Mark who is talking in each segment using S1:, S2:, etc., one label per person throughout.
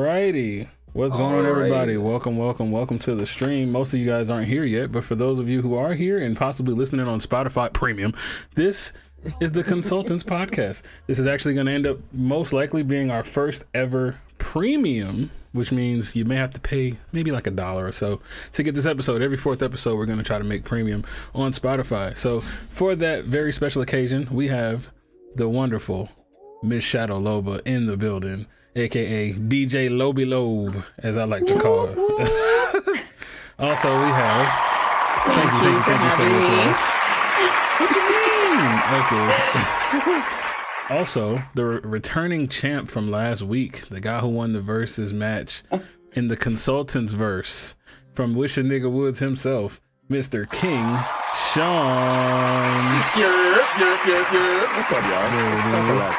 S1: Alrighty. What's going on,
S2: Alrighty.
S1: everybody? Welcome, welcome, welcome to the stream. Most of you guys aren't here yet, but for those of you who are here and possibly listening on Spotify Premium, this is the Consultants Podcast. This is actually going to end up most likely being our first ever premium, which means you may have to pay maybe like a dollar or so to get this episode. Every fourth episode, we're going to try to make premium on Spotify. So, for that very special occasion, we have the wonderful Miss Shadow Loba in the building, aka DJ Loby Lobe, as I like to call her. also, we have. Thank you, thank you, thank you for your applause. What you mean? Okay. also, the re- returning champ from last week, the guy who won the versus match in the consultants verse from Wish a Nigga Woods himself, Mr. King Sean.
S2: Yep, yep, yep, yep. What's up,
S1: There it is.
S2: y'all?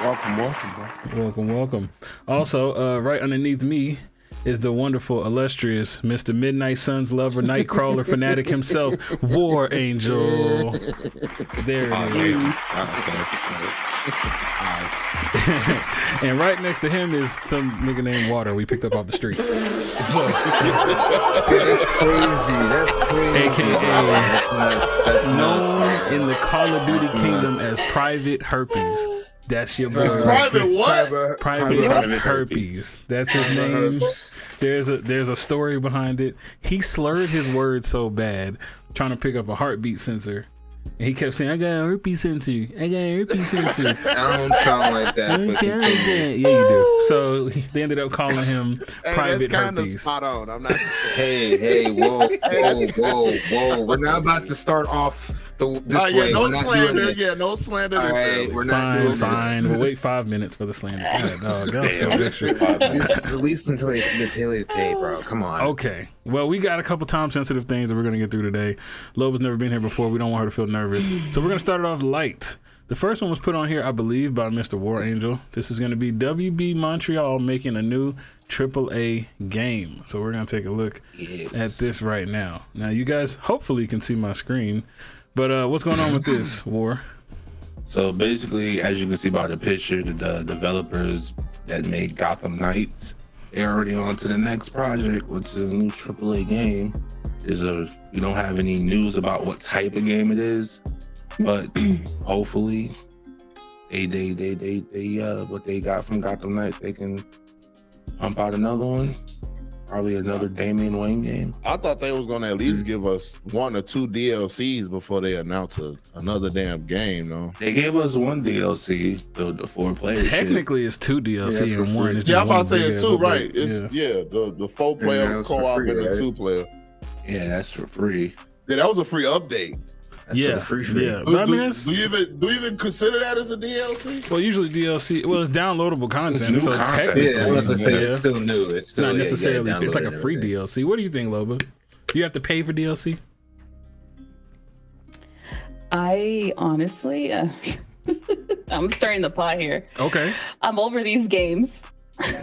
S2: Welcome, welcome, bro.
S1: Welcome, welcome. Also, uh, right underneath me is the wonderful, illustrious Mr. Midnight Suns lover, Nightcrawler fanatic himself, War Angel. There it is. And right next to him is some nigga named Water we picked up off the street. So,
S3: That's crazy. That's crazy.
S1: AKA
S3: That's nuts. That's
S1: known
S3: nuts.
S1: in the Call of Duty
S3: That's
S1: kingdom as
S3: nuts.
S1: Private Herpes. That's your boy.
S3: Private
S1: right there.
S2: Private what?
S3: Private-
S1: Private,
S2: Private
S1: herpes. That's his name.
S3: Herpes.
S1: There's a there's a story behind it. He slurred his words so bad, trying to pick up a heartbeat sensor. And he kept saying, "I got a herpes sensor. I got a herpes sensor."
S3: I don't sound like
S1: I
S3: that.
S1: don't
S3: But
S1: sound like that.
S3: continue.
S1: yeah, you do. So he- they ended up calling him
S4: Hey,
S1: Private
S4: that's kind of
S1: Herpes.
S4: spot on. I'm not.
S3: Hey, hey, whoa, whoa, whoa, whoa. We're not about to start off the, this
S4: Oh yeah,
S3: way.
S4: no
S3: we're not
S4: slander.
S3: doing this.
S4: Yeah, no slander.
S3: All right, we're not
S1: Fine,
S3: doing
S1: fine.
S3: this.
S1: We'll wait five minutes for the slander. God, dog, that was so extra.
S3: this at least until the the tail of the day, bro. Come on.
S1: Okay. Well, we got a couple time sensitive things that we're going to get through today. Loba's never been here before. We don't want her to feel nervous. So we're going to start it off light. The first one was put on here, I believe, by Mr. War Angel. This is going to be WB Montreal making a new AAA game. So we're going to take a look
S3: Yes.
S1: at this right now. Now, you guys hopefully can see my screen. But uh, what's going on with this, War?
S5: So basically, as you can see by the picture, the, the developers that made Gotham Knights, they're already on to the next project, which is a new AAA game. There's a we don't have any news about what type of game it is, but hopefully, they they they they they uh what they got from Gotham Knights, they can pump out another one, probably another Damian Wayne game.
S4: I thought they was gonna at least give us one or two DLCs before they announce a, another damn game. No.
S5: They gave us one DLC, the, the four players.
S1: Technically, it's two DLC
S3: Yeah, for
S1: and one.
S3: free.
S1: It's
S4: Yeah,
S1: just
S4: I'm about
S1: one
S4: to say
S1: big
S4: it's
S1: ass
S4: two,
S1: update.
S4: right? It's yeah, the the four
S3: And
S4: player
S3: that
S4: was
S3: was for
S4: co-op
S3: free,
S4: and the
S3: right?
S4: two player.
S5: yeah, that's for free.
S4: Yeah, that was a free update.
S3: That's
S1: Yeah,
S3: for free,
S1: yeah.
S3: free.
S1: But I
S4: do,
S1: mean, that's-
S4: do you even do you even consider that as a DLC?
S1: Well, usually DLC. Well, it's downloadable content,
S5: new
S1: so
S5: content.
S1: technically,
S3: Yeah, I was about to say
S1: yeah,
S3: it's still new. It's
S1: it's
S3: still
S1: not
S3: yeah, you gotta
S1: necessarily. It's
S3: download
S1: like a
S3: and
S1: free
S3: everything.
S1: DLC. What do you think, Loba? You have to pay for DLC.
S6: I honestly, uh, I'm starting the pot here.
S1: Okay.
S6: I'm over these games.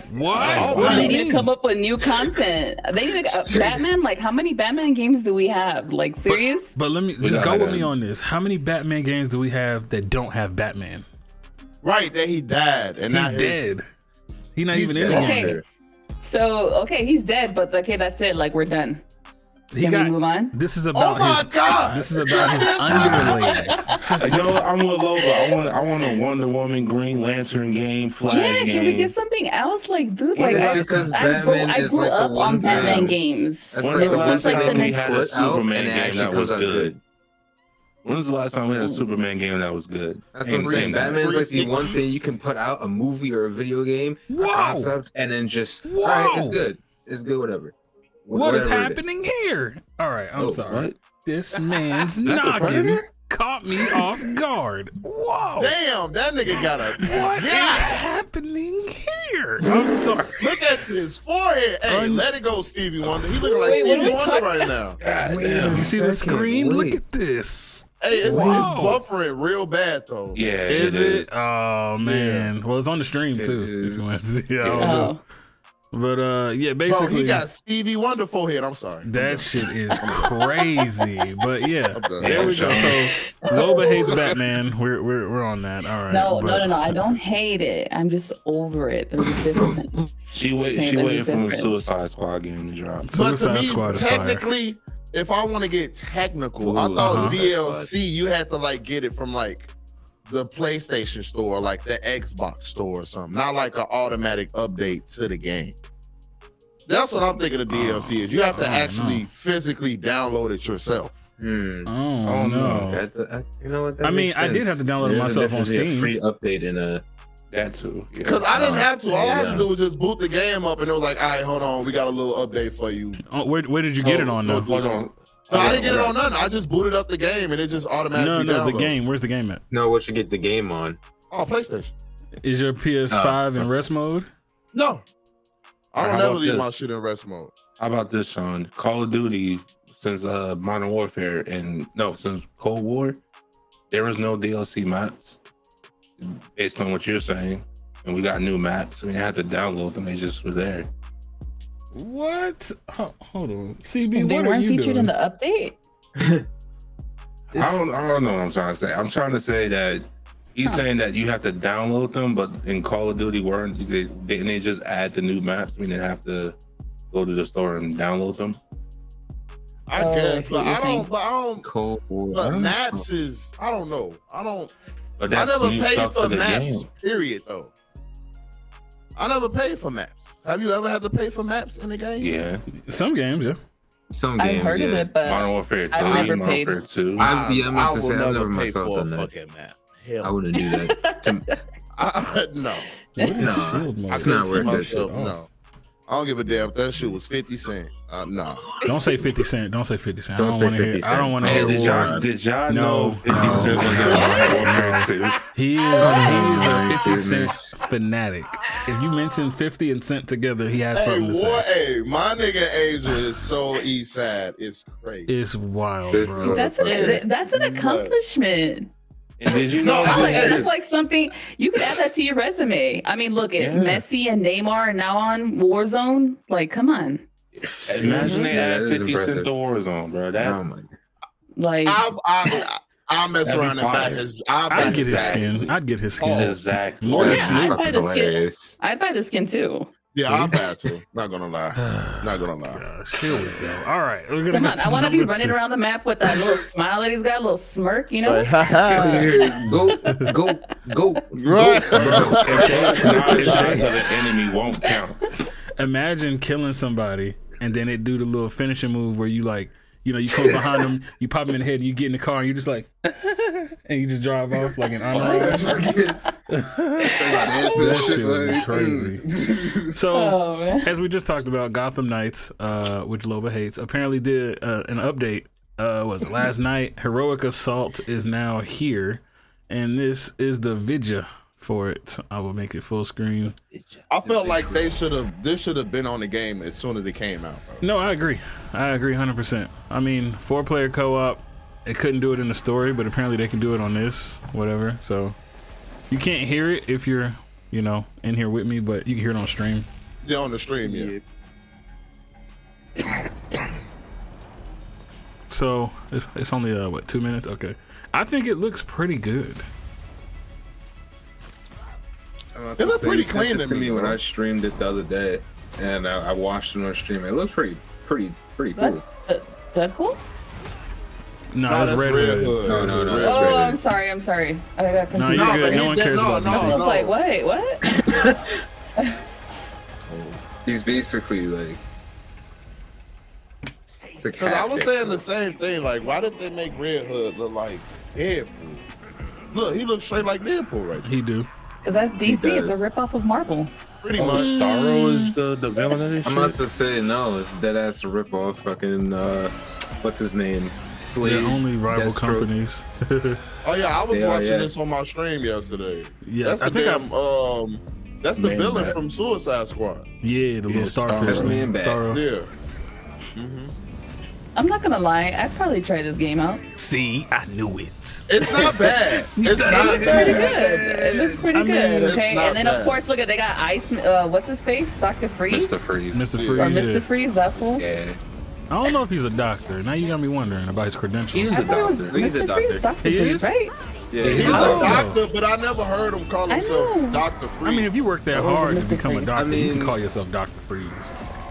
S1: What?
S4: Oh,
S1: What do
S6: They
S1: you
S6: need to
S1: mean?
S6: come up with new content. They need to, uh, Batman. Like, how many Batman games do we have? Like, serious?
S1: But let me just
S5: got
S1: go
S5: like
S1: with
S5: a-
S1: me on this. How many Batman games do we have that don't have Batman?
S4: Right, that he died and
S1: He's
S4: not
S1: dead. He's not
S4: He's
S1: even in the
S6: dead.
S1: game.
S6: Okay. so, okay, he's dead, but okay, that's it. Like, we're done.
S1: He
S6: Can we
S1: got.
S6: move on?
S1: This is
S4: Oh
S1: about
S4: my
S1: his.
S4: god!
S1: This is about his underlings.
S5: Like, Uh, Yo, I'm with Loba. I want, I want a Wonder Woman, Green Lantern game, Flash
S6: Yeah,
S5: game.
S6: can we get something else? Like, dude,
S3: What
S6: like,
S3: is
S6: I,
S3: it? Because
S6: I, grew-
S3: Batman
S6: I
S3: is
S6: grew
S3: like the
S6: up on
S3: one
S6: Batman
S3: thing-
S6: games.
S3: That's
S5: When's
S3: like
S5: the
S3: the
S5: last
S6: This is like
S3: one
S6: the
S5: time we
S3: thing that they
S5: had a
S6: next.
S3: put out
S5: Superman
S3: and it
S5: game
S3: actually
S5: that was
S3: comes out
S5: good?
S3: good?
S5: When was the last time we had a Superman game that was good?
S3: That's
S5: Ain't
S3: what I'm saying.
S5: saying that.
S3: Batman is like the
S4: 360.
S3: one thing you can put out a movie or a video game, a
S1: Whoa.
S3: concept, and then just all right, it's
S1: Whoa.
S3: good, it's good, whatever. Wh-
S1: What is
S3: whatever it
S1: happening here? All right, I'm
S3: Oh,
S1: sorry.
S5: What?
S1: This man's
S5: That's the
S1: noggin
S5: Predator?
S1: caught me off guard. Whoa.
S4: Damn, that nigga got a
S1: Oh. What is
S4: Yeah.
S1: happening here? I'm sorry.
S4: Look at his forehead. Hey,
S1: Un-
S4: let it go, Stevie Wonder. He looking like
S6: Wait, what are
S4: Stevie
S6: we
S4: Wonder
S6: talking
S4: right now.
S5: God
S3: Wait a
S5: damn.
S1: You see the
S3: second,
S1: screen? Look
S3: wait.
S1: at this.
S4: Hey, it's, it's
S1: Wow.
S4: buffering real bad though.
S5: Yeah,
S1: Is
S5: it is.
S1: it? Oh man. Well, it's on the stream
S3: It
S1: too. If you
S3: is.
S1: want to see. I don't
S3: Yeah.
S1: know.
S6: Oh,
S1: But uh, yeah,
S4: Bro, he
S1: basically
S4: got Stevie Wonder forehead. I'm sorry.
S1: that shit is crazy. But yeah,
S4: I'm done.
S1: there we
S5: Yeah,
S1: go. So Loba hates Batman. We're we're we're on that. All right.
S7: No, no,
S1: but-
S7: no, no. I don't hate it. I'm just over it. There's a difference.
S5: She wait.
S7: Okay,
S5: She
S7: let me
S5: waiting for the
S7: difference.
S5: Suicide Squad game to drop.
S4: But to
S1: Suicide
S4: me,
S1: Squad is fire.
S4: technically, if I want to get technical, I
S5: Ooh,
S4: thought
S1: uh-huh.
S4: DLC you had to like get it from like the PlayStation store, like the Xbox store or something, not like an automatic update to the game. That's what I'm thinking of DLC is. You have to
S1: Oh,
S4: actually
S1: no.
S4: physically download it yourself.
S3: Hmm.
S1: Oh, no.
S5: Oh, no.
S3: That, that, you know what? That
S1: I mean,
S3: makes
S1: I did
S3: sense.
S1: have to download it
S3: There's a
S1: myself on
S3: difference between
S1: Steam.
S3: A free update and a
S5: That too. Yeah.
S4: Because I
S1: Uh,
S4: didn't have to. All I had to
S3: Yeah.
S4: do was just boot the game up, and it was like, all right, hold on, we got a little update for you.
S1: Oh, where where did you get it on though?
S5: Hold on.
S4: No, I didn't get it on nothing. I just booted up the game, and it just
S1: No,
S4: automatically.
S1: no, the
S4: downloaded.
S1: game. Where's the game at?
S3: no. What you get the game on?
S4: Oh, PlayStation.
S1: Is your PS5 in rest mode?
S4: No. I
S5: How
S4: don't ever
S5: about
S4: leave my
S5: this?
S4: shit in rest mode.
S5: How about this, Sean? Call of Duty since uh Modern Warfare and no, since Cold War, there was no DLC maps. Based on what you're saying, and we got new maps. We had to download them. They just were there.
S1: What? Ho- hold on, CB.
S7: they
S1: What are
S7: weren't
S1: you
S7: featured
S1: doing?
S7: in the update.
S5: I don't, I don't know what I'm trying to say. I'm trying to say that he's saying that you have to download them, but in Call of Duty, weren't they, didn't they just add the new maps? We didn't have to go to the store and download them.
S4: I
S7: Oh, I
S4: guess,
S7: see what
S4: but
S7: you're
S4: I
S7: saying.
S4: don't. But I don't.
S3: Cold War.
S4: But maps is. I don't know. I don't.
S5: But
S4: I
S5: that's
S4: never
S5: new
S4: paid
S5: stuff for
S4: for
S5: the
S4: maps.
S5: game.
S4: Period. Though. I never paid for maps. Have you ever had to pay for maps in the game?
S5: Yeah,
S1: Some games, yeah.
S3: Some
S7: I've
S3: games.
S7: heard
S3: yeah.
S7: of it,
S6: Uh,
S7: but
S5: Modern Warfare
S7: I've
S5: 3,
S7: never
S5: Modern
S7: paid.
S5: Warfare 2.
S3: I, yeah, I meant to
S4: will
S3: say I never
S4: pay
S3: myself
S4: for a
S3: done that.
S4: fucking map.
S3: I
S4: Hell,
S3: wouldn't do that. To-
S4: I, no.
S1: Where is
S3: Nah,
S1: shield mode?
S4: I
S3: It's
S4: couldn't
S3: not
S4: see
S3: worth it.
S4: myself,
S1: Oh.
S4: No. I don't give a damn. If that shit was fifty cent. Uh, no.
S1: Don't say Fifty Cent. Don't say Fifty Cent.
S3: Don't
S1: I
S3: say
S1: don't want to
S3: 50
S1: hear. I
S3: Cent.
S1: don't want to
S5: Hey,
S1: hear.
S5: did y'all,
S1: war.
S5: did y'all
S1: No,
S5: know 50 Cent was in
S1: no.
S5: Modern Warfare 2?
S1: He is, he
S3: Oh.
S1: is a
S3: my
S1: Fifty Cent
S3: goodness.
S1: fanatic. If you mention Fifty and Cent together, he has
S4: Hey,
S1: something to
S4: war,
S1: say.
S4: hey, my nigga Asia is so east side. It's crazy.
S1: It's wild,
S3: This
S1: bro.
S3: is-
S7: that's a, that's an accomplishment.
S5: And did you
S4: No,
S5: know?
S7: That's
S4: Oh,
S7: like,
S4: yeah.
S7: that's like something you could add that to your resume. I mean, look at
S5: Yeah.
S7: Messi and Neymar are now on Warzone. Like, come on.
S5: Imagine they
S3: Yeah, that
S5: add
S3: is
S5: 50 Cent
S3: impressive.
S5: to Warzone, bro. That,
S3: Oh my God.
S7: Like,
S4: I've, I, I mess
S5: That'd be
S4: around and buy
S5: fire.
S4: his. I buy
S1: I'd get
S4: his
S1: his
S4: skin.
S1: skin. I'd get his
S5: Oh.
S1: skin.
S5: exactly.
S1: More than
S3: That's
S1: Snoop.
S3: fucking
S7: Just get-
S3: hilarious.
S7: I'd buy the skin too.
S4: Yeah, I'll buy it too. Not gonna lie. Not gonna lie.
S1: Oh Gosh, here we go. All right, we're gonna
S7: Come
S1: go
S7: on, I want to be
S1: number
S7: running
S1: two.
S7: around the map with that little smile that he's got, a little smirk, you know?
S3: Here's go, go, go,
S2: Right.
S3: go.
S5: If they acknowledge that to the enemy won't count.
S1: imagine killing somebody and then it do the little finishing move where you like you know you come behind them you pop them in the head you get in the car and you just like and you just drive off like an honor That shit would be
S3: crazy.
S1: so
S7: man.
S1: as we just talked about gotham knights uh which loba hates apparently did uh, an update uh was it last night heroic assault is now here and this is the vidya for it i will make it full screen
S4: I felt like they should have. This should have been on the game as soon as it came out. Bro.
S1: No, I agree. I agree 100%. I mean, four player co op, it couldn't do it in the story, but apparently they can do it on this, whatever. So you can't hear it if you're, you know, in here with me, but you can hear it on stream.
S4: Yeah, on the stream. Yeah.
S1: So it's, it's only, uh, what, two minutes? Okay. I think it looks pretty good.
S3: It
S4: looked pretty clean to
S3: to
S4: me,
S3: me when
S4: bro.
S3: I streamed it the other day, and I, I watched it on stream. It looked pretty, pretty, pretty cool.
S7: That- Deadpool?
S1: No,
S4: No,
S1: that's Red Hood.
S3: No, no, no. That's
S7: Oh,
S3: right.
S7: I'm sorry. I'm sorry. I got confused.
S1: No, you're
S4: No, but
S1: good.
S4: he
S1: No one
S4: did-
S1: cares
S4: no,
S1: about
S7: I
S1: DC.
S7: was
S4: no.
S7: like, wait, what?
S3: He's basically like. It's like
S4: Because I
S3: half
S4: was
S3: that.
S4: saying the same thing. Like, why did they make Red Hood look like Deadpool? Look, he looks straight like Deadpool right there.
S1: He do.
S7: Because that's DC. It's a
S3: does.
S7: ripoff of Marvel.
S4: Pretty
S5: Oh,
S4: much.
S5: Starro is the, the villain of this
S3: I'm
S5: shit?
S3: about to say no. It's dead ass rip off. Fucking uh, what's his name? Slade.
S1: They're only rival
S3: Deathstroke.
S1: companies.
S4: Oh yeah, I was
S3: Yeah,
S4: watching
S3: yeah.
S4: this on my stream yesterday.
S1: Yeah,
S4: that's the
S1: I think
S4: damn, um, that's the
S3: Man,
S4: villain
S3: that-
S4: from Suicide Squad.
S1: Yeah, the little
S5: Yeah,
S1: starfish.
S3: Starro.
S1: one.
S3: Batman.
S1: Starro.
S4: Yeah.
S6: I'm not gonna lie. I probably try this game out.
S1: See, I knew it.
S4: It's not bad. It's not
S6: It's pretty
S4: bad.
S6: good. It looks pretty
S1: I mean,
S6: good.
S4: it's
S6: Okay,
S4: not
S6: and then
S4: bad.
S6: of course, look at they got Ice. Uh, what's his face? Doctor Freeze
S8: Mr. Freeze.
S1: Mr.
S8: Yeah.
S1: Freeze.
S6: or
S1: Yeah.
S6: Mister Freeze? That fool.
S8: Yeah.
S1: I don't know if he's a doctor. Now you got me wondering about his credentials.
S8: He's
S6: I
S8: a
S6: thought it was
S8: doctor. He's a
S6: Mr. Freeze,
S8: doctor.
S6: Doctor
S1: He
S6: Freeze,
S1: is?
S6: right?
S4: He's
S8: Yeah.
S4: a
S1: Oh.
S4: doctor, but I never heard him call
S6: I
S4: himself
S6: know.
S4: Doctor Free.
S1: I mean, if you work that
S6: Oh,
S1: hard to
S6: Mr.
S1: become a
S6: Freeze.
S1: doctor, you can
S8: mean-
S1: call yourself Doctor Freeze.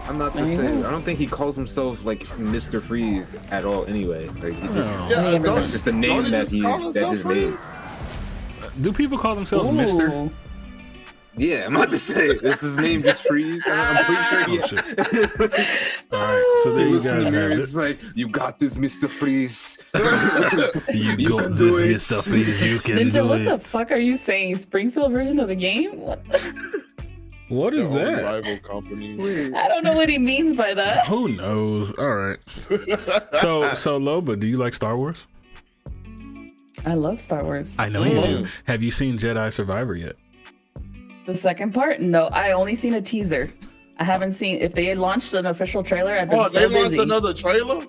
S3: I'm not the same. I don't think he calls himself like Mr. Freeze at all. Anyway, like he just,
S1: No.
S4: yeah,
S6: It's
S4: don't-
S3: it's just a
S4: don't
S3: name
S4: he
S3: that
S4: just
S3: he
S4: call
S3: that
S4: himself
S3: just
S4: Free?
S3: made.
S1: Do people call themselves Mister?
S6: Ooh.
S3: Yeah, I'm not the same. It's his name just Freeze. I'm, I'm pretty
S1: Oh,
S3: sure.
S1: shit.
S3: Yeah.
S1: All right, so there
S3: he
S1: you
S3: looks in
S1: guys
S3: the mirror.
S1: have
S3: and
S1: it.
S3: It's like you got this, Mr. Freeze.
S1: You,
S3: You
S1: got
S3: can do
S1: this,
S3: it.
S1: Mr. Freeze. You can
S6: Ninja,
S1: do
S6: what the
S1: it.
S6: fuck are you saying? Springfield version of the game?
S1: What
S6: What the-
S1: is
S4: Their own
S1: that?
S4: Rival company.
S6: I don't know what he means by that.
S1: Who knows? All right.
S4: Oh,
S1: So, so Loba, do you like Star Wars?
S6: I love Star Wars.
S1: I know you do. Mm. Have you seen Jedi Survivor yet?
S6: The second part? No, I only seen a teaser. I haven't seen if they launched an official trailer. I've been
S4: Oh,
S6: so
S4: they launched
S6: busy.
S4: another trailer.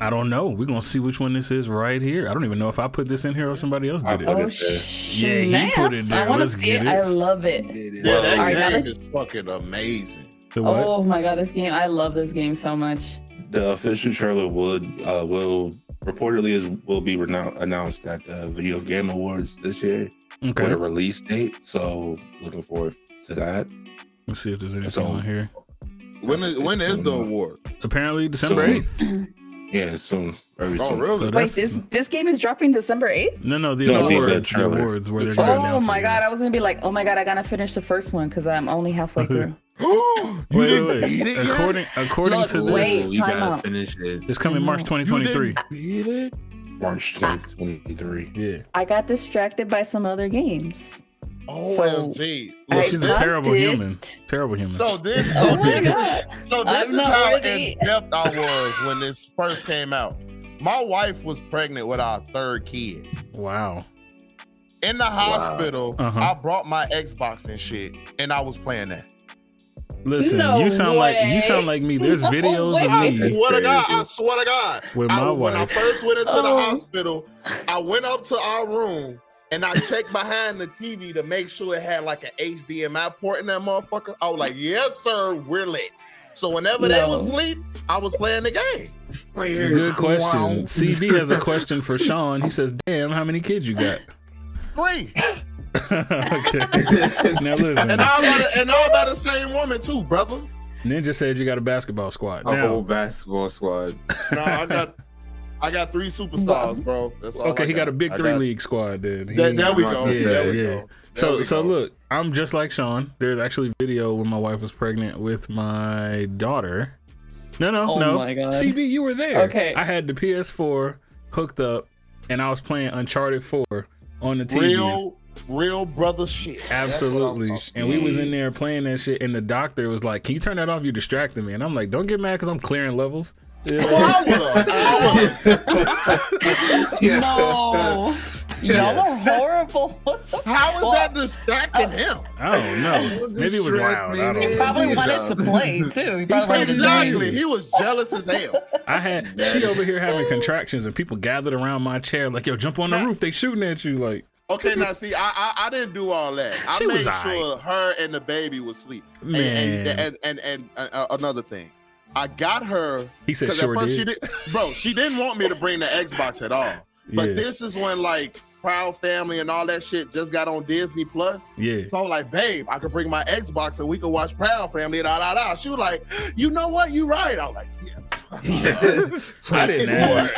S1: I don't know. We're gonna see which one this is right here. I don't even know if I put this in here or somebody else did
S8: I'll
S1: it.
S8: put
S6: Oh
S8: it there.
S1: Yeah,
S6: shit!
S1: he put it there.
S6: I want to
S1: Let's
S6: see
S1: get
S6: it.
S1: it.
S6: I love it.
S4: Yeah, that
S6: Alright, now
S4: game
S6: that-
S4: is fucking amazing.
S1: The what?
S6: Oh my god, this game! I love this game so much.
S5: The official trailer would uh, will reportedly is will be renou- announced at the Video Game Awards this year with a
S1: Okay.
S5: release date. So looking forward to that.
S1: Let's see if there's anything
S5: So-
S1: on here.
S4: When is, when is the award?
S1: Apparently December eighth.
S5: Soon. Yeah, soon. Very
S4: Oh,
S5: soon.
S4: really?
S1: So
S6: Wait,
S1: that's
S6: this this game is dropping December eighth.
S1: no, no, the
S5: No,
S4: the
S1: awards, the
S5: trailer.
S1: awards where
S4: The
S1: they're gonna
S6: Oh
S1: announce.
S6: my
S1: it.
S6: god, I was gonna be like, oh my god, I gotta finish the first one because I'm only halfway through.
S4: you
S1: Wait,
S4: didn't
S1: wait,
S4: beat it
S1: wait.
S4: yet?
S1: According according
S6: Look,
S1: to this,
S6: wait.
S8: Ooh, you
S6: time
S8: gotta
S6: out.
S8: finish it.
S1: it's coming March
S6: No.
S4: You
S1: 2023.
S4: didn't beat it?
S5: March 2023.
S1: Yeah.
S6: I got distracted by some other games.
S4: OMG.
S1: Well,
S6: I
S1: she's a
S6: lost
S1: terrible
S6: it.
S1: human. Terrible human.
S4: So this, so
S6: Oh my
S4: this,
S6: god.
S4: so this
S6: I'm
S4: is
S6: not
S4: how
S6: worthy.
S4: in depth I was when this first came out. My wife was pregnant with our third kid.
S1: wow.
S4: In the hospital,
S1: Uh-huh.
S4: I brought my Xbox and shit, and I was playing that.
S1: Listen,
S6: No
S1: you sound like you sound
S6: way.
S1: like me. There's
S6: No
S1: videos
S4: I
S1: of me.
S4: swear to God, I
S8: Crazy.
S4: swear to God.
S1: With
S4: I-
S1: my
S4: When I
S1: wife.
S4: first went into the
S6: Oh.
S4: hospital, I went up to our room and I checked behind the TV to make sure it had like an HDMI port in that motherfucker. I was like, yes, sir, we're lit. So whenever they
S6: No.
S4: was asleep, I was playing the game.
S1: Good question. CB has a question for Sean. He says, "Damn, how many kids you got?"
S4: Three.
S1: okay. Now listen,
S4: And all by the, and all by the same woman too, brother.
S1: Ninja said you got a basketball squad.
S8: A whole
S1: Now,
S8: basketball squad.
S4: No, I got I got three superstars, bro. That's all
S1: okay,
S4: I
S1: he got a big
S4: I
S1: three
S4: got-
S1: league squad, dude. He
S4: There,
S1: ain't-
S4: there we go.
S1: Yeah,
S4: there we
S1: yeah.
S4: go. There
S1: So
S4: we
S1: so
S4: go.
S1: look, I'm just like Sean. There's actually video when my wife was pregnant with my daughter. No, no,
S6: Oh
S1: no.
S6: my God.
S1: CB, you were there.
S6: Okay.
S1: I had the PS4 hooked up, and I was playing Uncharted 4 on the TV.
S4: real, real brother shit. That's what I'm
S1: Absolutely.
S4: talking
S1: And we
S6: Mm.
S1: was in there playing that shit, and the doctor was like, "Can you turn that off? You distracting me." And I'm like, "Don't get mad, cause I'm clearing levels."
S4: Well, I would've- I would've-
S6: No. Y'all are horrible.
S4: How is
S6: Well,
S4: that distracting him?
S1: I don't know. Maybe it was loud. I don't know.
S6: probably
S8: Good
S6: wanted to
S8: job.
S6: play too. He probably wanted to play.
S4: Exactly. He was jealous as hell.
S1: I had she over here having contractions, and people gathered around my chair like, "Yo, jump on the roof! They shooting at you!" Like,
S4: Okay, now see, I I, I didn't do all that. I
S1: She
S4: made
S1: was alright.
S4: sure her and the baby was asleep. And-
S1: man.
S4: And and and, and, uh, another thing, I got her
S1: he said,
S4: because
S1: "Sure
S4: at first
S1: did."
S4: she did, bro. She didn't want me to bring the Xbox at all. But
S1: yeah,
S4: this is when like Proud Family and all that shit just got on Disney Plus.
S1: yeah.
S4: So I'm like, babe, I could bring my Xbox and we could watch Proud Family. Da da da. She was like, you know what? You right. I'm like, yeah.
S1: I didn't ask.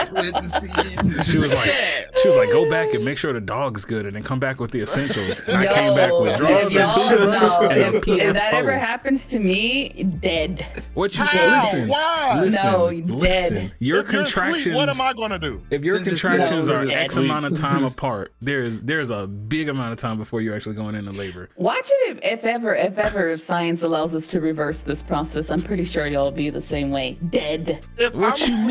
S1: She was like,
S4: yeah.
S1: she was like, "Go back and make sure the dog's good, and then come back with the essentials." And I came back with
S6: if
S1: drugs and
S6: y'all
S1: tools
S6: know-
S1: and a
S6: if, if that ever
S1: PS4.
S6: happens to me, dead.
S1: What you
S4: How?
S1: listen?
S4: Why?
S1: Listen,
S6: No, you
S1: listen.
S6: dead.
S1: Your
S4: If you're asleep,
S1: contractions.
S4: what am I gonna do?
S1: If your
S3: Then just
S1: contractions
S3: go
S1: are
S3: to
S1: X
S3: sleep.
S1: amount of time apart, there's there's a big amount of time before you're actually going into labor.
S6: Watch it if, if ever, if ever, if science allows us to reverse this process. I'm pretty sure y'all be the same way. Dead.
S4: If
S1: What
S4: I'm
S1: you
S4: asleep,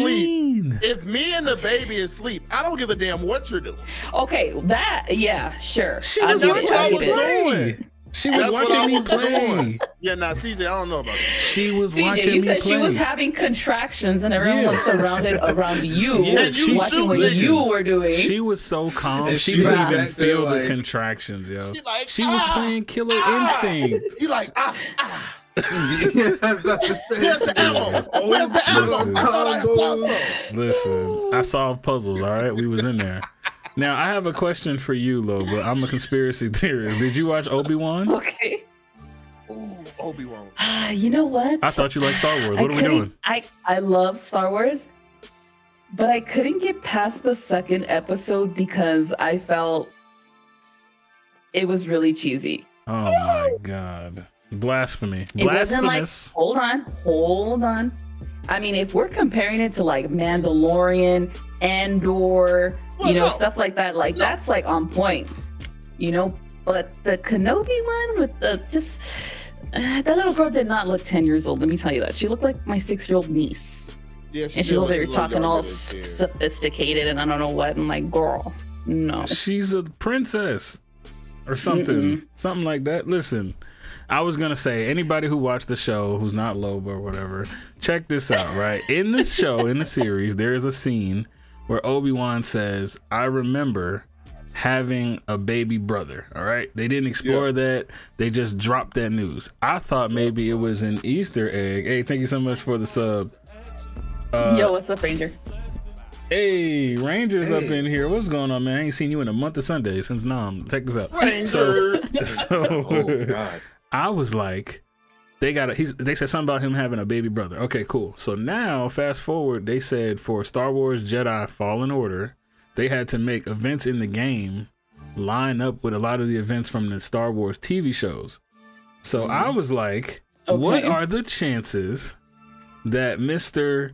S1: mean?
S4: if me and the baby is asleep, I don't give a damn what you're doing.
S6: Okay, that yeah, sure.
S1: She
S6: I'll
S1: was
S6: give
S4: That's
S1: watching
S6: it.
S4: what
S6: I'll
S4: I
S6: give
S4: was
S6: it.
S4: doing.
S1: She was
S4: That's what I
S1: watching me
S4: was
S1: play.
S4: doing. Yeah, now CJ, I don't know about that.
S1: She was
S6: CJ,
S1: watching
S6: you
S1: me
S6: said
S1: play.
S6: she was having contractions and everyone
S1: Yeah.
S6: was surrounded around you,
S1: Yeah, And you
S6: watching
S4: shoot
S6: what
S4: niggas.
S6: you were doing.
S1: She was so calm.
S3: And
S1: She,
S3: she
S1: didn't
S3: was
S1: even
S3: back there
S1: feel the
S3: like-
S1: contractions, yo.
S4: She like,
S1: She was
S4: ah,
S1: playing Killer
S4: ah.
S1: Instinct.
S4: You like, ah,
S3: That's not the same.
S4: where's the ammo? Where's the ammo? I thought I saw some.
S1: Listen, I solved puzzles, all right? We was in there. Now, I have a question for you, Loba. I'm a conspiracy theorist. Did you watch Obi-Wan?
S6: okay.
S4: Ooh, Obi Wan.
S6: Ah, you know what?
S1: I thought you liked Star Wars.
S6: I
S1: What are we
S6: couldn't-
S1: doing?
S6: I I love Star Wars, but I couldn't get past the second episode because I felt it was really cheesy.
S1: Oh my god. Blasphemy.
S6: It wasn't like
S1: Blasphemous.
S6: hold on, hold on. I mean, if we're comparing it to like Mandalorian, Andor,
S4: Well,
S6: you know,
S4: no.
S6: stuff like that, like that's like on point, you know. But the Kenobi one with the just uh, that little girl did not look ten years old. Let me tell you that she looked like my six-year-old niece.
S4: Yeah, she
S6: And she's
S4: did
S6: over
S4: look a
S6: here
S4: little
S6: talking all
S4: younger than she
S6: s-
S4: is.
S6: sophisticated and I don't know what. I'm like, girl, no.
S1: She's a princess or something. Something like that. Listen, I was going to say anybody who watched the show who's not Loba or whatever, check this out, right? In this show, in the series, there is a scene where Obi-Wan says, "I remember having a baby brother." All right? They didn't explore that. They just dropped that news. I thought maybe it was an Easter egg. Hey, thank you so much for the sub. Uh,
S6: Yo, what's up, Ranger?
S1: Hey, Rangers up in here. What's going on, man? I ain't seen you in a month of Sunday since Nom. Check this out. So, so
S9: Oh God.
S1: I was like, they got. A, he's, they said something about him having a baby brother. Okay, cool. So now, fast forward, they said for Star Wars Jedi Fallen Order, they had to make events in the game line up with a lot of the events from the Star Wars TV shows. So I was like, what
S6: Okay.
S1: are the chances that Mister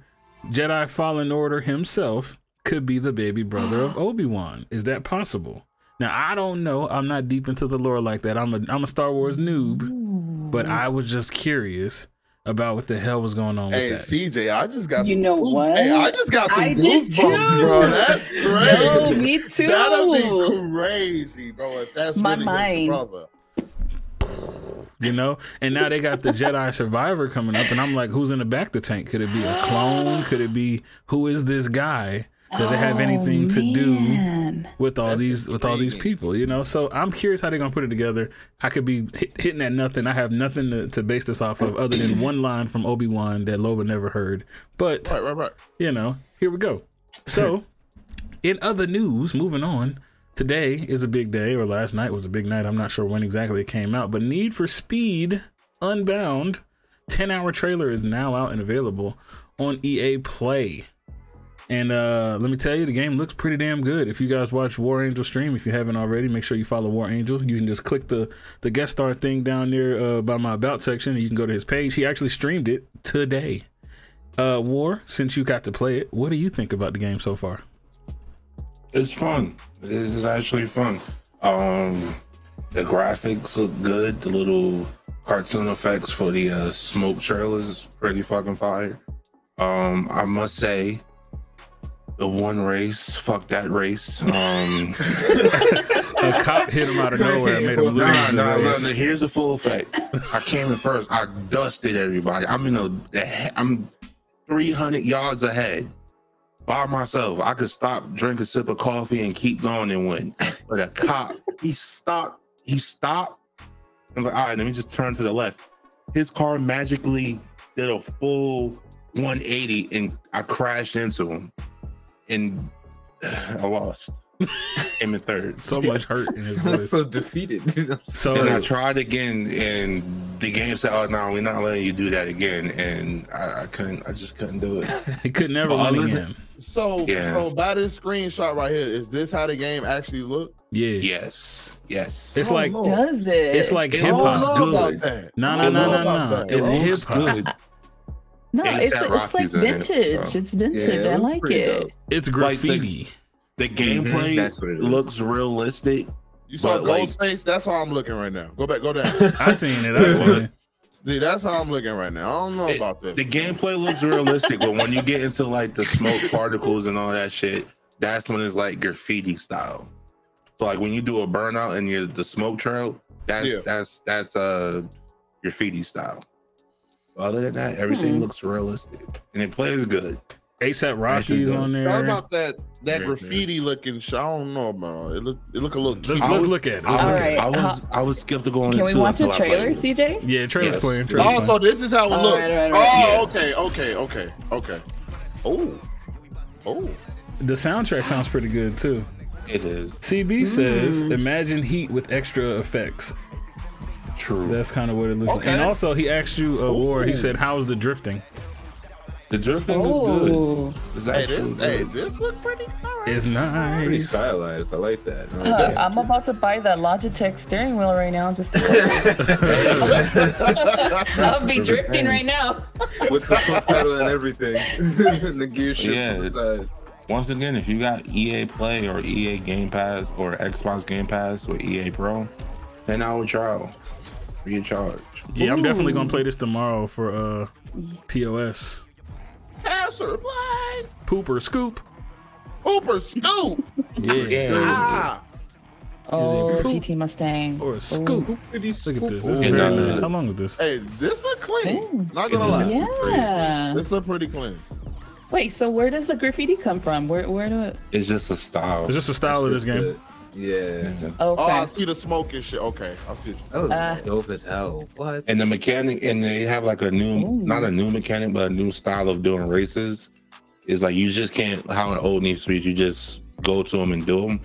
S1: Jedi Fallen Order himself could be the baby brother of Obi Wan. Is that possible? Now I don't know. I'm not deep into the lore like that. I'm a I'm a Star Wars noob, but I was just curious about what the hell was going on with
S4: Hey
S1: that.
S4: CJ, I just got
S6: You
S4: some
S6: know
S4: goose-
S6: what?
S4: Hey, I just got some
S6: I did
S4: goosebumps,
S6: too.
S4: bro. That's
S6: Yo,
S4: crazy.
S6: me too.
S4: That'll be crazy, bro. If that's
S6: My
S4: really
S6: mind.
S4: your brother.
S1: you know, and now they got the Jedi Survivor coming up, and I'm like, who's in the back of the tank? Could it be a clone? Could it be who is this guy? Does it have anything to do
S6: Oh, Man.
S1: with all
S4: That's
S1: these with all these
S4: intriguing.
S1: people, you know. So I'm curious how they're gonna put it together. I could be hit, hitting at nothing. I have nothing to, to base this off of other than one line from Obi Wan that Loba never heard. But
S4: Right, right, right.
S1: you know, here we go. So, in other news, moving on. Today is a big day, or last night was a big night. I'm not sure when exactly it came out, but Need for Speed Unbound 10 hour trailer is now out and available on EA Play. And uh, let me tell you, the game looks pretty damn good. If you guys watch War Angel stream, if you haven't already, make sure you follow War Angel. You can just click the the guest star thing down there uh, by my about section, and you can go to his page. He actually streamed it today. Uh, War, since you got to play it, what do you think about the game so far?
S5: It's fun. It is actually fun. Um, the graphics look good. The little cartoon effects for the uh, smoke trailers is pretty fucking fire. Um, I must say, the one race, fuck that race. Um,
S1: A cop hit him out of nowhere and made him lose.
S5: Nah,
S1: the
S5: nah, nah,
S1: race.
S5: nah, Here's the full fact. I came in first. I dusted everybody. I'm in a. I'm 300 yards ahead by myself. I could stop, drink a sip of coffee, and keep going and win. But a cop, he stopped. He stopped. I was like, all right, let me just turn to the left. His car magically did a full 180, and I crashed into him, and I lost. Came in third.
S1: So much hurt in his
S10: Sounds
S1: voice.
S10: so defeated.
S1: So
S5: And I tried again, and the game said, "Oh no, we're not letting you do that again." And I, I couldn't. I just couldn't do it.
S1: he could never win
S5: All of
S1: again.
S4: So,
S5: Yeah.
S4: so by this screenshot right here, is this how the game actually looked?
S1: Yeah.
S5: yes, yes.
S1: It's like
S4: Lord.
S6: Does it?
S1: it's like
S5: It
S1: hip
S4: I
S5: looks
S1: hop.
S4: don't
S5: good.
S4: know about that.
S1: No,
S4: I
S1: no,
S4: don't
S1: no,
S4: know
S1: no,
S4: about
S1: no.
S4: that,
S1: It's
S4: bro.
S1: hip
S5: looks
S1: hop.
S5: good.
S6: no,
S5: ASAP
S6: it's, it's like
S5: Rocky's in it,
S6: vintage.
S5: so.
S6: it's vintage. I like it.
S1: It's
S5: Like the-
S1: graffiti.
S5: The
S3: Mm-hmm.
S5: gameplay
S10: That's what it is.
S5: looks realistic.
S4: You saw
S5: But, like-
S4: Ghostface? that's how I'm looking right now. Go back, go down.
S1: I seen it. I seen it.
S4: Dude, that's how I'm looking right now. I don't know
S5: It-
S4: about this.
S5: The gameplay looks realistic, but when you get into like the smoke particles and all that shit, that's when it's like graffiti style. So like when you do a burnout and you the smoke trail, That's
S4: Yeah.
S5: that's that's uh graffiti style. Other than that, everything
S6: Hmm.
S5: looks realistic and it plays good.
S1: ASAP
S5: Actually,
S1: Rocky's
S5: don't-
S1: on
S4: How
S1: there.
S4: about that that
S5: Yeah,
S4: graffiti looking shit? I don't know, man. It look it look a little.
S1: Let's,
S5: I
S1: let's
S5: was-
S1: look at it. Let's
S5: I
S1: look
S5: was,
S1: at it.
S6: Alright,
S5: I was I was skeptical on
S6: uh, Can
S5: it
S6: we
S5: too
S6: watch a
S5: until I played
S6: trailer,
S5: it.
S6: CJ?
S1: Yeah, trailer's
S5: Yes.
S1: playing. Trailer's
S4: Oh, so
S1: playing.
S4: this is how it
S6: All
S4: look.
S6: right, right, right.
S4: Oh,
S5: Yeah.
S4: okay, okay, okay, okay. Oh, oh.
S1: The soundtrack sounds pretty good too.
S5: It is
S1: CB says, "Imagine heat with extra effects."
S5: true.
S1: That's kind of what it looks like.
S4: Okay.
S1: And also, he asked you a war. He
S4: Ooh.
S1: said, "How's the drifting?"
S5: the drifting is
S6: Oh,
S5: good. It's
S4: Hey,
S5: actually
S4: this hey,
S5: good.
S4: this look pretty. All right.
S1: It's
S3: Pretty
S1: nice.
S3: stylized. I like that. I like
S6: Uh,
S3: that.
S6: I'm about to buy that Logitech steering wheel right now. Just to I'll be drifting right now.
S3: With the foot pedal and everything. and the gear shift
S5: Yeah.
S3: on the side.
S5: Once again, if you got EA Play or EA Game Pass or Xbox Game Pass or EA Pro, then I would trial. Free of charge.
S1: Yeah, I'm definitely gonna play this tomorrow for uh POS.
S4: Passer, blind.
S1: Pooper scoop.
S4: Hooper, scoop.
S1: Yeah.
S4: Ah.
S6: Oh,
S1: Poop.
S6: GT Mustang.
S1: Or a Oh, scoop. Look at this. This is
S5: Yeah,
S1: very
S5: nah.
S1: nice. How long is this?
S4: Hey, this look clean. Not gonna lie.
S6: Yeah.
S4: This look pretty clean.
S6: Wait, so where does the graffiti come from? Where where do it?
S5: It's just a style.
S1: It's just the style of this game.
S3: But, yeah.
S6: Oh,
S4: Oh, I
S6: okay.
S4: see the smoke and shit. Okay, I see.
S3: That was
S6: Uh,
S3: dope as hell. What?
S5: and the mechanic, and they have like a new,
S6: Ooh.
S5: not a new mechanic, but a new style of doing races. Is like you just can't how an old needs to be. You just go to them and do them.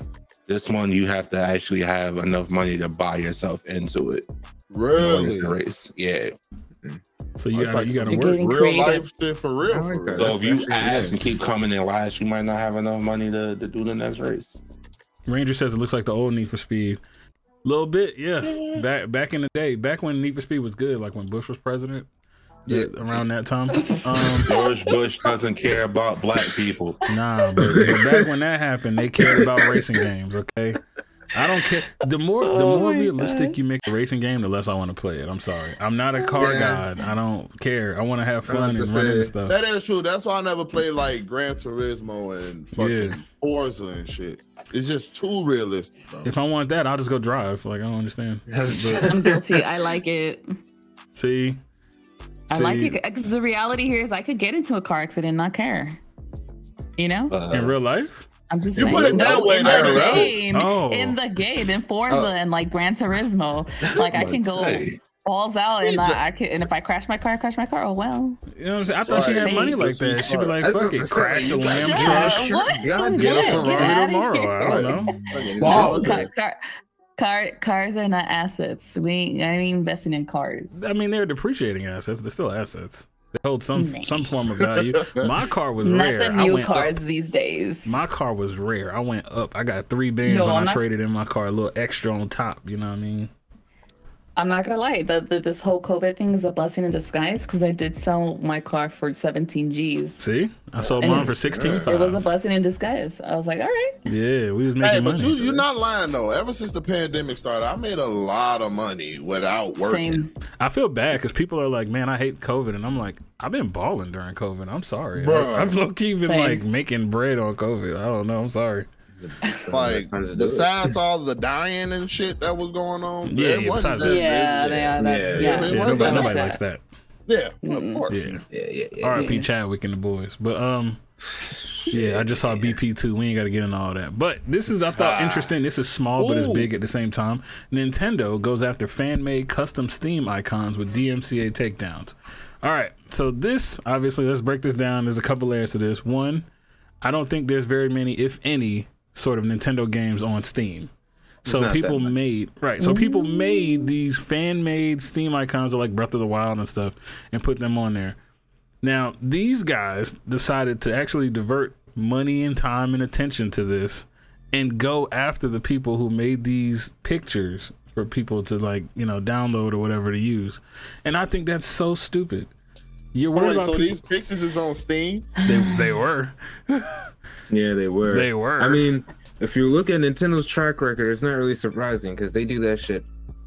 S5: This one, you have to actually have enough money to buy yourself into it. in order
S4: Really,
S5: to race. Yeah.
S1: So you
S4: It's
S1: gotta
S4: like
S1: you gotta
S6: some
S1: work.
S6: good-
S4: real
S6: Creative.
S4: life shit for real.
S3: I
S4: For
S3: like
S4: real.
S3: that.
S5: So if you
S3: actually
S5: ask
S3: good.
S5: and keep coming in last, you might not have enough money to, to do the next race.
S1: Ranger says it looks like the old Need for Speed. Little bit, yeah. Back back in the day, back when Need for Speed was good, like when Bush was president. Yeah, around that time. Um,
S5: George Bush doesn't care about black people.
S1: nah, but, but back when that happened, they cared about racing games. Okay, I don't care. The more the
S6: Oh
S1: more
S6: my
S1: realistic
S6: God.
S1: you make a racing game, the less I want to play it. I'm sorry, I'm not a car
S3: Yeah.
S1: god. I don't care. I want to have
S3: I
S1: fun
S3: have to
S1: and running and
S3: say-
S1: stuff.
S4: That is true. That's why I never played like Gran Turismo and fucking
S1: Yeah.
S4: Forza and shit. It's just too realistic, bro.
S1: If I want that, I'll just go drive. Like I don't understand.
S6: I'm guilty. I like it.
S1: See,
S6: I like
S1: See?
S6: it because the reality here is I could get into a car accident and not care. You know,
S5: Uh,
S1: in real life.
S6: I'm just
S4: You
S6: saying.
S4: put it that way, Uh,
S6: in
S4: there,
S6: the
S4: bro.
S6: game,
S1: Oh.
S6: in the game, in Forza,
S3: Oh.
S6: and like Gran Turismo, like I can go
S5: Hey,
S6: balls out, and
S4: Steve,
S6: I, I can, and if I crash my car, I crash my car. Oh well.
S1: You know what I'm saying? I thought she had
S6: Sorry.
S1: money like that. She'd be like,
S3: That's
S1: "Fuck
S3: what
S1: it,
S3: I'm
S1: crash
S3: saying.
S1: the lamb
S6: Shut
S1: truck,
S6: up. What?
S1: get a
S3: God damn it.
S6: Get
S1: Ferrari
S6: outta
S1: tomorrow." I don't know.
S4: Ball.
S6: Car, car, car, cars are not assets. We ain't, I ain't investing in cars.
S1: I mean, they're depreciating assets. They're still assets. They hold some
S6: Nah.
S1: some form of value. My car was
S6: Not
S1: rare.
S6: the
S1: I
S6: new
S1: went up.
S6: cars these days.
S1: My car was rare. I went up. I got three bands
S6: Yo,
S1: when
S6: I'm
S1: I
S6: not-
S1: traded in my car. A little extra on top. You know what I mean?
S6: I'm not gonna lie, the, the, this whole COVID thing is a blessing in disguise because I did sell my car for 17 G's.
S1: See, I sold
S6: And
S1: mine for
S6: it's-
S1: sixteen
S6: It was a
S1: five.
S6: blessing in disguise. I was like, all right,
S1: Yeah, we was making
S4: Hey, but
S1: money.
S4: you you're not lying though. Ever since the pandemic started, I made a lot of money without working.
S6: same.
S1: I feel bad because people are like, "Man, I hate COVID," and I'm like, "I've been balling during COVID. I'm sorry.
S4: Bruh.
S1: I, I've low key been
S6: Same.
S1: like making bread on COVID. I don't know. I'm sorry.
S4: Like
S3: Sometimes it's dope.
S4: besides all the dying and shit that was going on,
S1: Yeah,
S4: it
S1: yeah,
S4: wasn't
S1: besides
S4: that
S1: that.
S4: big.
S6: Yeah, they are. That,
S3: Yeah,
S6: yeah,
S4: It
S1: Yeah,
S4: wasn't
S1: nobody,
S4: that
S1: nobody
S6: sad.
S1: likes that.
S4: Yeah,
S6: Mm-mm.
S4: of course.
S1: Yeah.
S3: Yeah, yeah, yeah.
S1: R.I.P. Chadwick and the boys. But um, yeah, I just saw BP two. We ain't got to get into all that. But this is I thought
S4: Ah.
S1: interesting. This is small but it's
S4: Ooh.
S1: big at the same time. Nintendo goes after fan made custom Steam icons with DMCA takedowns. All right, so this obviously let's break this down. There's a couple layers to this. One, I don't think there's very many, if any, sort of Nintendo games on Steam. So
S3: not
S1: people
S3: that much.
S1: made right. So people made these fan made Steam icons of like Breath of the Wild and stuff, and put them on there. Now, these guys decided to actually divert money and time and attention to this and go after the people who made these pictures for people to like, you know, download or whatever to use. And I think that's so stupid. You're
S4: Wait,
S1: worried about
S4: so
S1: people-
S4: these pictures is on Steam?
S1: they, they were.
S3: Yeah, they were.
S1: They were.
S3: I mean, if you look at Nintendo's track record, it's not really surprising because they do that shit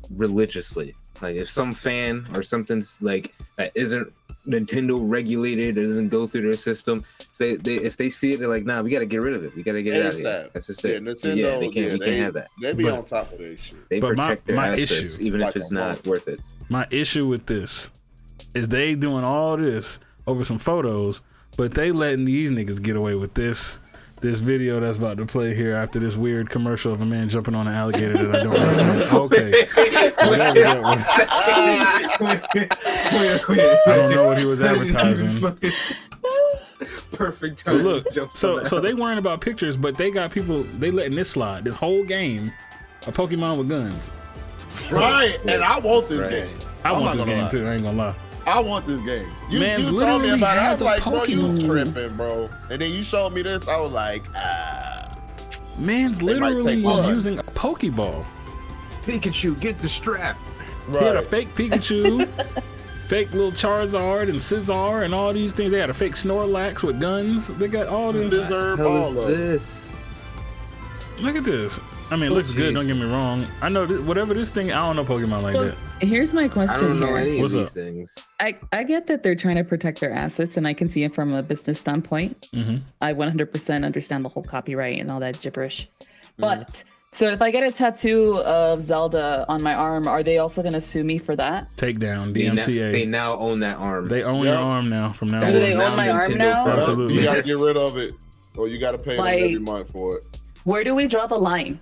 S3: religiously. Like, if some fan or something's like that isn't Nintendo regulated. It doesn't go through their system. They, they if they see it, they're like, nah, we got to get rid of it. We got to get it out of here.
S4: ASAP.
S3: That's just
S4: Yeah,
S3: it.
S4: Nintendo.
S3: yeah, they can't.
S4: yeah,
S3: you
S4: they,
S3: can't have that.
S4: They be
S1: But-
S4: on top of that shit.
S3: They
S1: But my-
S3: protect
S1: my
S3: their assets,
S1: issue-
S3: even if
S4: Like
S3: it's
S4: on
S3: not
S4: both.
S3: worth it.
S1: My issue with this is they doing all this over some photos, but they letting these niggas get away with this this video that's about to play here after this weird commercial of a man jumping on an alligator that I don't understand. Okay. Whatever that was. I don't know what he was advertising.
S11: Perfect
S1: But
S11: time.
S1: look,
S11: Jump
S1: so
S11: on
S1: so they worrying about pictures, but they got people they letting this slide. This whole game, a Pokemon with guns.
S4: Right, and I want this
S3: Right.
S4: game.
S1: I
S4: I'm
S1: want
S4: not
S1: this
S4: gonna
S1: game
S4: lie.
S1: too. I ain't gonna lie.
S4: I want this game. You,
S1: Man,
S4: you told me
S1: literally
S4: about it. I
S1: has
S4: was
S1: a
S4: like, bro, you
S1: Pokemon.
S4: tripping, bro. And then you showed me this. I was like, ah.
S1: Man's
S4: They might
S1: literally
S4: take
S1: was
S4: one.
S1: using a Pokeball.
S11: Pikachu, get the strap.
S1: He had a fake Pikachu, fake little Charizard and Scizor and all these things. They had a fake Snorlax with guns. They got all this.
S4: Deserve
S3: Hell is
S4: all of it.
S3: this?
S1: Look at this. I mean, it looks good. Don't get me wrong. I know th- whatever this thing. I don't know Pokemon like
S6: So
S1: that.
S6: here's my
S3: I
S6: question
S3: don't know
S6: here.
S3: any
S1: What's
S3: of
S1: up?
S3: these things.
S6: I, I get that they're trying to protect their assets, and I can see it from a business standpoint.
S1: hmm
S6: I 100% understand the whole copyright and all that gibberish.
S3: Mm.
S6: But so if I get a tattoo of Zelda on my arm, are they also going to sue me for that?
S1: Takedown
S3: They now, they
S1: DMCA.
S3: now own that arm.
S1: They own
S4: Yeah.
S1: your arm now. From now
S3: That
S6: Do
S3: is
S6: they
S1: on,
S3: now
S6: own my arm
S3: Nintendo
S6: now?
S3: property.
S1: Absolutely.
S4: You gotta
S3: Yes.
S4: get rid of it, or you gotta pay them every
S6: Like-
S4: month for it.
S6: Where do we draw the line?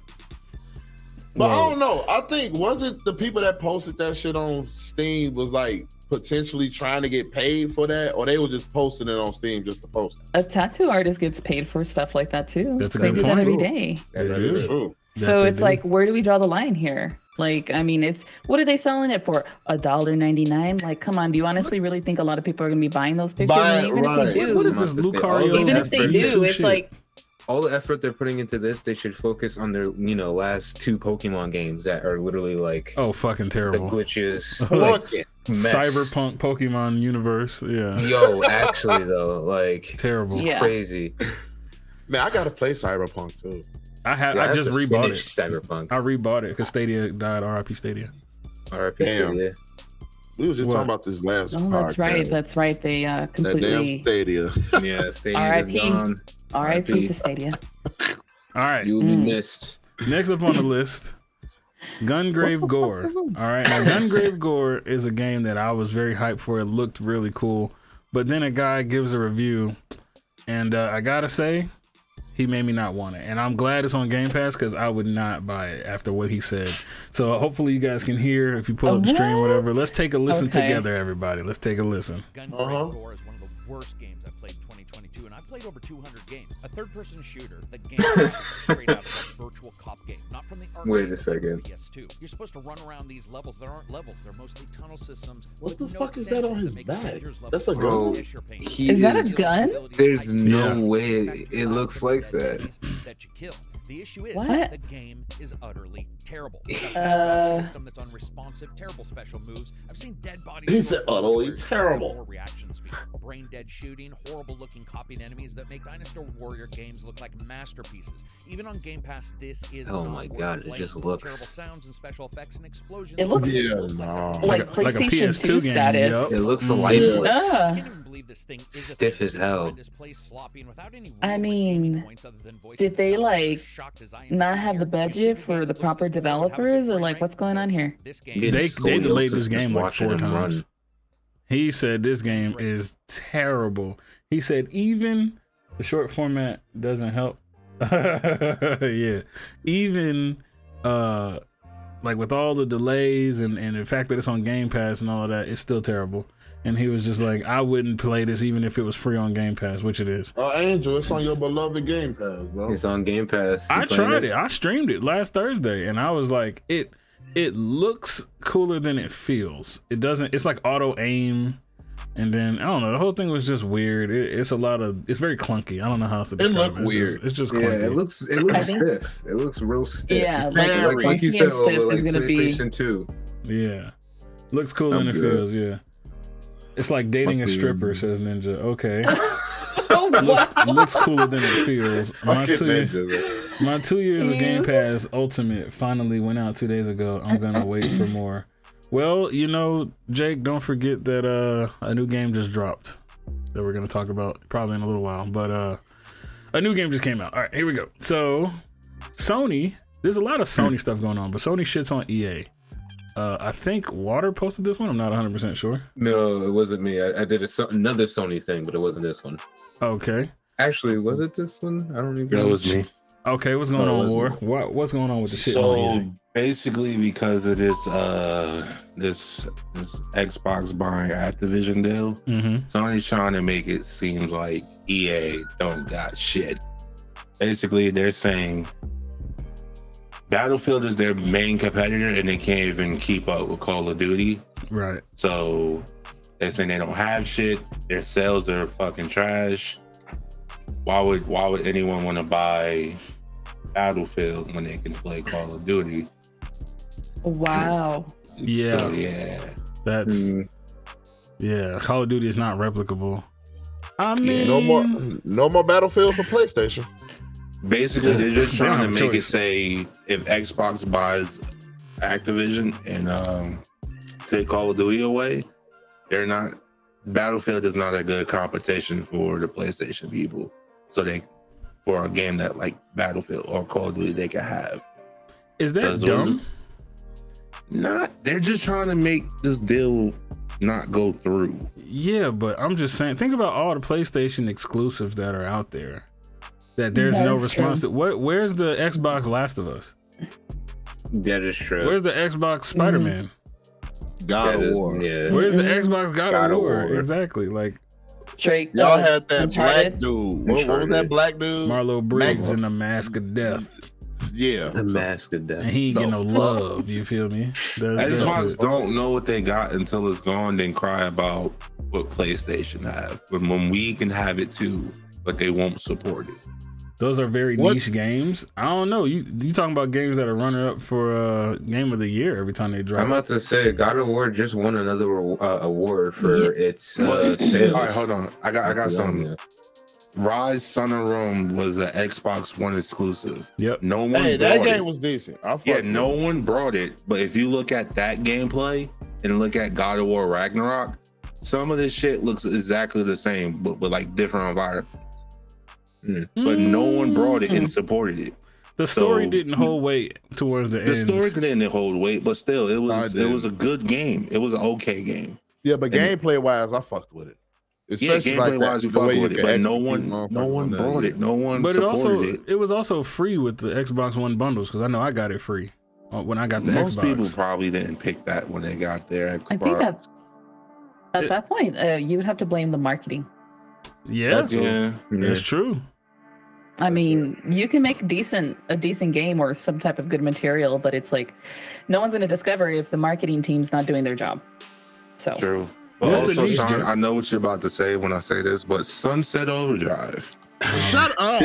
S4: But I
S1: Whoa.
S4: don't know. I think was it the people that posted that shit on Steam was like potentially trying to get paid for that, or they were just posting it on Steam just to post. It.
S6: A tattoo artist gets paid for stuff like that too.
S1: That's a
S6: they
S1: good
S6: do
S1: point.
S6: that every day.
S1: They do.
S4: True.
S1: That
S6: so
S1: they
S6: it's
S1: do.
S6: like, where do we draw the line here? Like, I mean, it's what are they selling it for? A dollar ninety nine? Like, come on, do you honestly really think a lot of people are gonna be buying those pictures?
S4: Buy
S6: And
S4: it,
S6: even
S4: right.
S6: if they do,
S1: what is this Lucario?
S6: even if they
S3: effort
S6: do, it's like
S3: all the effort they're putting into this, they should focus on their you know last two Pokemon games that are literally like
S1: oh fucking
S3: the
S1: terrible.
S3: glitches.
S1: Like,
S3: like, mess.
S1: Cyberpunk Pokemon universe. Yeah,
S3: Yo, actually though, like
S1: terrible.
S3: it's
S6: Yeah.
S3: crazy.
S4: Man, I gotta play Cyberpunk too.
S1: I had.
S3: Yeah,
S1: I just
S3: have to
S1: rebought
S3: finish
S1: it.
S3: Cyberpunk.
S1: I rebought it because Stadia died. R.I.P. Stadia.
S3: R.I.P.
S4: Damn.
S3: Yeah.
S4: We were just
S1: What?
S4: talking about this last.
S6: Oh, that's
S4: podcast.
S6: right. That's right. They uh,
S4: That damn
S6: completely
S4: stadium.
S3: Yeah, Stadia is
S6: R.I.P..
S3: gone. RIP.
S6: RIP to Stadia.
S1: All right.
S3: You'll be
S6: Mm.
S3: missed.
S1: Next up on the list, Gungrave Gore. All right, now Gungrave Gore is a game that I was very hyped for. It looked really cool, but then a guy gives a review, and uh, I gotta say, he made me not want it. And I'm glad it's on Game Pass because I would not buy it after what he said. So hopefully you guys can hear if you pull up the stream, or whatever. Let's take a listen
S6: Okay.
S1: together, everybody. Let's take a listen.
S12: Gungrave
S3: Uh-huh.
S12: Gore is one of the worst games I've played in 2022, and I've played over 200 games. A third-person shooter, the game is straight out of a virtual cop game, not from the arcade.
S3: Wait a
S12: but
S3: second.
S12: PS2. You're supposed to run around these levels. There aren't levels. They're mostly tunnel systems.
S4: What
S12: with
S4: the
S12: no
S4: fuck is that on
S12: extensions
S4: his
S12: make
S4: back?
S12: characters' levels
S4: That's a
S12: harder
S3: gun.
S12: to issue paint.
S3: He
S6: Is that a
S3: is-
S6: gun?
S3: There's no
S1: Yeah.
S3: way it looks like that.
S12: That you kill. The issue is
S6: What?
S12: the game is utterly terrible.
S6: Uh.
S12: system that's unresponsive, terrible special moves. I've seen dead bodies.
S4: He said
S12: thrown from
S4: utterly
S12: birds,
S4: terrible.
S12: poor reaction speed, brain dead shooting, horrible looking copied enemies that make Dinosaur Warrior games look like masterpieces. Even on Game Pass, this is
S3: Oh
S12: not
S3: my
S12: worth
S3: God, it
S12: playing.
S3: just
S12: terrible
S3: looks-
S12: sounds and special effects and explosions.
S6: It looks-
S4: Yeah,
S12: no.
S1: Like
S6: Like,
S1: a- like a
S6: PlayStation
S1: PS2
S6: Two
S1: game,
S6: status.
S3: It
S1: yep.
S3: looks
S1: Mm.
S3: lifeless.
S6: Yeah.
S12: I can't even believe this thing is a
S3: Stiff
S12: thing.
S3: as hell.
S12: This place sloppy and without any
S6: I
S12: real
S6: mean,
S12: engagement points other than voice
S6: did they,
S12: design. I'm
S6: like,
S12: shocked as I am
S6: Not have the
S12: here. If
S6: budget
S12: you
S6: for
S12: think
S6: the
S12: it looks
S6: proper
S12: this good, how would
S6: developers,
S12: they
S6: or
S12: frame
S6: like
S12: it?
S6: what's going on here?
S12: This game
S3: Getting
S1: They- they delayed this
S3: scoliosis just
S1: game like
S3: watching
S1: four
S3: him
S1: times.
S3: run.
S1: He said this game is terrible. He said even the short format doesn't help. yeah. Even uh like with all the delays and and the fact that it's on Game Pass and all of that, it's still terrible. And he was just like, I wouldn't play this even if it was free on Game Pass, which it is.
S4: Uh, Andrew, it's on your beloved Game Pass, bro.
S3: It's on Game Pass. You
S1: I
S3: playing
S1: tried it. I streamed it last Thursday, and I was like, it it looks cooler than it feels. It doesn't. It's like auto aim, and then I don't know. The whole thing was just weird. It, it's a lot of. It's very clunky. I don't know how else to describe it.
S4: looked
S1: It's just-
S4: weird.
S1: It's just,
S3: Yeah,
S1: clunky.
S3: it looks it
S6: I
S3: looks
S6: think-
S3: stiff. It looks real stiff.
S6: Yeah, like- oh,
S3: like, like,
S4: Very.
S3: you said,
S6: Being stiff
S3: Ola, like
S6: is gonna be-
S3: PlayStation Two.
S1: yeah, looks cooler
S3: I'm
S1: than it
S3: good.
S1: feels. Yeah. It's like dating a
S3: Fucking-
S1: stripper, says Ninja. Okay,
S6: Oh,
S1: looks,
S6: wow.
S1: looks cooler than it feels. My
S4: Fucking
S1: two,
S4: Ninja, bro.
S1: My two years of Game
S6: Jeez.
S1: Pass Ultimate finally went out two days ago. I'm gonna wait for more. Well, you know, Jake, don't forget that uh a new game just dropped that we're gonna talk about probably in a little while. But uh a new game just came out. All right, here we go. So Sony, there's a lot of Sony stuff going on, but Sony shits on EA. Uh, I think Water posted this one. I'm not 100% sure.
S6: No, it wasn't me. I, I did a, so- another Sony thing, but it wasn't this one.
S1: Okay.
S6: Actually, was it this one? I don't even.
S5: That was me.
S1: Okay, what's going on,
S6: Oh, that's
S1: War?
S6: not-
S1: What, what's going on with the shit? on E
S5: So
S1: EA?
S5: basically, because of this uh this this Xbox buying Activision deal,
S1: Mhm.
S5: Sony's trying to make it seem like EA don't got shit. Basically, they're saying Battlefield is their main competitor, and they can't even keep up with Call of Duty.
S1: Right.
S5: So they're saying they don't have shit. Their sales are fucking trash. Why would why would anyone want to buy Battlefield when they can play Call of Duty?
S7: Wow.
S5: So,
S1: Yeah,
S5: yeah.
S1: that's
S6: Mm,
S1: yeah. Call of Duty is not replicable. I mean,
S4: No more, no more Battlefield for PlayStation.
S5: Basically, they're just
S1: They
S5: trying to
S1: don't
S5: make
S1: have a
S5: it
S1: choice.
S5: say if Xbox buys Activision and um, take Call of Duty away, they're not. Battlefield is not a good competition for the PlayStation people. So they, for a game that like Battlefield or Call of Duty, they can have.
S1: Is that
S5: Those ones-
S1: dumb?
S5: Not. They're just trying to make this deal not go through.
S1: Yeah, but I'm just saying. Think about all the PlayStation exclusives that are out there. That there's
S7: That
S1: no
S7: is
S1: response to. Where, where's the Xbox Last of Us?
S6: that is true.
S1: Where's the Xbox Spider Man?
S4: God
S6: That
S4: of
S6: is-
S4: War.
S6: Yeah.
S1: Where's the
S7: Mhm.
S1: Xbox God,
S6: God
S1: of
S6: of
S1: War?
S6: War.
S1: Exactly. Like
S7: Drake.
S4: Y'all
S7: uh,
S4: had that
S7: Uncharted.
S4: black dude. What, what was that
S5: Uncharted.
S4: black dude?
S1: Marlo Briggs
S4: Mag-
S1: in the Mask of Death,
S4: yeah.
S6: The mask of death.
S1: and he ain't
S4: The
S1: getting no
S4: fuck?
S1: love. You feel me? That's, that's
S5: Xbox
S1: it.
S5: don't know what they got until it's gone, then cry about what PlayStation have. But when we can have it too, but they won't support it.
S1: Those are very
S4: What-
S1: niche games. I don't know. You you talking about games that are runner up for uh, game of the year every time they drop?
S6: I'm about to say God of War just won another uh, award for its uh,
S5: All
S6: sales.
S5: right, hold on. I got I got something. Rise Son of Rome was an Xbox One exclusive.
S1: Yep.
S5: No one
S4: Hey, that
S5: bought it.
S4: game was decent. I
S5: Yeah,
S4: fucked
S5: no
S4: with it.
S5: one brought it. But if you look at that gameplay and look at God of War Ragnarok, some of this shit looks exactly the same, but with like different environment. But no one brought
S6: Mm-hmm.
S5: it
S4: Mm.
S5: and supported it.
S1: The story
S5: So-
S1: didn't hold weight towards the,
S5: The
S1: end.
S5: story didn't hold weight, but still, it
S4: Nah, it
S5: was it
S4: didn't.
S5: was a good game. It was an okay game.
S4: Yeah, but
S5: and-
S4: gameplay wise, I fucked with it.
S5: Yeah,
S4: Especially like
S5: gameplay
S4: that-
S5: wise, you
S4: the
S5: fuck
S4: way
S5: with
S4: you
S5: it,
S4: can
S5: but no
S4: execute
S5: one, no
S4: motherfuckers
S5: one
S4: on that,
S5: brought
S4: yeah.
S5: it. No one
S1: but it also
S5: supported
S1: it.
S5: it.
S1: was also free with the Xbox One bundles because I know I got it free uh, when I got the
S5: Most
S1: Xbox.
S5: people probably didn't pick that when they got there.
S7: I think that at that point, uh, you would have to blame the marketing.
S1: yeah,
S5: yeah.
S1: it's true.
S7: I mean, you can make decent a decent game or some type of good material, but it's like no one's going to discover if the marketing team's not doing their job. So
S6: Oh.
S5: True. But
S1: What's the
S5: also,
S1: niche,
S5: Sean,
S1: Jim?
S5: I know what you're about to say when I say this, but Sunset Overdrive.
S4: Shut up.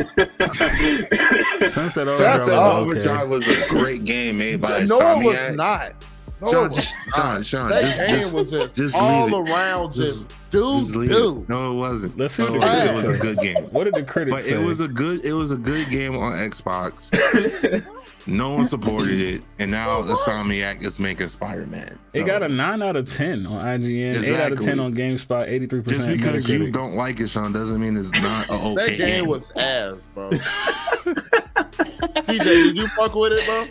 S1: Sunset
S4: Sunset
S1: Overdrive. was Okay.
S5: Overdrive was a great game made by
S4: no, it was
S5: Insomniac.
S4: not. No, it
S5: Sean,
S4: was
S5: Sean, Sean,
S4: That
S5: just-
S4: game
S5: just-
S4: was just,
S5: just leave
S4: all
S5: it.
S4: around
S5: Just-
S4: just, dude,
S5: just leave it.
S4: dude.
S5: No, it wasn't.
S1: Let's see
S5: No,
S1: what
S5: it
S1: the critics
S5: wasn't. It was a
S1: say.
S5: good game.
S1: What did the critics
S5: But
S1: say?
S5: it was a good it was a good game on Xbox. no one supported it, and now Insomniac is making Spider Man.
S1: it got a nine out of ten on IGN, eight out of ten
S5: Exactly.
S1: on GameSpot, eighty three
S5: just
S1: percent.
S5: because you don't like it, Sean, doesn't mean it's not a okay
S4: That game
S5: game.
S4: was ass, bro. CJ, did you fuck with it, bro?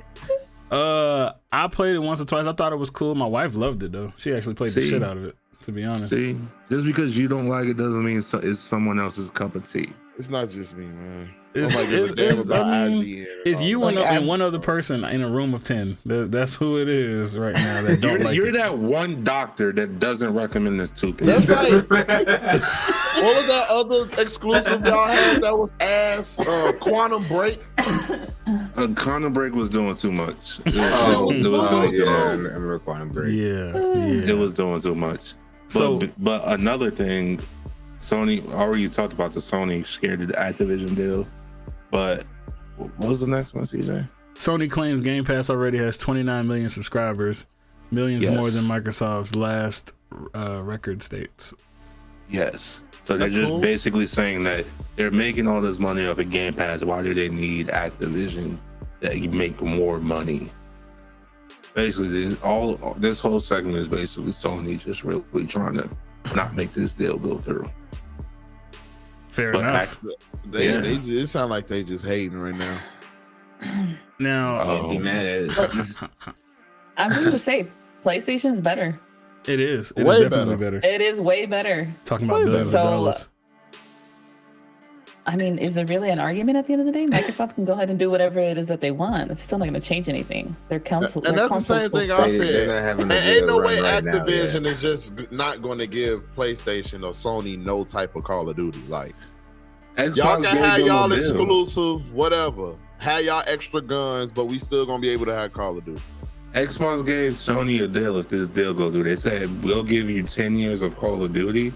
S1: Uh, I played it once or twice. I thought it was cool. My wife loved it though. She actually played the
S5: See?
S1: shit out of it. To be honest,
S5: See, just because you don't like it doesn't mean so, it's someone else's cup of tea.
S4: It's not just me, man.
S1: It's-
S4: Nobody gives a
S1: it's-
S4: damn
S1: it's-
S4: about
S1: I mean,
S4: IGN or
S1: It's
S4: all
S1: you
S4: that.
S1: and,
S7: Like,
S1: and
S7: I'm-
S1: one other person in a room of ten. That, that's who it is right now. That don't
S5: You're,
S1: like
S5: you're
S1: it.
S5: that one doctor that doesn't recommend this
S4: That's
S5: toothpaste.
S4: like what was that other exclusive y'all had that was ass? Uh, Quantum Break.
S5: Uh, Connor Break was doing too much. It was,
S6: Oh,
S5: it was- it was
S6: oh,
S5: doing too
S6: yeah, I
S5: much.
S6: remember Quantum Break.
S1: Yeah,
S7: Mm.
S1: yeah.
S5: It was doing too much. But,
S1: So-
S5: but another thing, Sony already talked about the Sony scared of the Activision deal. But what was the next one, CJ?
S1: Sony claims Game Pass already has 29 million subscribers, millions
S5: Yes.
S1: more than Microsoft's last uh, record states.
S5: Yes. So they're
S4: That's
S5: just
S4: cool.
S5: basically saying that they're making all this money off of Game Pass. Why do they need Activision that you make more money? basically this, all this whole segment is basically Sony just really trying to not make this deal go through.
S1: Fair
S5: But
S1: enough.
S4: They,
S5: Yeah.
S4: they just, it sound like they just hating right now.
S1: now
S5: Oh.
S3: Can't be mad at it.
S6: I'm just gonna say, PlayStation's better.
S1: it is. It's
S4: Way
S1: definitely better.
S6: It is way better.
S1: Talking about
S4: way
S1: billions of
S6: better. So,
S1: dollars.
S6: I mean, is it really an argument at the end of the day? Microsoft can go ahead and do whatever it is that they want. It's still not gonna change anything. Their council.
S4: And
S6: their
S4: that's the
S6: console's
S4: same
S6: still
S4: thing
S6: set.
S4: I
S3: They- they're
S4: said.
S3: not having
S4: And
S3: a
S4: ain't
S3: good
S4: no
S3: run
S4: way
S3: right now,
S4: Activision
S3: yeah.
S4: is just g- not going to give PlayStation or Sony no type of Call of Duty. Like
S5: Xbox
S4: y'all can
S5: gave
S4: have
S5: them a
S4: y'all
S5: deal.
S4: exclusive, whatever. Have y'all extra guns, but we still gonna be able to have Call of Duty.
S5: Xbox gave Sony a deal if this deal goes through. They said we'll give you ten years of Call of Duty,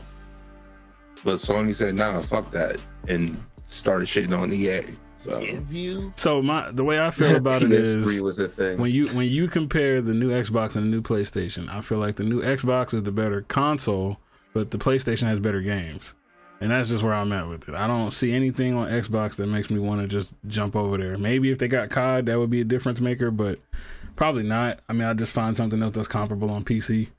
S5: but Sony said nah, fuck that, and started shitting on EA. So
S4: If you
S1: So my the way I feel about it
S3: PS3
S1: is
S3: was the thing.
S1: when you when you compare the new Xbox and the new PlayStation, I feel like the new Xbox is the better console, but the PlayStation has better games. And that's just where I'm at with it. I don't see anything on Xbox that makes me want to just jump over there. Maybe if they got COD, that would be a difference maker, but probably not. I mean, I'll just find something else that's comparable on PC.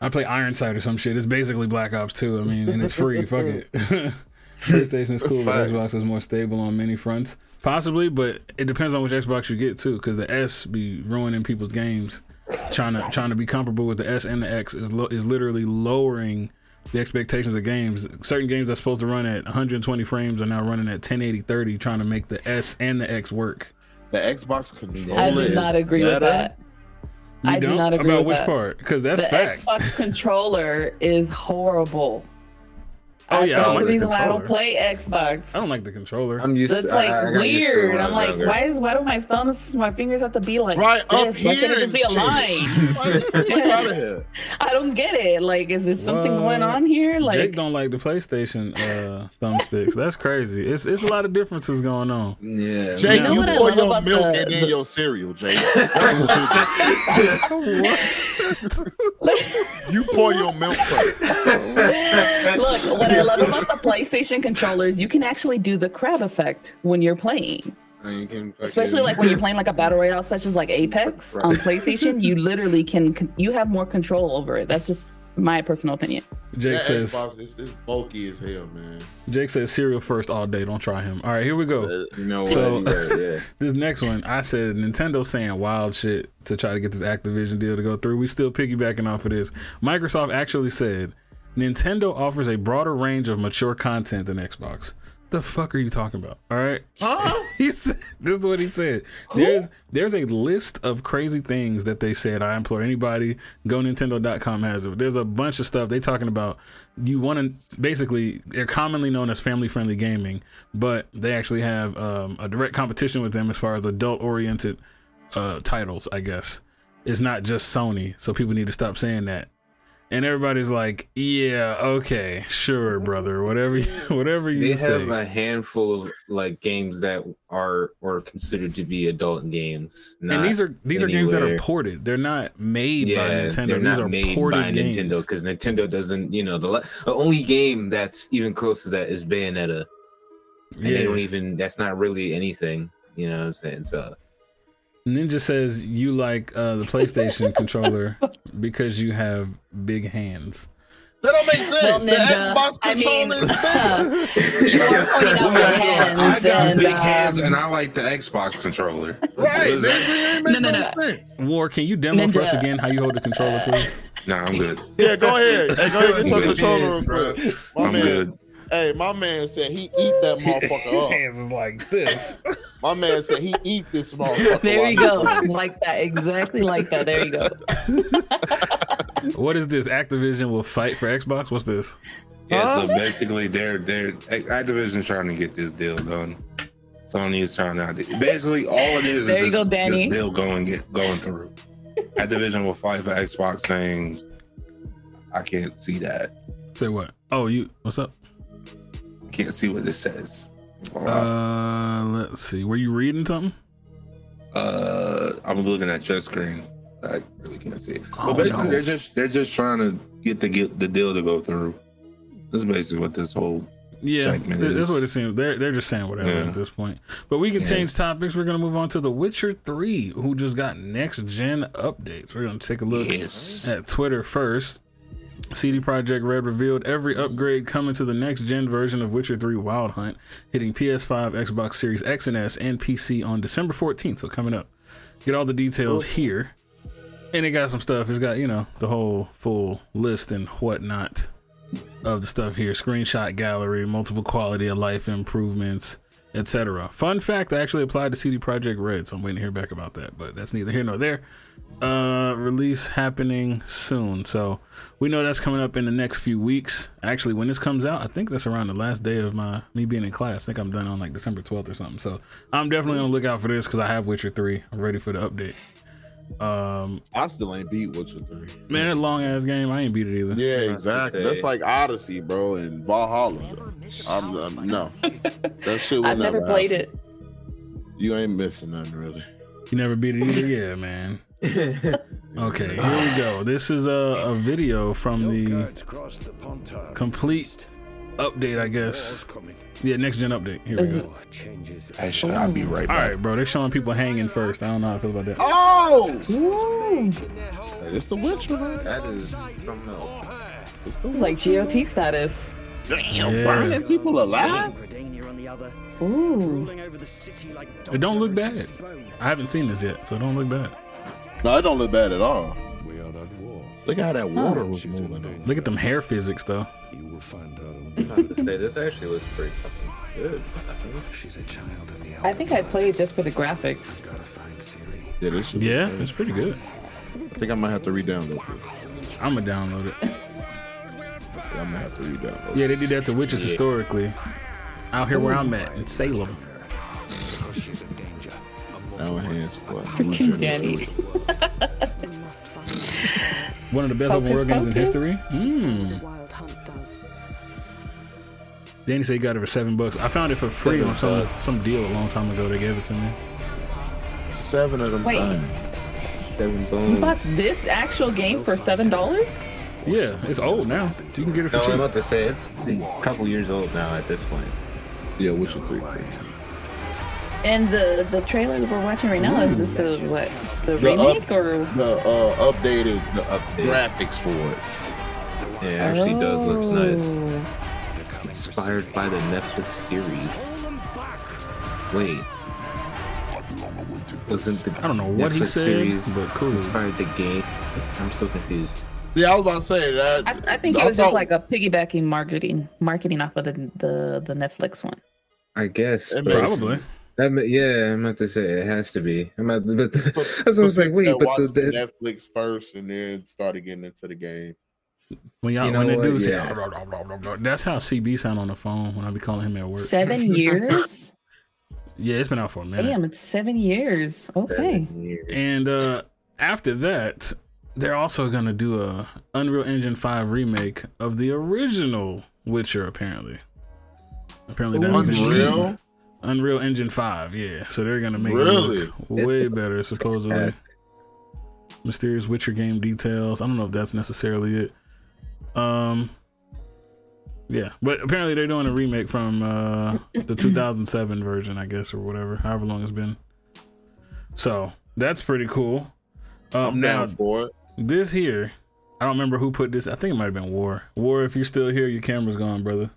S1: I play Ironside or some shit. It's basically Black Ops 2. I mean, and it's free. Fuck it. PlayStation is cool, but
S4: Fact.
S1: Xbox is more stable on many fronts. Possibly, but it depends on which Xbox you get too, because the S be ruining people's games. Trying to trying to be comparable with the S and the X is lo- is literally lowering the expectations of games. Certain games that's supposed to run at 120 frames are now running at 1080 30, trying to make the S and the X work.
S4: the Xbox controller,
S6: I do
S4: is
S6: not agree with
S4: better,
S6: that.
S1: You
S6: I do not agree
S1: about
S6: with
S1: which
S6: that.
S1: part, because that's
S6: the
S1: fact.
S6: Xbox controller is horrible.
S1: Oh,
S6: I-
S1: yeah, I
S6: that's
S1: don't
S6: the
S1: like the
S6: reason why I don't
S1: controller.
S6: play Xbox.
S1: I don't like the controller.
S3: I'm used.
S6: That's
S3: to-
S6: like
S3: I- I got used to it
S6: weird.
S3: when I
S6: I'm
S3: was
S6: like,
S3: younger.
S6: why is why do my thumbs, my fingers have to be like
S4: Right
S6: this?
S4: up
S6: why
S4: here
S6: can't it just be
S4: and
S6: a
S4: shit.
S6: line?
S4: Like, get out of here.
S6: I don't get it. Like, is there something going
S1: What?
S6: on here?
S1: Jake
S6: Like,
S1: don't like the PlayStation uh, thumbsticks. That's crazy. It's it's a lot of differences going on.
S3: Yeah.
S4: Jay,
S1: You know
S4: you
S6: what I
S4: pour
S6: love
S4: your
S6: about
S4: milk
S6: the-
S4: and then
S6: the-
S4: your cereal, Jay. you pour your milk. first.
S6: look, what I love about the PlayStation controllers, you can actually do the crab effect when you're playing.
S13: I mean, you can fucking-
S6: Especially like when you're playing like a battle royale, such as like Apex on PlayStation, you literally can con- you have more control over it. That's just my personal opinion.
S1: Jake
S4: That
S1: says
S4: Xbox is is bulky as hell, man.
S1: Jake says cereal first all day. Don't try him. All right, here we
S5: Uh,
S1: go.
S3: You know what?
S1: So-
S3: you're right, yeah.
S1: This next one, I said Nintendo saying wild shit to try to get this Activision deal to go through. We still piggybacking off of this. Microsoft actually said Nintendo offers a broader range of mature content than Xbox. The fuck are you talking about? All right.
S4: Huh?
S1: he said, this is what he said. There's there's a list of crazy things that they said. I implore anybody, go Nintendo.com has it. There's a bunch of stuff they talking about. You want to basically they're commonly known as family friendly gaming, but they actually have um, a direct competition with them as far as adult oriented uh, titles. I guess it's not just Sony, so people need to stop saying that. And everybody's like, "Yeah, okay, sure, brother, whatever, whatever you
S3: They
S1: say."
S3: have uh, a handful of like games that are or considered to be adult games.
S1: and these are these are games that are
S3: anywhere.
S1: ported. They're not made by Nintendo.
S3: They're
S1: These
S3: not
S1: are
S3: made
S1: ported
S3: by
S1: games.
S3: Nintendo because Nintendo doesn't. You know, the, la- the only game that's even close to that is Bayonetta, and they don't
S1: Yeah.
S3: even. That's not really anything. You know what I'm saying? So
S1: Ninja says you like uh, the PlayStation controller because you have big hands.
S4: That don't make sense.
S6: Well,
S4: the
S6: Ninja,
S4: Xbox
S6: I mean,
S4: controller is bigger.
S6: you are pointing out my
S5: I
S6: hands,
S5: got
S6: and
S5: big
S6: uh,
S5: hands and I like the Xbox controller.
S4: right,
S5: What is that?
S4: Ninja, you ain't making
S6: No,
S4: no,
S6: no,
S4: sense.
S1: War, can you demo for us
S6: Ninja.
S1: again how you hold the controller, please?
S5: Nah, I'm good.
S4: Yeah, go ahead. Hey, go ahead get your
S5: Big
S4: controller
S5: hands,
S4: real quick. My
S5: I'm
S4: man,
S5: good.
S4: hey, my man said he eat that motherfucker up.
S1: is like this.
S4: My man said he eat this motherfucker.
S6: there you go,
S4: while he play.
S6: like that, exactly like that. There you go.
S1: what is this? Activision will fight for Xbox. What's this?
S5: Yeah,
S4: Huh?
S5: so basically, they're they're Activision's trying to get this deal done. Sony is trying to basically all it is
S6: There
S5: is
S6: you
S5: this,
S6: go, Danny.
S5: this deal going get going through. Activision will fight for Xbox, saying, "I can't see that.
S1: Say what? Oh, you. What's up?
S5: Can't see what this says." Uh,
S1: Uh, let's see. Were you reading something?
S5: uh, I'm looking at your screen. I really can't see it.
S1: Oh,
S5: but basically,
S1: no.
S5: they're just they're just trying to get the get the deal to go through. That's basically what this whole
S1: Yeah,
S5: segment
S1: th- that's
S5: is.
S1: what it seems. They're they're just saying whatever
S5: Yeah.
S1: at this point. But we can
S5: Yeah.
S1: change topics. We're gonna move on to The Witcher Three, who just got next gen updates. We're gonna take a look
S5: Yes.
S1: at Twitter first. CD Projekt Red revealed every upgrade coming to the next gen version of Witcher 3 Wild Hunt, hitting PS5, Xbox Series X and S, and PC on December 14th. So coming up, get all the details here. And it got some stuff. It's got you know the whole full list and whatnot of the stuff here. Screenshot gallery, multiple quality of life improvements, etc. Fun fact: I actually applied to CD Projekt Red, so I'm waiting to hear back about that. But that's neither here nor there. Uh, release happening soon, so we know that's coming up in the next few weeks. Actually, when this comes out, I think that's around the last day of my me being in class. I think I'm done on like December 12th or something. So I'm definitely on the lookout for this because I have Witcher 3. I'm ready for the update. Um,
S4: I still ain't beat Witcher Three.
S1: man, that long ass game. I ain't beat it either.
S4: Yeah,
S6: to
S4: exactly.
S6: say.
S4: That's like Odyssey, bro, and Valhalla. Bro. I'm, I'm no, that shit will
S7: I've never played it.
S4: it. You ain't missing nothing really.
S1: You never beat it either? Yeah, man. Okay, here we go. This is a, a video from the complete update, I guess. Yeah, next gen update. Here we
S7: Is
S1: go.
S5: Actually, I'll be right
S1: All
S5: back.
S1: right, bro. They're showing people hanging first. I don't know how I feel about that.
S4: Oh, Hey, it's the Witcher, man.
S6: That is something else.
S7: It's like GOT status.
S1: Yeah.
S4: Burning people alive.
S7: Ooh.
S1: It don't look bad. I haven't seen this yet, so it don't look bad.
S4: No, it don't look bad at all. Look at how that water was moving. on.
S1: Look at them hair physics, though.
S6: this actually looks pretty fucking good.
S7: I think I played just for the graphics.
S4: Yeah, this shit.
S1: Yeah, it's pretty good.
S4: I think I might have to re-download this.
S1: I'm gonna download it.
S4: I might have to re-download.
S1: Yeah, they did that to witches historically. Out here where I'm at in Salem.
S4: Our hands fucked.
S7: Freaking Danny.
S1: Hmm. One of the best open
S7: Focus,
S1: world games in
S7: focus.
S1: history. Mm. Danny said he got it for seven bucks. I found it for free on some some deal a long time ago. They gave it to me.
S4: Seven of them.
S7: Wait.
S4: things.
S6: Seven
S7: You
S6: bones.
S7: bought this actual game for seven dollars?
S1: Yeah, it's old now. You can get it for
S6: No, I'm
S1: cheap.
S6: about to say it's a couple years old now at this point.
S4: Yeah, Witcher Three.
S7: And the the trailer that we're watching right now is this the what the,
S4: The uh, up-
S7: remake or
S4: The uh, updated
S6: The update.
S4: graphics for it.
S6: Yeah, it actually does look nice.
S7: Oh.
S6: Inspired by the Netflix series. Wait. Wasn't the
S1: I don't know what he
S6: Netflix
S1: said,
S6: series
S1: but cool.
S6: inspired the game? I'm so confused.
S4: Yeah, I was about to say that.
S7: I, I think it was just
S4: thought-
S7: like a piggybacking marketing marketing off of the the, the Netflix one.
S6: I guess.
S4: It
S6: but-
S4: makes-
S1: Probably.
S6: That, ma- yeah, I'm about to say it has to be. I'm about to, but that's what I was like. Wait,
S4: that
S6: but the,
S4: watched
S6: the,
S4: Netflix first and then started getting into the game.
S1: When y'all
S6: You know
S1: when that
S6: what?
S1: dude
S6: Yeah.
S1: said "Rah, rah, rah, rah, rah," that's how CB sound on the phone when I be calling him at work.
S7: Seven years?
S1: Yeah, it's been out for a minute.
S7: Damn, it's seven years. Okay.
S1: And uh, after that, they're also gonna do a Unreal Engine 5 remake of the original Witcher, apparently. Apparently that's been-
S4: Unreal.
S1: Unreal Engine 5, yeah. So they're gonna make
S4: Really?
S1: it look way better, supposedly. Mysterious Witcher game details. I don't know if that's necessarily it. Um Yeah, but apparently they're doing a remake from uh the 2007 version, I guess, or whatever, however long it's been. So that's pretty cool. Um
S4: I'm
S1: now
S4: down for
S7: uh,
S4: it.
S1: this here, I don't remember who put this. I think it might have been War. War, if you're still here, your camera's gone, brother.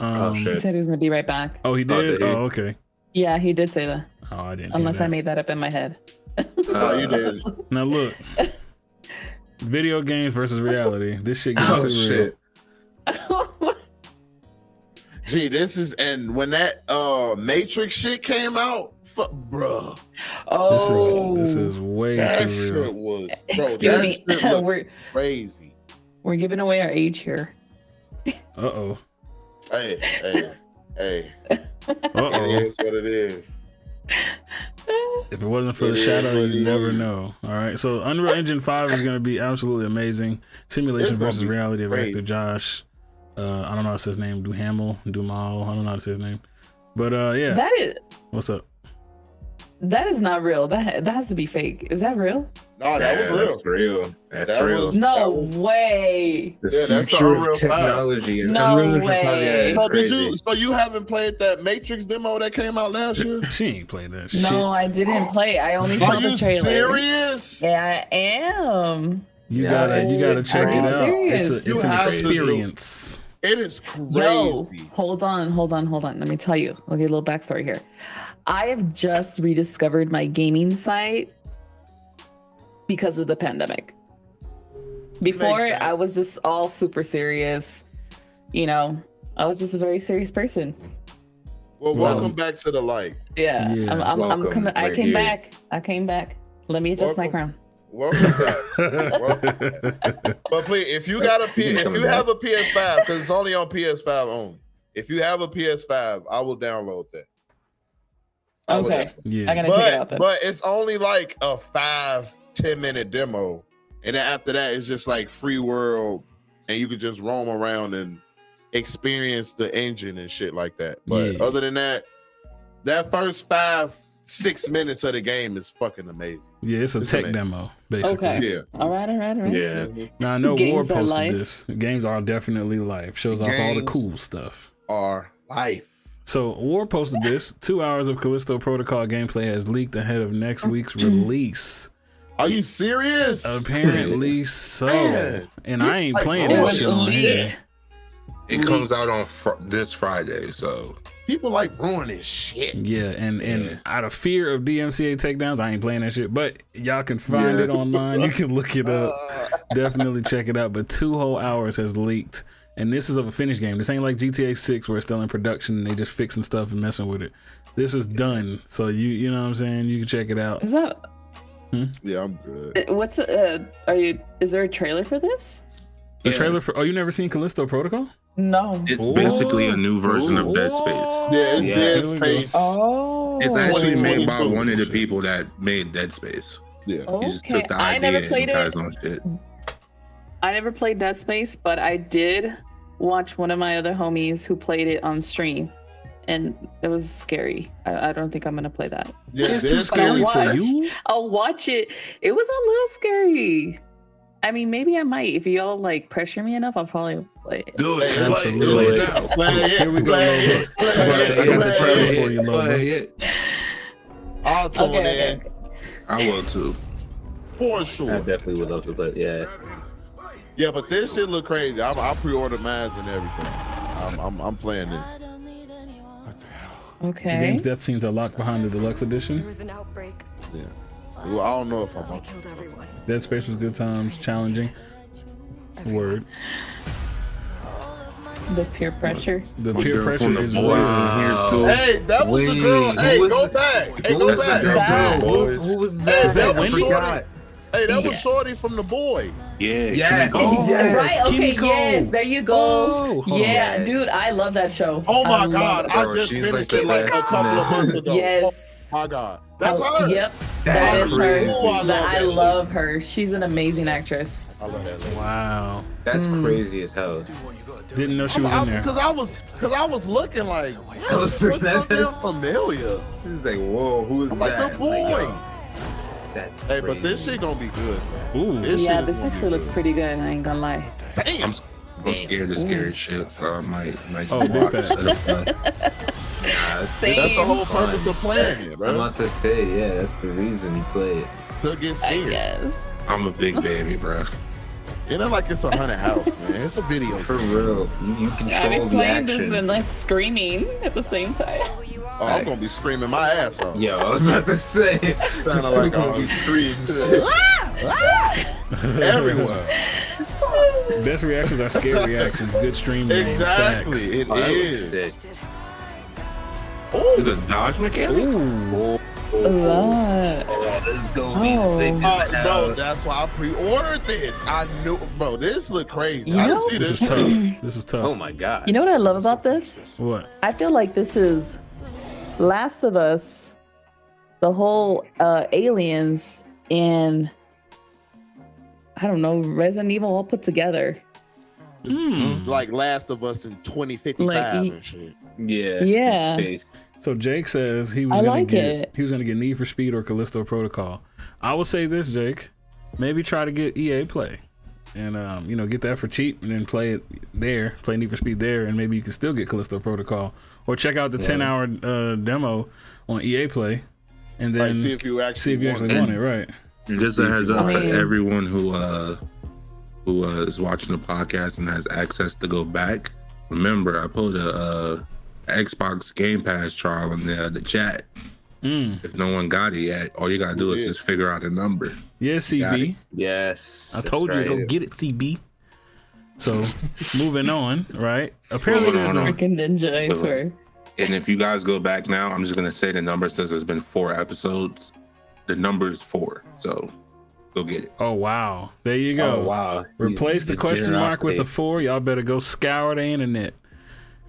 S1: Um,
S6: Oh,
S7: He
S6: shit.
S7: said he was gonna be right back.
S1: Oh, he
S6: Oh,
S1: did.
S6: did he?
S1: Oh, okay.
S7: Yeah, he did say that.
S1: Oh, I didn't. hear
S7: Unless I
S1: that.
S7: made that up in my head.
S4: Oh, you did.
S1: Now look, video games versus reality. This shit gets
S6: Oh
S1: too
S6: shit!
S4: Gee, this is and when that uh Matrix shit came out, fuck, bruh,
S1: real.
S7: oh
S1: This is this is way
S4: that
S1: too real.
S4: shit was. Bro,
S7: excuse
S4: that
S7: me.
S4: shit looks
S7: we're
S4: crazy.
S7: we're giving away our age here.
S1: Uh oh.
S4: Hey, hey, hey.
S1: Uh
S4: It
S1: oh.
S4: is what it is.
S1: If it wasn't for the
S4: It is
S1: shadow,
S4: what
S1: you
S4: it
S1: never
S4: is.
S1: know. All right. So Unreal Engine Five is gonna be absolutely amazing. Simulation
S4: It's gonna
S1: versus
S4: be
S1: reality of
S4: crazy.
S1: actor Josh. Uh, I don't know how to say his name. Duhamel, Dumal. I don't know how to say his name. But uh, yeah.
S7: That is
S1: What's up?
S7: that is not real. That that has to be fake. Is that real?
S4: No, that
S3: Yeah,
S4: was
S3: That's real. That's
S4: That
S3: real.
S4: was-
S7: No way.
S6: The
S4: Yeah, that's the
S6: future
S4: Unreal Five.
S6: of technology. and
S7: No
S6: Unreal Five,
S7: way.
S6: yeah,
S4: real.
S6: it's
S4: So did
S6: crazy.
S4: you? So you haven't played that Matrix demo that came out last year?
S1: She ain't playing that
S7: No,
S1: shit.
S7: I didn't play. I only saw
S4: Are
S7: the
S4: you
S7: trailer.
S4: serious?
S7: Yeah, I am.
S1: You
S6: Yeah.
S1: gotta you gotta
S4: It's
S1: check it
S4: crazy.
S1: out. It's, a,
S7: Serious.
S1: it's
S4: You
S1: an
S4: have to do-
S1: experience.
S4: It is crazy.
S7: Yo, hold on, hold on, hold on. Let me tell you. I'll give you a little backstory here. I have just rediscovered my gaming site because of the pandemic. Before,
S4: sense.
S7: I was just all super serious. You know, I was just a very serious person.
S4: Well,
S1: Well-
S4: welcome back to the light.
S7: Yeah,
S1: Yeah,
S7: I'm, I'm, I'm
S6: welcome.
S7: coming. I
S6: We're
S7: came
S6: here.
S7: back. I came back. Let me adjust my crown.
S4: Welcome. Welcome back. But please, if you got a P-
S6: You
S4: if
S6: coming
S4: you
S6: back.
S4: have a PS5, because it's only on PS5 only. If you have a PS5, I will download that. I will
S7: Okay,
S1: yeah.
S7: I gotta check it out
S4: But,
S7: then.
S4: but it's only like a five, 10 minute demo. And then after that, it's just like free world, and you can just roam around and experience the engine and shit like that. But
S1: Yeah.
S4: other than that, that first five, six minutes of the game is fucking amazing.
S1: yeah, it's a
S4: It's
S1: tech
S4: amazing.
S1: demo, basically.
S7: Okay.
S4: Yeah.
S7: all right, all right, all right.
S3: Yeah.
S1: Now I know War
S7: Games are
S1: posted
S7: life.
S1: this. Games are definitely live. Shows off all the
S4: Games.
S1: cool stuff.
S4: Our life.
S1: So War posted this. Two hours of Callisto Protocol gameplay has leaked ahead of next week's
S7: Mm.
S1: release.
S4: Are you serious?
S1: Uh, Apparently so.
S4: Man.
S1: And I ain't playing
S7: It
S1: that
S7: was
S1: shit on here.
S7: leaked.
S5: It comes out on fr- this Friday, so
S4: People like ruining shit.
S1: Yeah, and and
S5: Yeah.
S1: out of fear of DMCA takedowns, I ain't playing that shit. But y'all can find
S3: Yeah.
S1: it online. You can look it up.
S4: Uh,
S1: Definitely check it out. But two whole hours has leaked, and this is of a finished game. This ain't like GTA Six where it's still in production and they just fixing stuff and messing with it. This is done. So you you know what I'm saying. You can check it out.
S7: Is that
S4: yeah, I'm good.
S7: what's uh? Are you? Is there a trailer for this?
S1: The
S5: Yeah.
S1: trailer for oh you never seen Callisto Protocol?
S7: No.
S5: it's basically a new version
S1: Ooh.
S5: of Dead Space.
S4: Yeah, it's
S1: Yeah.
S4: Dead
S1: Here we go.
S4: Space.
S7: Oh.
S5: It's actually made by
S4: 2022.
S5: one of the people that made Dead Space.
S4: Yeah.
S5: He just
S7: Okay.
S5: took the
S7: I
S5: idea
S7: never played
S5: and tied
S7: it.
S5: his own shit.
S7: I never played Dead Space, but I did watch one of my other homies who played it on stream, and it was scary. I, I don't think I'm gonna play that.
S4: Yeah,
S1: it's too
S4: Dead
S1: scary
S4: Space.
S1: for
S7: Watch.
S1: you.
S7: I'll watch it. It was a little scary. I mean, maybe I might. If y'all like pressure me enough, I'll probably play it.
S5: Do it.
S1: Absolutely.
S5: Play it.
S4: Play it,
S1: Here we go,
S4: play
S1: Lobo.
S4: it, play
S1: I
S4: it,
S1: got the
S4: play
S1: trailer
S4: it.
S1: for you, Lobo.
S5: Play it.
S4: I'll tune
S7: Okay, okay,
S4: in
S7: okay.
S5: I will too.
S4: for
S6: I
S4: sure.
S6: definitely would love to play. Yeah,
S4: Yeah, but this shit look crazy. I'm, I pre-order mines and everything. I'm, I'm, I'm playing this.
S1: The
S7: Okay.
S1: game's death scenes are locked behind the deluxe edition.
S14: was an outbreak.
S4: Yeah. Well, I don't know if I'm.
S14: killed everyone.
S1: Dead Space was good times, challenging. Word.
S7: The peer pressure.
S1: The
S5: My
S1: peer
S5: girl
S1: pressure
S5: from the
S1: is
S5: boys
S1: real.
S5: in here, too.
S4: Hey, that was the girl.
S5: Wait,
S4: Hey,
S5: who is
S4: go
S5: it?
S4: back. Hey, go
S5: That's the girl
S4: back.
S5: from the boys.
S6: who was
S4: Hey, that
S6: I
S4: was Shorty.
S6: forgot.
S4: Hey, that was Shorty from the boy.
S5: Yeah.
S6: Yes.
S5: Kimiko.
S6: Oh, yes.
S7: Right. Okay.
S1: Kimiko.
S7: Yes. There you go.
S1: Oh, hold
S7: yeah,
S6: on.
S7: dude. I love that show.
S4: Oh
S7: I
S4: my
S7: love
S4: god,
S7: it.
S4: I
S6: Bro,
S4: just
S6: she's like
S4: finished
S6: the
S4: it like a
S6: best
S4: couple of
S6: man.
S4: months ago.
S7: Yes.
S4: Oh my god, that's
S7: Oh,
S4: her.
S7: Yep.
S6: That's
S7: That is
S6: crazy.
S7: her.
S4: Ooh, I
S7: But
S4: love
S7: Oh, I
S4: that
S7: love her. She's an amazing actress.
S4: I love that. lady.
S1: Wow.
S6: That's crazy as hell.
S1: Didn't know she was in there.
S4: Because I, was, because I was looking like, that was
S6: was-
S4: looking
S6: that is-
S4: familiar.
S6: This is like, whoa, who is
S4: I'm like,
S6: that?
S4: good boy.
S6: that's
S4: Hey, but this
S6: crazy.
S4: shit gonna be good.
S1: Ooh.
S4: This
S7: yeah,
S4: shit
S7: this
S4: is gonna
S7: actually
S4: be
S7: looks pretty good. I ain't gonna lie.
S4: good. Damn.
S5: I'm, s- I'm scared of scary shit. So I might, might
S1: Oh,
S5: just
S1: big
S5: watch
S1: facts.
S5: it.
S4: That's the
S7: Same.
S4: whole purpose of playing it,
S6: I'm
S4: bro.
S6: about to say, yeah, that's the reason you play it.
S4: To get
S7: I
S4: scared.
S7: guess.
S5: I'm a big baby, bro.
S4: It ain't like it's a haunted house, man. It's a video.
S6: For real, you, you
S7: I've
S6: control
S7: been
S6: the
S7: playing this
S6: action.
S7: and like screaming at the same time.
S4: Oh, I'm gonna be screaming my ass off.
S6: Yo, I was about to say, it's
S4: Sounded
S6: still
S4: like
S6: gonna
S4: a-
S6: be screams.
S4: Everywhere.
S1: Best reactions are scary reactions. Good stream name. Facts.
S4: exactly. It
S6: Oh, that looks
S4: is.
S6: sick.
S5: Is
S4: Oh,
S5: it Dodge mechanic?
S1: Ooh.
S7: Love.
S6: Oh, this is gonna be
S7: Oh.
S6: sick. as
S4: uh,
S6: hell.
S4: bro, that's why I pre-ordered this. I knew, bro. This look crazy.
S7: You
S4: I didn't
S7: know-
S4: see
S1: This is
S4: this.
S1: tough. This is
S6: oh
S1: tough.
S6: my god.
S7: You know what I love about this?
S1: What?
S7: I feel like this is Last of Us, the whole uh aliens and I don't know, Resident Evil all put together.
S1: Hmm.
S4: mm, Like Last of Us in 2055
S7: Like, e- he-
S4: and shit.
S6: Yeah.
S7: Yeah.
S6: in Space.
S1: So Jake says he was
S7: I
S1: gonna
S7: like
S1: get
S7: it.
S1: he was gonna get Need for Speed or Callisto Protocol. I will say this, Jake. maybe try to get EA Play, and um, you know get that for cheap, and then play it there, play Need for Speed there, and maybe you can still get Callisto Protocol, or check out the ten hour uh, demo on EA Play, and then
S4: Like, see if you actually,
S1: see if you
S4: want
S1: actually
S4: it.
S1: want it. Right?
S5: And just a heads up
S7: I
S5: for
S7: mean-
S5: everyone who uh who uh, is watching the podcast and has access to go back. Remember, I put a uh, Xbox Game Pass trial in the the chat.
S1: Mm.
S5: If no one got it yet, all you gotta do is
S4: Yeah.
S5: just figure out a number.
S1: Yeah, CB.
S6: Yes.
S1: I told you go get it, CB. So moving on, right? Apparently
S5: Moving
S1: there's
S5: on.
S1: a
S7: Freaking ninja, I
S5: Wait,
S7: swear.
S5: And if you guys go back now, I'm just gonna say the number since it's been four episodes. The number is four, so go get it.
S1: Oh wow! There you go.
S6: Oh wow.
S1: Replace the question mark with a four. Y'all better go scour the internet.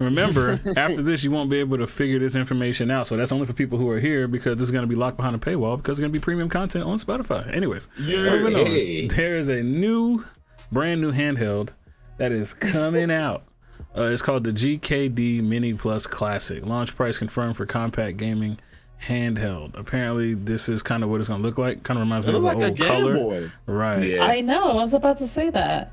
S1: Remember, after this, you won't be able to figure this information out. So that's only for people who are here because it's going to be locked behind a paywall because it's going to be premium content on Spotify. Anyways, moving on.
S6: Hey.
S1: There is a new, brand new handheld that is coming out. Uh, it's called the GKD Mini Plus Classic. Launch price confirmed for compact gaming handheld. Apparently, this is kind of what it's going to look like. Kind of reminds
S4: It
S1: me of
S4: look
S1: the
S4: like a
S1: old
S4: Game
S1: color,
S4: Boy.
S1: right?
S6: Yeah.
S7: I know. I was about to say that.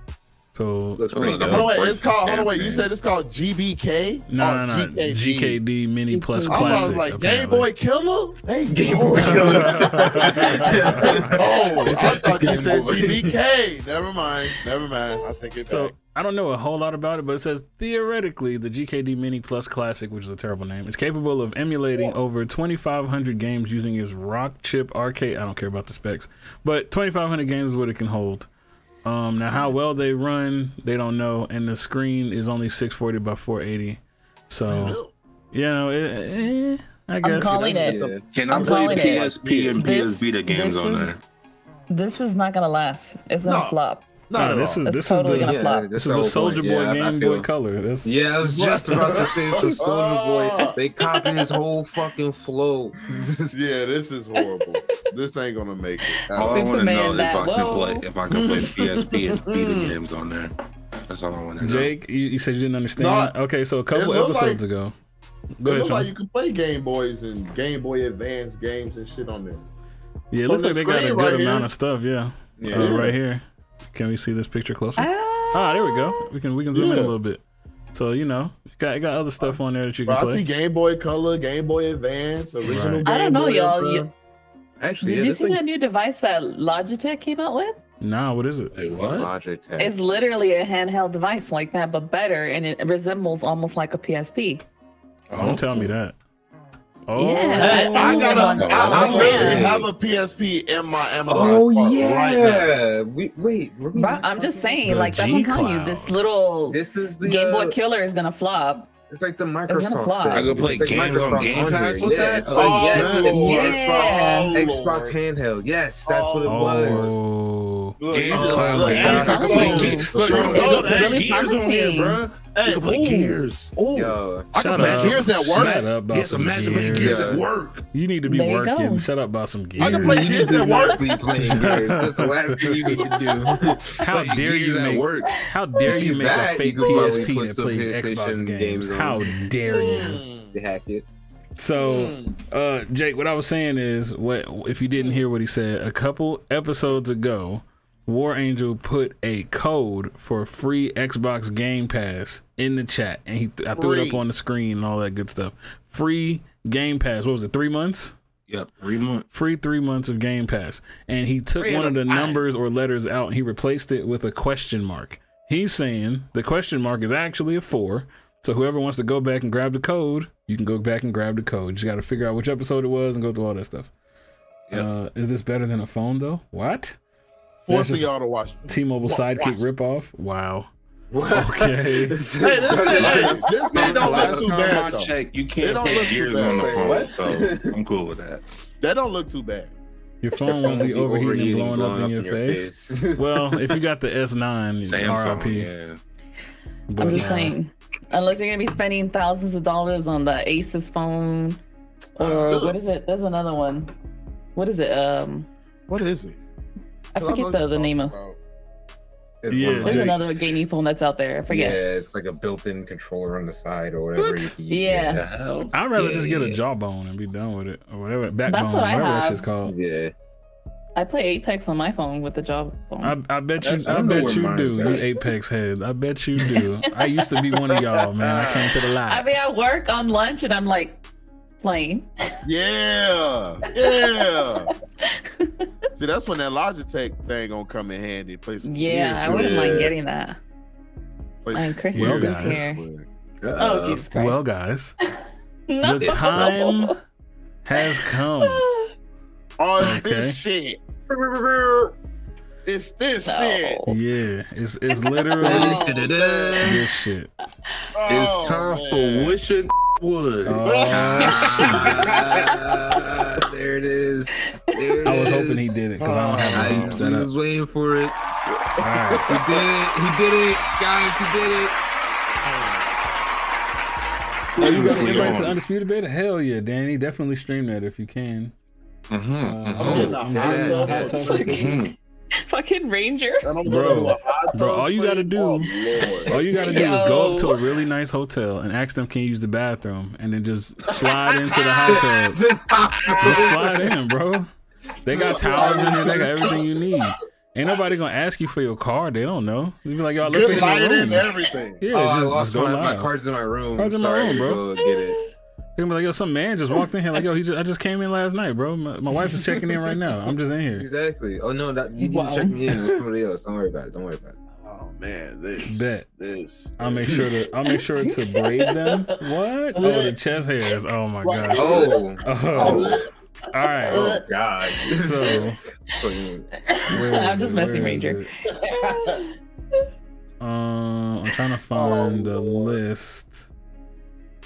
S1: So
S6: Looks pretty
S5: Hold
S6: dope.
S5: on.
S4: Hold on, wait, it's called. Hold on, wait. You
S5: Damn,
S4: said it's called GBK?
S1: No, no,
S4: Or
S1: no.
S4: GKD?
S1: GKD Mini Plus
S7: I'm
S4: I was
S1: Classic.
S4: like, Game
S1: apparently.
S4: Boy Killer? Hey,
S6: Game Boy Killer.
S4: oh, I thought you said
S5: Game Boy.
S4: GBK. Never mind. Never mind. I think it's
S1: So I don't know a whole lot about it, but it says theoretically the GKD Mini Plus Classic, which is a terrible name, is capable of emulating over 2,500 games using its Rock Chip Arcade. I don't care about the specs, but 2,500 games is what it can hold. Um, now, how well they run, they don't know, and the screen is only 640 by 480. So you know, eh, eh, I
S7: I'm
S1: guess.
S7: calling it.
S6: Yeah.
S5: Can I
S7: I'm
S5: play
S7: calling it.
S5: PSP and
S7: This-
S5: PS Vita games
S7: this
S5: on
S7: is-
S5: there?
S7: This is not gonna last. It's gonna
S4: No.
S7: flop.
S1: Nah,
S4: No,
S1: this is
S7: That's
S1: this is
S7: totally
S1: the
S7: gonna
S6: Yeah,
S7: flop.
S6: that's
S1: this is
S6: the
S1: the
S6: whole
S1: Soldier
S6: point.
S1: Boy
S6: Yeah, I
S1: Game
S6: feel-
S1: Boy Color. That's
S6: Yeah, I was just about to say it's the Soldier
S3: Oh.
S6: Boy. They copied his whole fucking flow.
S4: yeah, this is horrible. this ain't gonna make it.
S5: All I want to
S7: Superman
S5: know if
S7: that
S5: I can
S7: low.
S5: play if I can play PSP and Vita
S6: Oh.
S5: games on there. That's all I want to know.
S1: Jake, you, you said you didn't understand.
S4: No,
S1: okay, so a couple
S4: looked
S1: episodes
S4: like-
S1: ago.
S4: It
S1: Go ahead,
S4: looks like
S1: Sean.
S4: you can play Game Boys and Game Boy Advance games and shit on there.
S1: yeah, it looks like
S4: on
S1: they
S4: the
S1: got a
S4: screen
S1: good
S4: right
S1: amount
S4: here.
S1: of stuff. Yeah,
S6: Yeah.
S1: Uh, right here. Can we see this picture closer?
S7: Ah,
S1: ah, there we go. We can we can zoom in a
S4: Yeah.
S1: little bit. So you know, it got it got other stuff on there that you
S4: Bro,
S1: can
S4: I see
S1: play.
S4: Game Boy Color, Game Boy Advance, original
S1: Right.
S4: Game
S7: I don't know,
S4: Boy
S7: y'all.
S4: Advance.
S7: You-
S6: Actually,
S7: Did
S6: yeah,
S7: you
S6: this
S7: see
S6: thing-
S7: that new device that Logitech came out with?
S1: Nah, what is it?
S5: Wait, what?
S6: Logic Tech.
S7: It's literally a handheld device like that, but better, and it resembles almost like a PSP.
S1: Don't tell me that. Oh,
S7: Yeah.
S4: Hey, I got a, I, I
S6: Oh,
S4: literally
S6: yeah.
S4: have a PSP in my Amazon.
S6: Oh
S4: cart Right
S6: yeah. we, wait, were we
S7: But
S6: not
S7: I'm just
S6: talking
S7: saying,
S1: The
S7: like that's what I'm telling you.
S1: G-Cloud.
S7: This little
S6: about- This is the
S7: Game Boy
S6: uh,
S7: Killer is gonna flop.
S6: It's like the
S7: gonna fly.
S6: Microsoft.
S5: I could play
S6: It's like
S5: games on
S6: Microsoft
S5: Game Pass
S6: here.
S5: with
S6: yeah,
S5: that?
S6: It's like,
S4: Oh,
S6: yes, it's the
S4: Lord.
S6: Xbox,
S4: Yeah.
S6: Xbox handheld. Yes, that's what it
S4: Oh,
S6: was.
S1: Oh,
S4: now.
S5: Game
S4: Look,
S5: Cloud,
S4: look,
S5: like,
S4: look,
S5: I could play
S7: Look,
S5: Gears.
S4: look,
S5: Bro,
S4: look,
S5: I could
S4: look,
S5: play
S7: really
S5: Gears on here,
S7: promising.
S5: bro. I
S4: Hey,
S5: could play
S4: ooh,
S5: Gears.
S4: ooh,
S6: Yo,
S4: I can
S1: Shut
S4: play
S1: up.
S4: Gears at work.
S1: Shut up about
S5: Yes,
S1: some
S5: imagine playing
S1: gears.
S5: Gears at work.
S1: you need to be
S7: There you
S1: working.
S7: go.
S1: Shut up about some gears.
S4: I can play
S6: you
S4: Gears
S6: need to
S4: at
S6: not
S4: work.
S6: be playing Gears. That's the last thing you need to do.
S1: How dare
S5: Play Gears
S1: you
S5: at
S1: make
S5: work.
S1: How dare
S6: If
S1: you
S6: you
S1: make a
S6: bad,
S1: fake
S6: you could probably
S1: PSP
S6: put
S1: that
S6: some
S1: plays
S6: PlayStation
S1: Xbox games?
S6: games on.
S1: How dare you?
S6: They hacked it.
S1: So, uh, Jake, what I was saying is, what if you didn't hear what he said? A couple episodes ago, War Angel put a code for free Xbox Game Pass in the chat, and he I threw it up
S4: Free.
S1: on the screen and all that good stuff. Free Game Pass. What was it? Three months.
S5: Yep, three months.
S1: Free three months of Game Pass, and he took
S4: Free
S1: one of the
S4: them. Ah.
S1: numbers or letters out. And he replaced it with a question mark. He's saying the question mark is actually a four. So whoever wants to go back and grab the code, you can go back and grab the code. You just got to figure out which episode it was and go through all that stuff.
S5: Yep.
S1: Uh, is this better than a phone though? What?
S4: Forcing
S1: This is-
S4: y'all to watch.
S1: T-Mobile
S4: Wha-
S1: sidekick ripoff? Wow. Okay.
S4: Hey, this thing, hey, this thing don't look
S5: Last
S4: too
S5: time
S4: bad
S5: I
S4: though.
S5: checked, you
S4: It
S5: can't
S4: don't
S5: play
S4: look too
S5: Gears
S4: bad.
S5: on the phone,
S6: What?
S5: so I'm cool with that.
S4: That don't look too bad.
S1: Your phone won't be overheating, and blowing up in your, face. well, if you got the S9,
S5: Samsung,
S1: RIP.
S5: yeah.
S1: but,
S7: I'm just
S1: uh,
S7: saying, unless you're gonna be spending thousands of dollars on the Asus phone, or
S4: Uh,
S7: what is it? There's another one. What is it? Um,
S4: What is it?
S7: I forget the, the name of.
S6: It's
S1: Yeah.
S6: one of
S7: There's
S6: those-
S1: Jake.
S7: another gaming phone that's out there. I
S6: yeah,
S7: forget.
S6: it's like a built-in controller on the side or whatever.
S1: What?
S6: you can-
S7: Yeah.
S5: The hell?
S1: I'd rather
S6: Yeah,
S1: just get a
S6: yeah.
S1: jawbone and be done with it, or whatever backbone,
S7: what I
S1: whatever that
S7: have.
S1: shit's called.
S6: Yeah.
S7: I play Apex on my phone with the job phone.
S1: I, I bet you.
S3: That's- I
S1: I,
S3: don't know
S1: bet
S3: where
S1: you do.
S3: mine's
S1: You
S3: at.
S1: Apex head. I bet you do. I used to be one of y'all, man. I came to the
S7: I
S1: live.
S7: be at work on lunch and I'm like playing.
S4: Yeah, yeah. See, that's when that Logitech thing gonna come in handy. Play some
S7: Yeah, I
S4: years,
S7: wouldn't mind
S3: Yeah.
S7: getting that.
S4: play some
S7: And Christmas
S1: Well,
S7: is
S1: guys.
S7: here.
S3: Uh,
S7: Oh Jesus Christ!
S1: Well, guys,
S7: No.
S1: the time has come.
S4: Oh, it's
S1: Okay.
S4: this shit. It's this shit.
S7: No.
S1: Yeah, it's it's literally this shit.
S4: Oh,
S5: it's time
S4: man.
S5: for wishing wood.
S1: Oh, shit.
S15: Ah, there it is. There it
S1: I was
S15: is.
S1: hoping he did it because I don't have a beat
S15: I,
S1: set
S15: I
S1: up.
S15: was waiting for it.
S1: All right.
S15: He did it. He did it, guys. He did it.
S1: Are you guys
S5: Sleep
S1: invited to
S5: on.
S1: the Undisputed Beta? Hell yeah, Danny. Definitely stream that if you can. Uh,
S5: Mhm, mhm.
S1: I'm- I'm
S4: Yeah,
S1: down with
S7: yeah.
S1: hot topic.
S5: Mhm.
S7: Fucking ranger.
S4: And I'm
S1: Bro,
S4: gonna do a hot
S1: bro,
S4: dog
S1: all you gotta
S4: flame.
S1: do-
S4: Oh, Lord.
S1: All you gotta do is go up to
S7: Yo.
S1: a really nice hotel and ask them can you use the bathroom, and then just slide into the hot tub. Just slide in, bro. They got towels in there. They got everything you need. Ain't nobody gonna ask you for your card. They don't know. They be like, y'all look
S4: Good light
S1: in
S4: and
S1: your room.
S4: everything.
S1: Yeah,
S6: oh, I
S1: just,
S6: lost
S1: just go
S6: my, my
S1: live.
S6: cards in my room.
S1: Cards in my
S6: Sorry,
S1: room, bro.
S6: Go get it.
S1: They gonna be like, yo, some man just walked in here. Like, yo, he just, I just came in last night, bro. My, my wife is checking in right now. I'm just in here.
S6: Exactly. Oh no, that, you didn't
S7: Wow.
S6: check me in. It was somebody else. Don't worry about it. Don't worry about it.
S4: Oh man, this
S1: Bet.
S4: this.
S1: I'll make sure to I'll make sure to braid them. What? Oh, the chest hairs. Oh my gosh.
S6: Oh,
S1: Oh, all right.
S6: oh God.
S1: So where is
S7: I'm just
S1: it?
S7: messing,
S1: Where is
S7: Ranger.
S1: it? Um, I'm trying to find the list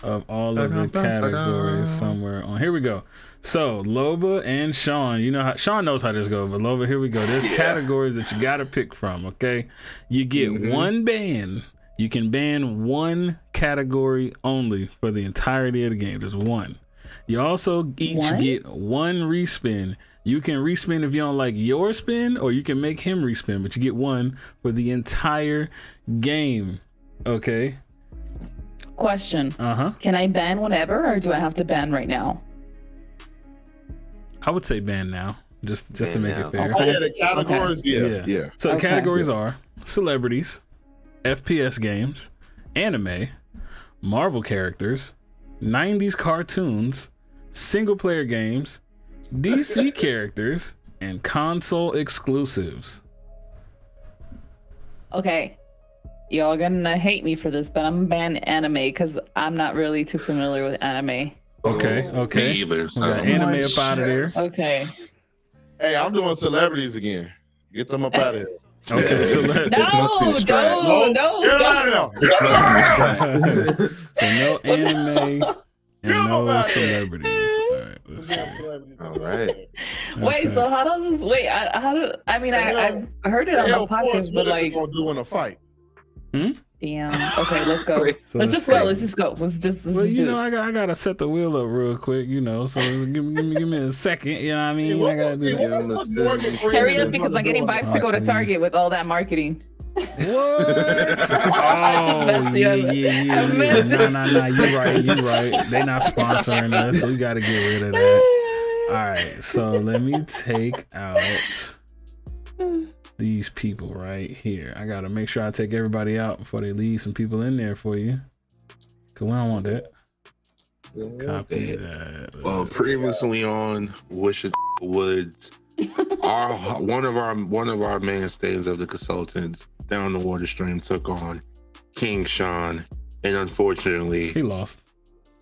S1: of all of the categories somewhere on. Here we go. So Loba and Sean, you know how Sean knows how this goes, but Loba, here we go. There's categories that you gotta pick from. Okay, you get one ban. You can ban one category only for the entirety of the game. There's one. You also each
S7: One?
S1: get one respin. You can respin if you don't like your spin, or you can make him respin, but you get one for the entire game. Okay.
S7: Question:
S1: Uh huh.
S7: Can I ban whenever, or do I have to ban right now?
S1: I would say ban now, just just to
S6: Ban
S1: make
S6: now.
S1: it fair.
S4: Oh yeah, the categories. Yeah,
S1: Yeah.
S4: yeah.
S1: So the
S7: Okay.
S1: categories are celebrities, FPS games, anime, Marvel characters, 90s cartoons, single player games, DC characters, and console exclusives.
S7: Okay. Y'all gonna hate me for this, but I'm gonna ban anime because I'm not really too familiar with anime.
S1: Okay,
S6: Oh,
S1: okay.
S5: Me either. So.
S1: We got anime up out of there.
S7: Okay.
S4: Hey, I'm doing celebrities again. Get them up out of here.
S1: Okay, so let,
S7: No,
S6: must be a
S7: don't,
S6: strat.
S7: no,
S4: Get
S7: don't.
S4: out of here.
S1: so no anime and
S4: Get 'em up
S1: no
S4: outta here.
S1: celebrities. All right, let's see.
S6: All right.
S7: Wait, so how does this? Wait, I, how do? I mean, I, I heard it on
S4: Hell,
S7: the
S4: of course,
S7: podcast,
S4: what
S7: but
S4: are they
S7: like,
S4: gonna do in a fight?
S7: damn. Okay, let's go.
S1: So
S7: Let's just go. Let's just go. Let's just. Let's
S1: Well,
S7: just
S1: you
S7: do
S1: know, I
S7: this.
S1: got I gotta set the wheel up real quick, you know. So give me give me, give me a second. You know what I mean? I gotta do that.
S7: Hurry up because I'm getting
S4: vibes.
S7: vibes to go to Target with all that marketing.
S1: What?
S7: I just
S1: oh
S7: messed it
S1: yeah,
S7: up.
S1: yeah, yeah,
S7: I
S1: yeah.
S7: messed
S1: Nah, nah, nah. You right, you right. They not sponsoring us. so We gotta get rid of that. All right, so let me take out these people right here. I gotta make sure I take everybody out before they leave some people in there for you. Cause we don't want that. Copy that.
S5: Well, Uh, previously on Wishing Woods, our one of our one of our mainstays of the consultants down the water stream took on King Sean, and
S1: He
S5: unfortunately,
S1: lost.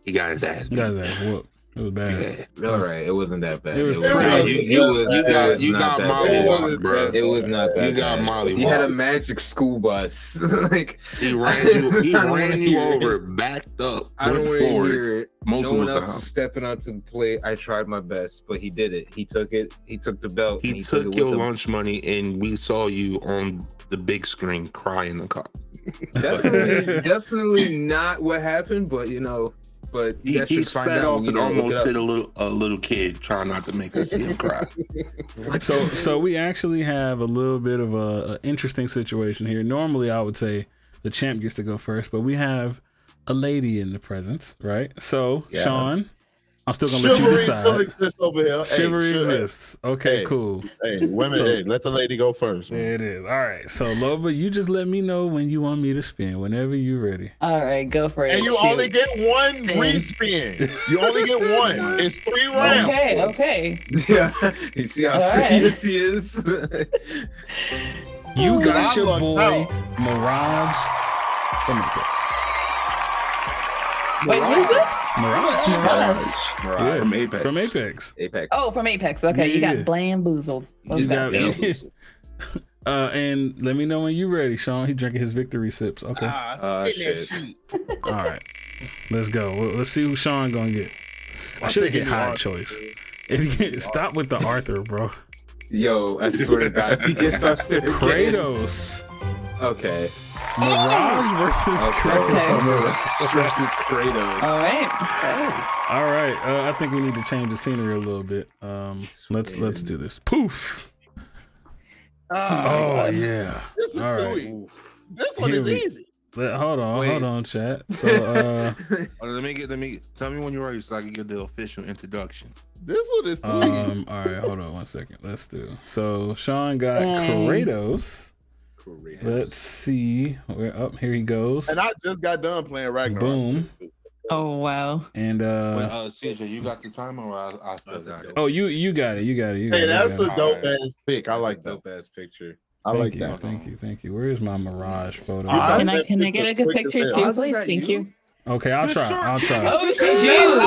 S5: he got his ass.
S1: You
S5: beat.
S1: guys ass whooped. It was bad.
S5: Yeah.
S6: All right. It wasn't that bad.
S1: It was
S6: not-
S5: Bro,
S1: pretty-
S5: you, you, was, you got, you
S6: Not
S5: got
S6: that
S5: Molly
S6: bad.
S5: Walk, bro.
S6: It was not that.
S5: You got
S6: bad.
S5: Molly
S6: You had a
S5: Walk.
S6: magic school bus. like
S5: He ran you, he
S6: I don't wanna
S5: ran you
S6: hear it.
S5: over, backed up,
S6: I don't
S5: went
S6: want to
S5: forward
S6: hear it. No
S5: multiple
S6: one else was
S5: times.
S6: stepping out to the plate. I tried my best, but he did it. He took it. He took the belt.
S5: He,
S6: and
S5: took,
S6: it with
S5: your
S6: him.
S5: lunch money, and we saw you on the big screen cry in the car.
S6: Definitely, definitely not what happened. But you know, but you
S5: He,
S6: guys
S5: he
S6: should find
S5: sped
S6: out.
S5: off
S6: when
S5: and
S6: you go look it
S5: almost
S6: up.
S5: hit a little a little kid trying not to make us see him cry.
S1: So, so we actually have a little bit of a, a interesting situation here. Normally, I would say the champ gets to go first, but we have a lady in the presence, right? So,
S6: Yeah.
S1: Sean, I'm still gonna let you
S4: Chivalry still
S1: decide.
S4: exists over here. Hey,
S1: Chivalry
S4: chill-
S1: exists. Okay,
S4: Hey.
S1: cool.
S4: Hey, women,
S1: So-
S4: hey, let the lady go first. man.
S1: There it is. All right. So Loba, you just let me know when you want me to spin. Whenever you're ready.
S7: All right, go for it.
S4: And you
S7: Shoot.
S4: only get one
S7: Spin.
S4: respin. You only get one. It's three rounds.
S7: Okay, okay.
S6: Yeah, you see how
S7: All right.
S6: serious he is.
S1: You got
S4: Lava
S1: your boy
S4: now.
S1: Mirage. Flamingo.
S7: Wait, who's this?
S1: Mirage.
S7: Mirage.
S5: Mariah
S1: Yeah,
S5: from Apex.
S1: From Apex.
S6: Apex.
S7: Oh, from Apex. Okay, you
S1: Yeah.
S7: got blamboozled. Let's
S1: You
S7: go.
S1: got-
S5: Yeah.
S1: Uh, and let me know when you're ready, Sean. He drinking his victory sips. Okay.
S4: Ah,
S6: Ah,
S4: spin that
S6: shit.
S4: shit.
S1: All right. Let's go. Well, Let's see who Sean gonna get. I should have hit high choice. If you get, stop with the Arthur, bro.
S6: Yo, I swear to God, if he gets up there, again-
S1: Kratos.
S6: Okay.
S1: Mirage versus Kratos.
S7: Okay.
S6: Mirage versus
S7: All
S6: Kratos.
S7: right.
S1: All right, uh, I think we need to change the scenery a little bit. Um, let's let's do this. Poof.
S6: Uh,
S1: Oh yeah.
S4: This is
S1: All right.
S4: sweet. This one
S1: Here
S4: is
S1: we-
S4: easy.
S1: Let- hold on,
S6: Wait.
S1: hold on, chat. So uh,
S5: Hold on, let me get. Let me tell me when you're ready, so I can give the official introduction.
S4: This one is sweet.
S1: um, all right, hold on one second. Let's do. So Sean got
S7: Dang.
S1: Kratos. Let's see. We're up. Here he goes.
S4: and I just got done playing Ragnarok.
S1: Boom.
S7: Oh wow.
S1: And
S5: When,
S1: uh,
S5: uh, CJ, you got the timer, or I, I still
S3: That's
S5: got it.
S1: oh, you you got it. You got it. You got
S4: Hey,
S1: it, you
S4: that's
S1: got it.
S4: a dope
S3: Alright.
S4: ass pick. I like that.
S3: dope ass picture.
S4: I
S1: Thank
S4: like
S1: you,
S4: that.
S1: Thank you. Thank you. Where is my Mirage photo?
S4: I
S7: Can I
S4: like
S7: can I
S4: that
S7: get a
S4: picture
S7: good
S4: quick as
S7: picture
S4: hell.
S7: too, please? Thank you.
S1: Okay, I'll try. I'll try.
S7: Oh shoot!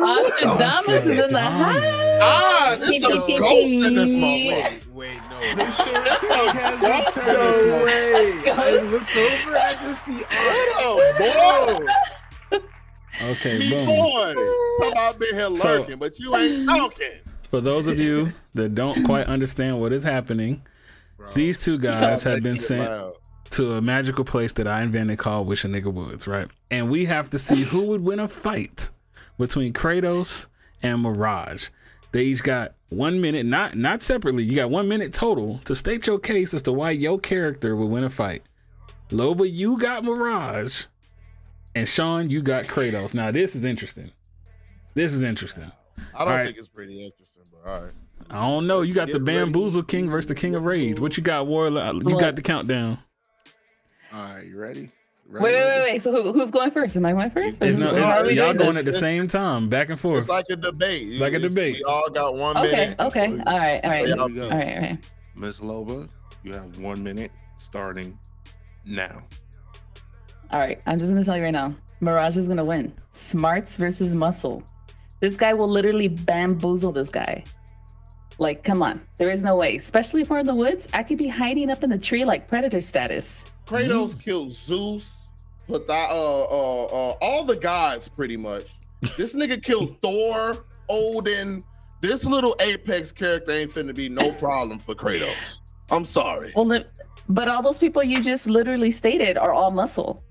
S7: Nostradamus is in the house.
S4: Ah, it's a ghost in this motherfucker.
S6: Wait, no.
S4: That's a ghost.
S6: I looked over, I just see
S4: Boy,
S1: Okay,
S4: me
S1: boom.
S4: boy. Come out been here
S1: So-
S4: lurking, but you ain't talking.
S1: For those of you that don't quite understand what is happening, these two guys have been sent to a magical place that I invented called Wish a Nigga Woods, right? And we have to see who would win a fight between Kratos and Mirage. They each got one minute, not not separately. You got one minute total to state your case as to why your character would win a fight. Loba, you got Mirage, and Sean, you got Kratos. Now this is interesting. This is interesting.
S4: I don't
S1: Alright.
S4: think it's pretty interesting, but all right.
S1: I don't know. You got the bamboozle king versus the king of rage. What you got, Warlock? You got the countdown.
S5: All right, you ready?
S7: Wait, wait, wait, wait. So who, who's going first? Am I going first? Or
S1: It's
S7: who-
S1: no,
S7: or how are we
S1: it's, y'all
S7: doing
S1: going
S7: this?
S1: at the same time, back and
S4: It's
S1: forth.
S4: like a debate.
S1: Like a
S4: It's-
S1: debate.
S4: We all got one
S7: Okay,
S4: minute.
S7: okay. All right, all right,
S5: Here
S7: all
S5: we go.
S7: right, all right.
S5: Miss Loba, you have one minute starting now.
S7: All right. I'm just gonna tell you right now. Mirage is gonna win. Smarts versus muscle. This guy will literally bamboozle this guy. Like, come on. There is no way. Especially if we're in the woods. I could be hiding up in the tree like predator status.
S4: Kratos killed Zeus, but the, uh, uh, uh, all the gods pretty much. This nigga killed Thor, Odin. This little Apex character ain't finna be no problem for Kratos. I'm sorry.
S7: Well, li- but all those people you just literally stated are all muscle.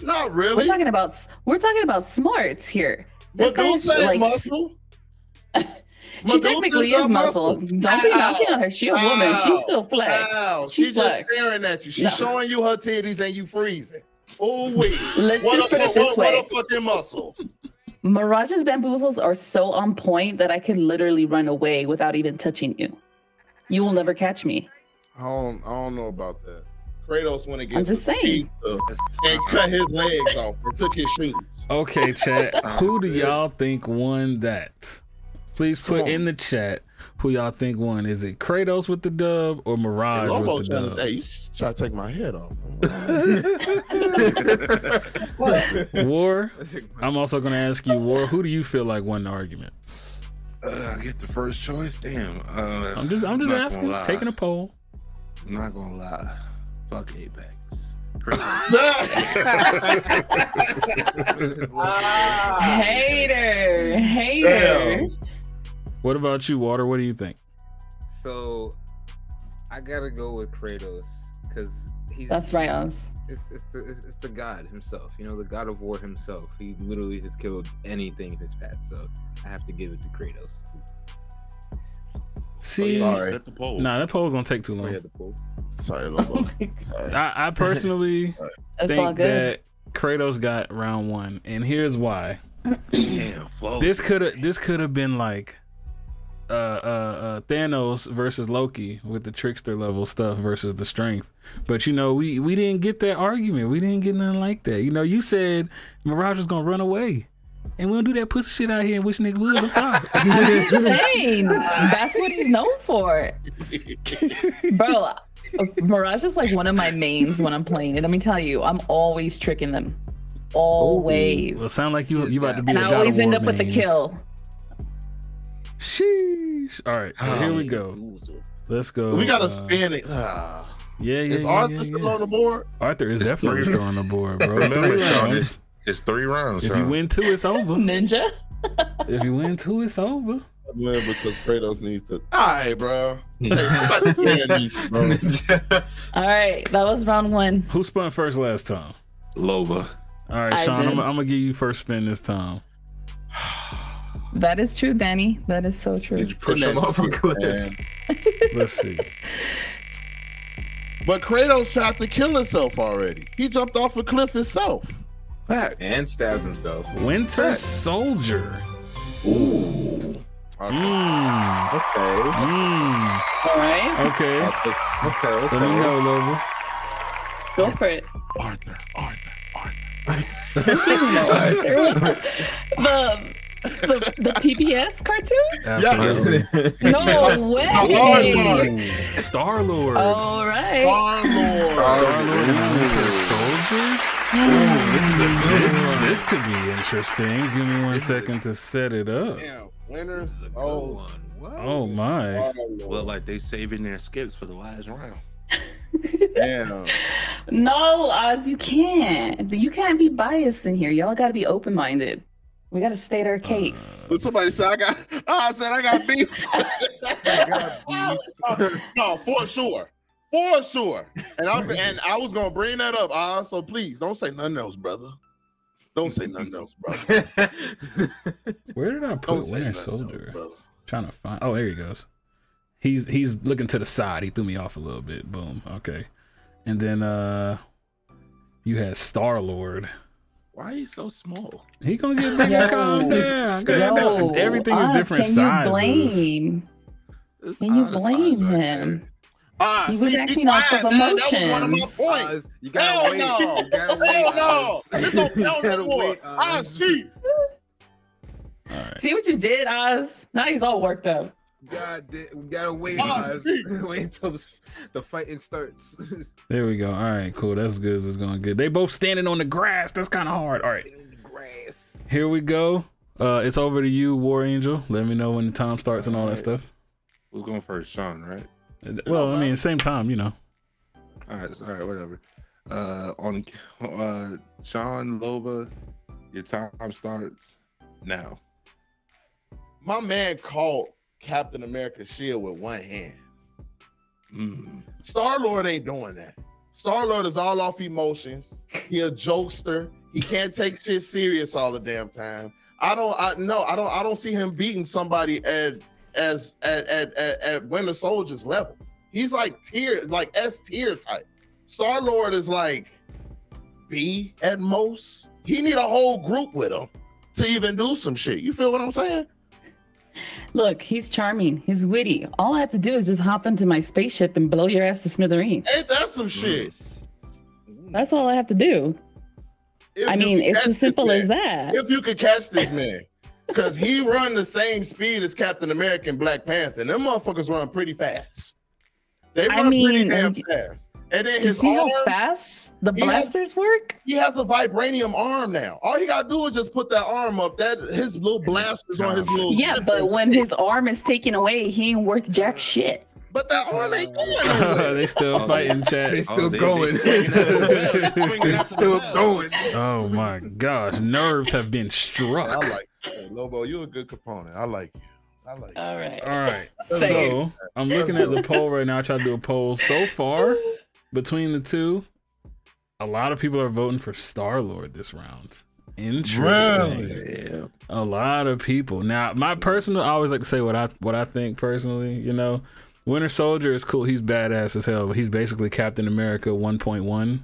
S4: Not
S7: We're
S4: really.
S7: talking about s- we're talking about smarts here. This
S4: But don't
S7: guy's
S4: say
S7: like
S4: muscle.
S7: she
S4: Medusa's
S7: technically
S4: not
S7: is muscle. Don't be
S4: Ow.
S7: knocking on her. She a woman.
S4: Ow.
S7: She still flex.
S4: Ow,
S7: She
S4: She's just
S7: flex.
S4: staring at you. She's
S7: No.
S4: showing you her titties and you freezing. Oh wait.
S7: Let's
S4: what
S7: just
S4: a,
S7: put it
S4: what-
S7: this way.
S4: What a fucking muscle.
S7: Mirage's bamboozles are so on point that I can literally run away without even touching you. You will never catch me.
S4: I don't, I don't know about that. Kratos went against
S7: I'm just
S4: the
S7: saying.
S4: Batista and cut his legs off and took his shoes.
S1: Okay, chat. Who do y'all think won that? Please
S4: Come
S1: put
S4: on.
S1: in the chat who y'all think won. Is it Kratos with the dub or Mirage
S4: Lobo
S1: with the
S4: trying to, hey,
S1: dub?
S4: you should try to take my head off.
S1: War. I'm also gonna ask you, War. Who do you feel like won the argument?
S5: Uh, I get the first choice. Damn. Uh,
S1: I'm just, I'm just
S5: not
S1: asking.
S5: gonna lie.
S1: Taking a poll.
S5: I'm not gonna lie. Fuck Apex. Crazy.
S7: Hater, hater.
S1: What about you, Water? What do you think?
S6: So, I gotta go with Kratos because he's
S7: That's right, Oz.
S6: It's, it's, the, it's, it's the god himself, you know, the god of war himself. He literally has killed anything in his path, so I have to give it to Kratos.
S1: See,
S4: Sorry.
S5: Set the poll.
S1: nah, that poll gonna take too
S6: Oh,
S1: long.
S6: yeah, the pool.
S4: Sorry, Lobo.
S1: I, I personally
S7: That's all
S1: think
S7: good.
S1: that Kratos got round one, and here's why.
S5: Damn, Flo.
S1: This could have this could have been like uh, uh, uh, Thanos versus Loki with the trickster level stuff versus the strength. But you know, we we didn't get that argument. We didn't get nothing like that. You know, you said Mirage was gonna run away, and we don't do that pussy shit out here. And which nigga would? I'm sorry.
S7: I'm just saying. That's what he's known for. Bro, Mirage is like one of my mains when I'm playing it. Let me tell you, I'm always tricking them. Always.
S1: well, sound like you you about to be.
S7: and
S1: a
S7: I
S1: God of
S7: always end
S1: War
S7: up with the
S1: main.
S7: kill.
S1: Sheesh. All right, so here we go. Let's go.
S4: we gotta
S1: uh,
S4: spin it. Ah.
S1: Yeah, yeah,
S4: is
S1: yeah,
S4: Arthur
S1: yeah,
S4: still
S1: yeah.
S4: on the board?
S1: Arthur is
S5: It's
S1: definitely
S5: three.
S1: still on the board, bro.
S5: Remember,
S1: Three
S5: Sean,
S1: rounds.
S5: it's, it's three rounds.
S1: If
S5: Sean.
S1: you win two, it's over.
S7: Oh, Ninja?
S1: if you win two, it's over.
S2: Man, because Kratos needs to.
S4: All right, bro. Hey, somebody spin these, bro.
S7: All right, that was round one.
S1: Who spun first last time?
S5: Loba.
S1: All right,
S7: I
S1: Sean, I'm,
S7: did.
S1: I'm gonna give you first spin this time.
S7: That is true, Danny. That is so true.
S15: Did you push him off a cliff?
S4: Man.
S1: Let's see.
S4: But Kratos tried to kill himself already. He jumped off a cliff himself.
S3: and stabbed himself.
S1: Winter Soldier.
S3: Ooh.
S1: Mm,
S3: Okay.
S1: mm.
S7: All right,
S1: Okay.
S3: Okay. Okay.
S1: Let me know, Loba.
S7: go for it.
S4: Arthur, Arthur, Arthur.
S7: the, the the PBS cartoon?
S1: Absolutely.
S7: No way.
S1: Star Lord.
S7: All right.
S4: Star Lord.
S1: Star Lord and Winter Soldier. This, this could be interesting. Give me one second to set it up.
S4: Damn, winners.
S5: This is a good
S4: Oh,
S1: Oh my.
S4: Star
S5: Well,
S4: Lord.
S5: like they saving their skips for the last round.
S4: Damn.
S7: No, Oz, you can't. You can't be biased in here. Y'all got to be open minded. We got to state our case.
S4: But somebody said I got. oh, I said I got beef. no, for sure, for sure. And I and I was gonna bring that up. Ah, so please don't say nothing else, brother. Don't say nothing else, brother.
S1: Where did I
S4: Don't
S1: put
S4: say
S1: Winter
S4: nothing
S1: Soldier?
S4: else, brother.
S1: Trying to find. Oh, there he goes. He's he's looking to the side. He threw me off a little bit. Boom. Okay. And then uh, you had Star Lord.
S4: Why are you so small?
S1: He gonna get bigger. Calm down.
S7: Yo,
S1: Uh, Everything is
S7: Oz,
S1: different
S7: can
S1: sizes.
S7: you blame? Can you blame him?
S4: Ah,
S7: He was
S4: see, be
S7: acting off
S4: quiet,
S7: of
S4: man. That was one
S7: emotions.
S4: of my points.
S6: You
S4: Hell
S6: gotta wait.
S4: no.
S6: You gotta wait.
S4: Hell no!
S6: Oz.
S4: This don't
S6: You
S4: count
S6: gotta
S4: anymore.
S6: wait, uh,
S4: Ah,
S6: Oz.
S4: see.
S1: All right.
S7: See what you did, Oz? Now he's all worked up.
S6: God, da- we gotta wait.
S4: Oz.
S6: Oz. wait until the, the fighting starts.
S1: There we go. All right. Cool. That's good. That's going good. They both standing on the grass. That's kind of hard. All right.
S6: Stay on the grass.
S1: Here we go. Uh, it's over to you, War Angel. Let me know when the time starts and all that stuff.
S5: Who's going first, Sean? Right.
S1: Well, I mean, same time, you know.
S5: All right. All right. Whatever. Uh, on uh, Sean Loba, your time starts now.
S4: My man caught Captain America's shield with one hand.
S5: Mm.
S4: Star Lord ain't doing that. Star Lord is all off emotions. He a jokester. He can't take shit serious all the damn time. I don't. I no. I don't. I don't see him beating somebody at as at at at, at Winter Soldier's level. He's like tier, like S tier type. Star Lord is like B at most. He need a whole group with him to even do some shit. You feel what I'm saying?
S7: Look, he's charming. He's witty. All I have to do is just hop into my spaceship and blow your ass to smithereens.
S4: Ain't that some shit?
S7: That's all I have to do.
S4: If
S7: I
S4: you
S7: mean,
S4: can
S7: it's
S4: catch
S7: as
S4: this
S7: simple
S4: man-
S7: as that.
S4: if you could catch this man, because he run the same speed as Captain America and Black Panther. And them motherfuckers run pretty fast. They
S7: I
S4: run pretty
S7: mean,
S4: damn
S7: like,
S4: fast. And then
S7: Do you
S4: his
S7: see
S4: arm,
S7: how fast the
S4: he has-
S7: blasters work?
S4: he has a vibranium arm now. All he gotta do is just put that arm up. That his little blasters on his little
S7: Yeah, but when his arm is taken away, he ain't worth jack shit.
S4: but that arm ain't going nowhere.
S1: they still fighting,
S6: They
S1: chat.
S6: still
S5: they- they
S6: going.
S5: swinging at the left. They swinging
S6: It's
S5: at the
S6: still
S5: left.
S6: going.
S1: Oh my gosh, nerves have been
S4: I
S1: struck.
S4: like hey, Lobo. You a good component. I like you. I like you.
S7: All right.
S1: All right.
S7: Same.
S1: So I'm looking at the poll right now. I tried to do a poll. So far, between the two, a lot of people are voting for Star Lord this round. Interesting.
S5: Yeah.
S1: A lot of people. Now, my personal, I always like to say what I what I think personally. You know, Winter Soldier is cool. He's badass as hell, but he's basically Captain America 1.1.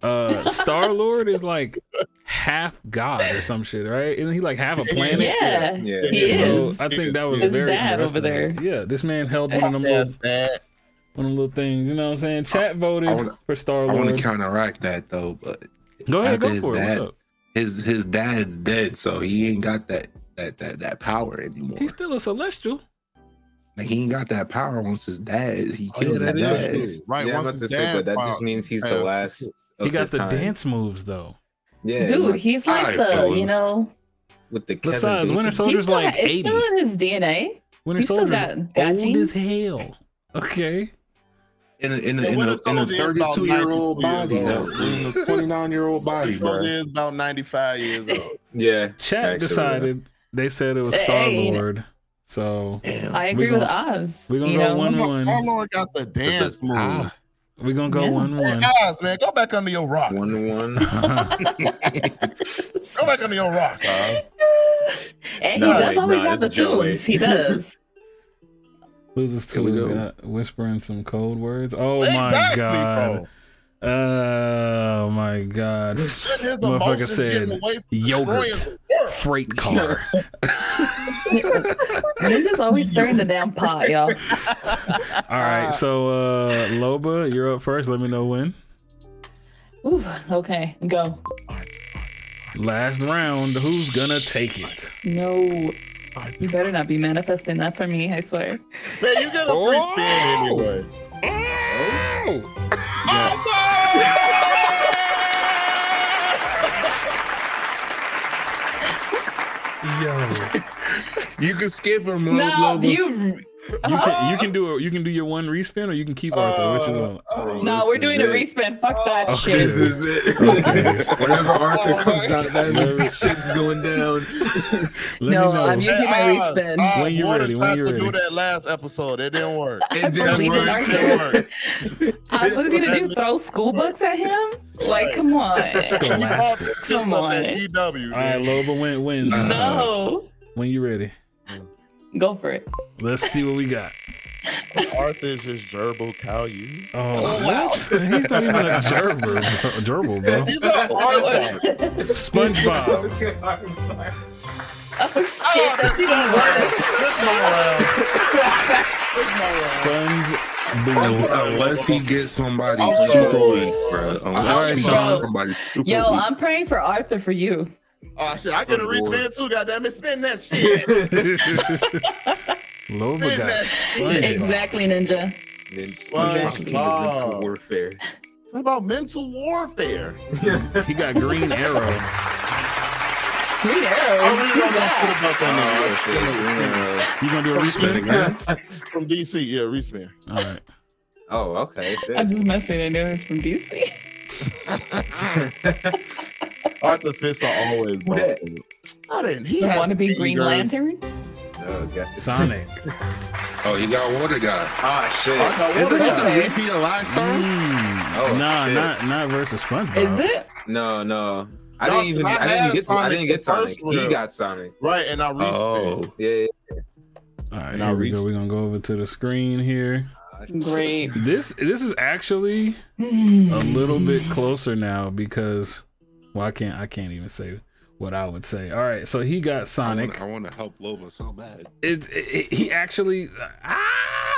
S1: uh Star Lord is like half god or some shit, right? Isn't he like half a planet?
S7: yeah,
S3: Yeah.
S7: he is.
S1: So I think that was
S7: His
S1: very
S7: dad over
S1: interesting. Yeah, this man held one of them
S4: That's
S1: little,
S4: that.
S1: one of them little things. You know what I'm saying? Chat
S5: I
S1: voted
S5: wanna-
S1: for Star
S5: I want
S1: Lord.
S5: to counteract that though, but
S1: Go ahead,
S5: I
S1: go
S5: think
S1: for it. What's
S5: that-
S1: up?
S5: his his dad's dead, so he ain't got that that that that power anymore.
S1: He's still a celestial.
S5: like, he ain't got that power once his dad he
S3: Oh, yeah,
S5: killed
S3: that
S5: his
S3: is
S5: dad.
S3: true.
S4: Right,
S3: Yeah, I'm
S4: once
S3: about to
S4: his
S3: say,
S4: dad
S3: but that just
S4: filed-
S3: means he's the
S4: passed.
S3: last. Of
S1: He got
S3: his
S1: the
S3: time.
S1: dance moves though.
S3: Yeah,
S7: dude.
S3: like,
S7: He's like
S5: I
S7: the you
S5: influenced.
S7: know.
S3: with the Kevin
S1: Besides, Winter
S3: Bacon.
S1: Soldier's
S7: he's still,
S1: like
S7: it's
S1: eighty.
S7: still in his DNA.
S1: Winter
S7: He's still
S1: Soldier's
S7: got, got
S1: old as
S7: genes.
S1: hell. Okay.
S5: In a, in a,
S4: The
S5: in
S4: Winter
S5: a, in a
S4: Soldier is about
S5: 32 year old
S4: 92
S5: body,
S4: years
S5: though.
S4: old.
S5: In a 29 year old body,
S4: So
S5: bro.
S4: is about 95 years old.
S3: Yeah,
S1: Chat
S3: Actually,
S1: decided they said it was
S7: Hey,
S1: Star
S7: you know-
S1: Lord. So
S5: Damn.
S7: I
S1: We
S7: agree with Oz.
S1: we're gonna
S7: you
S1: go
S7: know?
S1: one
S4: Star
S1: one.
S4: Lord got the dance move.
S5: Ah.
S1: we're gonna go
S7: Yeah.
S1: one
S4: Hey,
S1: one.
S4: guys, man, go back under your rock.
S3: one to one.
S4: Go back under your rock.
S1: Oh
S4: guys.
S7: and
S3: No,
S7: he does
S3: wait,
S7: always
S3: no,
S7: have the
S3: it's Joey.
S7: tunes. He does.
S1: Loses
S3: Here we
S1: to
S3: go.
S1: uh, whispering some code words. Oh my
S4: exactly,
S1: god. Oh my god.
S4: bro. And his
S1: Motherfucker
S4: emotions getting
S1: said
S4: away from destroying
S1: Yogurt.
S4: the world.
S1: Freight car.
S7: He's just always stirring the damn pot, y'all.
S1: All right. So uh Loba, you're up first. Let me know when.
S7: Ooh, okay, go.
S1: Last round. Who's gonna take it?
S7: No, you better not be manifesting that for me. I swear.
S4: Man, you get a free
S1: Oh.
S4: spin anyway. Oh,
S1: Yo.
S5: You can skip him, Lil
S7: No,
S5: Lobo.
S7: you.
S1: You can you can do a, you can do your one respin or you can keep Arthur. Which you want?
S4: Uh,
S7: No,
S3: This
S7: we're
S3: is
S7: doing a
S3: it.
S7: respin. Fuck that
S4: Oh,
S7: shit.
S3: This is it. Whenever Arthur comes out, that means shit's going down.
S1: Let
S7: no,
S1: me know.
S7: I'm using my
S4: Hey, Oz,
S7: respin.
S4: Oz,
S1: When you
S4: Warner
S1: ready, when
S4: tried
S1: you
S4: to
S1: ready.
S4: do that last episode. It didn't work.
S3: It
S7: believe in
S3: work.
S4: It didn't work.
S7: Oz, what is he gonna do? Throw school books at him? Like, come on.
S1: Scholastics.
S4: You
S7: Come
S4: brought that
S7: on.
S4: shit up at E EW.
S1: All right, Loba win, wins.
S7: No,
S1: When you ready,
S7: go for it.
S1: let's see what we got.
S4: Arthur's just gerbil cow you.
S1: Oh, what? He's not even a gerbil, bro. gerbil, bro.
S4: He's an artifact.
S1: SpongeBob.
S7: Oh shit, that's even worse.
S4: This my
S1: SpongeBob.
S5: Unless he gets somebody
S4: I'm
S5: super
S4: sorry.
S5: weak, bro.
S4: I'm
S5: Unless he gets
S7: sorry.
S5: somebody super
S7: Yo,
S5: weak.
S7: I'm praying for Arthur for you.
S4: round. Oh shit, I could have reached in too. Goddamn it, spin that shit.
S1: Loba got SpongeBob.
S7: Exactly, Ninja.
S3: Then
S4: SpongeBob.
S3: SpongeBob into warfare.
S4: What about mental warfare?
S1: He got Green Arrow. Oh,
S7: Green Arrow.
S4: Oh,
S7: Who's that?
S4: that
S3: Uh,
S1: You gonna do a respin?
S4: From DC, yeah, respin.
S1: All right.
S6: Oh, okay.
S7: I'm just messing. I know it's from DC.
S4: Arthur Fists are always bossing. I didn't. He
S7: You
S4: has
S7: want to be Green
S4: fingers.
S7: Lantern?
S3: oh, God.
S1: Sonic.
S5: Oh, he got water guy.
S3: Ah,
S4: I
S3: shit.
S4: thought, what
S7: Isn't
S4: the
S7: it-
S4: hell?
S7: Okay.
S5: repeat alive,
S1: Mm.
S3: Oh,
S1: nah,
S3: shit.
S1: not not versus SpongeBob.
S7: Is it?
S3: No, no. I
S4: No,
S3: didn't even.
S4: I
S3: I
S4: had
S3: didn't get. I
S4: Sonic
S3: didn't get
S4: the first
S3: Sonic. He
S4: round.
S3: got Sonic.
S4: Right, and I respin.
S5: Oh,
S3: Yeah, Yeah.
S1: All right,
S3: Now
S1: here we go.
S3: reach-
S1: We're gonna go over to the screen here.
S7: Great.
S1: This this is actually a little bit closer now because well I can't I can't even say what I would say. All right, so he got Sonic.
S5: I want to help Loba so bad.
S1: It, it- he actually ah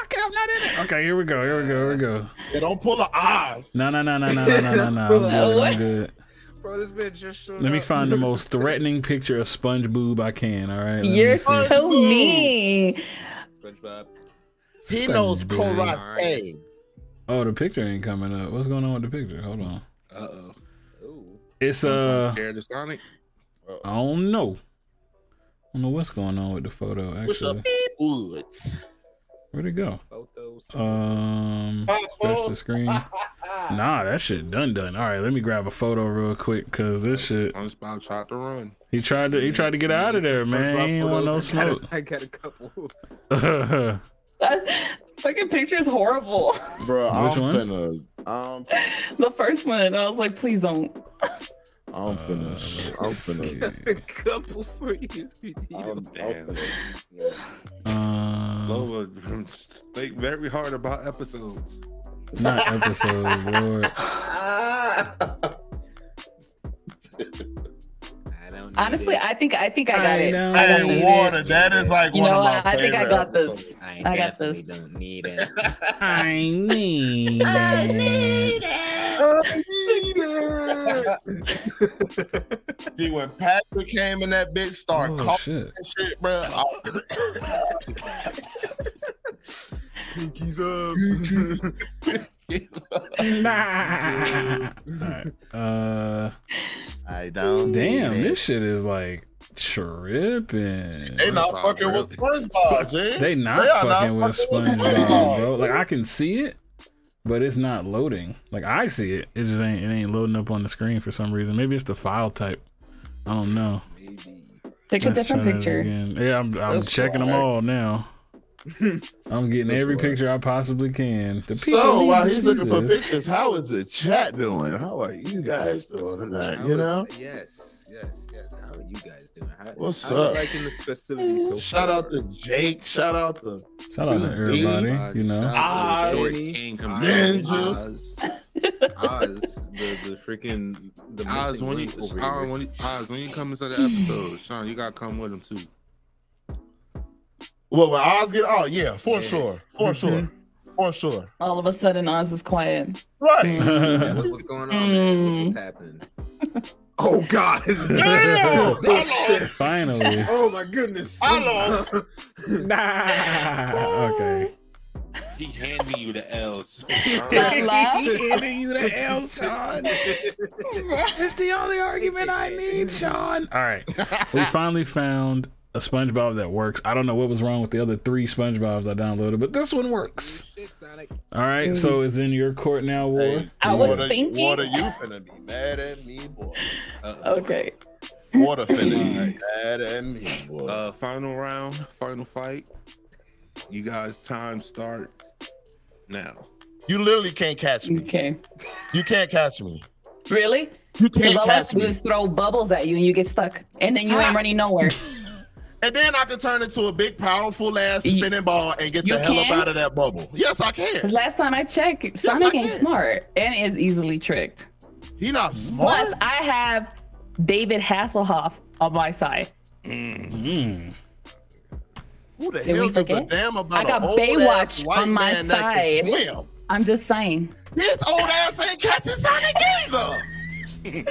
S1: okay, I'm not in it. Okay, here we go. Here we go. Here we go.
S4: Yeah, don't pull a eyes.
S1: No no no no no no no no. I'm good. I'm
S7: What?
S1: good.
S6: Bro, this bitch just showed
S1: Let me
S6: up.
S1: find the most threatening picture of SpongeBob I can. All right. Let me
S7: You're
S1: see.
S7: so mean.
S3: SpongeBob.
S4: He knows
S1: SpongeBob.
S4: karate.
S1: Oh, the picture ain't coming up. What's going on with the picture? Hold on.
S5: Uh oh.
S1: It's uh
S5: scared of Sonic.
S1: I don't know. I don't know what's going on with the photo
S4: Push up
S1: actually.
S4: woods.
S1: Where'd it go?
S3: Photos.
S1: uh, Um, refresh the screen. Nah, that shit done done. All right, let me grab a photo real quick because this shit.
S5: SpongeBob tried to run.
S1: He tried to he tried to get out of there, man. He ain't want no
S6: Photos, I got a-
S1: smoke.
S6: I got a couple.
S7: That fucking picture is horrible.
S4: Bro,
S1: Which
S4: I'm
S1: one?
S4: finna. I'm,
S7: The first one, I was like, please don't.
S4: I'm
S1: Uh,
S4: finna. I'm
S1: let's
S4: finna.
S6: a couple for you. if you need
S3: Oh,
S4: I'm, I'm
S6: them.
S5: Damn.
S4: finna.
S1: Um,
S5: Loba, think very hard about episodes.
S1: not episode. Lord.
S7: Ah,
S6: I don't.
S7: Honestly, I think I think I got it.
S1: know.
S7: I got
S2: Hey,
S7: it.
S2: water. That is like
S7: You
S2: one
S7: know
S2: of my
S7: what? I think I
S2: favorite
S7: got
S2: episodes.
S7: this.
S6: I,
S7: I got
S6: definitely
S7: this.
S6: Don't need it.
S1: I need it.
S4: See, when Patrick came in that bitch, start
S1: Oh
S4: coughing
S1: shit!
S4: and shit, bro. I,
S6: Pinkies
S5: uh,
S6: up.
S1: Alright, Uh,
S4: I don't.
S1: damn,
S4: need it.
S1: this shit is like tripping.
S4: They not
S15: SpongeBob,
S4: fucking with SpongeBob, G.
S1: They not
S4: They are
S1: fucking
S4: not
S1: with
S4: fucking with
S1: SpongeBob,
S4: SpongeBob.
S1: bro. Like I can see it, but it's not loading. Like I see it, it just ain't it ain't loading up on the screen for some reason. Maybe it's the file type. I don't know.
S7: Pick a
S1: Let's
S7: different
S1: try that
S7: picture.
S1: again. Yeah, I'm, I'm
S4: That's
S1: checking them
S4: right.
S1: all now. I'm getting
S2: That's
S1: every
S2: right.
S1: picture I possibly can. The people
S4: So
S1: need
S4: while
S1: to
S4: he's
S1: see
S4: looking for
S1: this.
S4: pictures, how is the chat doing? How are you guys doing tonight?
S6: How
S4: You
S6: is-
S4: know.
S6: Yes, yes, yes. How are you guys doing? How,
S4: What's
S6: how you
S4: up?
S6: Liking this festivity so
S4: Shout
S6: far?
S4: out to Jake. Shout out to
S1: shout out to
S4: TV.
S1: everybody. You know,
S4: Ah,
S6: Shout out to
S5: Short
S6: Danny,
S5: King
S4: Ninja.
S5: compared to Oz.
S6: Oz, the the freaking the
S5: Oz,
S6: missing
S5: when you,
S6: link over
S5: Oz,
S6: here.
S5: when you, Oz, when you come into the episode, Sean, you gotta come with him too.
S4: well, when Oz get oh yeah, for
S6: Yeah.
S4: sure, for sure, for sure.
S7: All of a sudden, Oz is quiet.
S4: Right.
S6: Yeah,
S1: I
S6: what- what's going on, man? What- What's happening?
S15: Oh God!
S4: Damn!
S15: Oh, shit.
S1: finally.
S15: Oh, my goodness!
S4: Hello.
S1: Nah. Okay.
S5: He handing you the L's.
S7: Not laugh.
S1: you the L, Sean. It's the only argument I need, Sean. All right. We finally found a SpongeBob that works. I don't know what was wrong with the other three SpongeBobs I downloaded, but this one works.
S6: Shit, Sonic.
S1: All right. So it's in your court now, War.
S4: Hey,
S7: Mm-hmm. I was
S4: water,
S7: thinking-
S4: Water, you finna be mad at me, boy.
S7: Okay.
S4: Water finna be mad at me, boy.
S5: Uh, final round, final fight. You guys, time starts now.
S4: you literally can't catch me.
S7: Okay.
S4: You can't catch me.
S7: Really?
S4: You
S7: Because
S4: can't
S7: all I have
S4: catch
S7: to do
S4: me.
S7: is throw bubbles at you and you get stuck. And then you ain't running nowhere.
S4: And then I can turn into a big, powerful ass
S7: You-
S4: spinning ball and get
S7: you
S4: the hell
S7: can?
S4: up out of that bubble. Yes, I
S7: Because
S4: can.
S7: last time I checked, Sonic
S4: I
S7: ain't
S4: can.
S7: smart and is easily tricked.
S4: He not smart.
S7: Plus, I have David Hasselhoff on my side.
S1: Mm.
S4: Who the
S7: Did we
S4: hell gives a
S7: forget?
S4: damn
S7: I
S4: about
S7: got
S4: an old ass
S7: Baywatch
S4: white
S7: on my
S4: man that can swim?
S7: I'm just saying.
S4: This old ass ain't catching Sonic either. he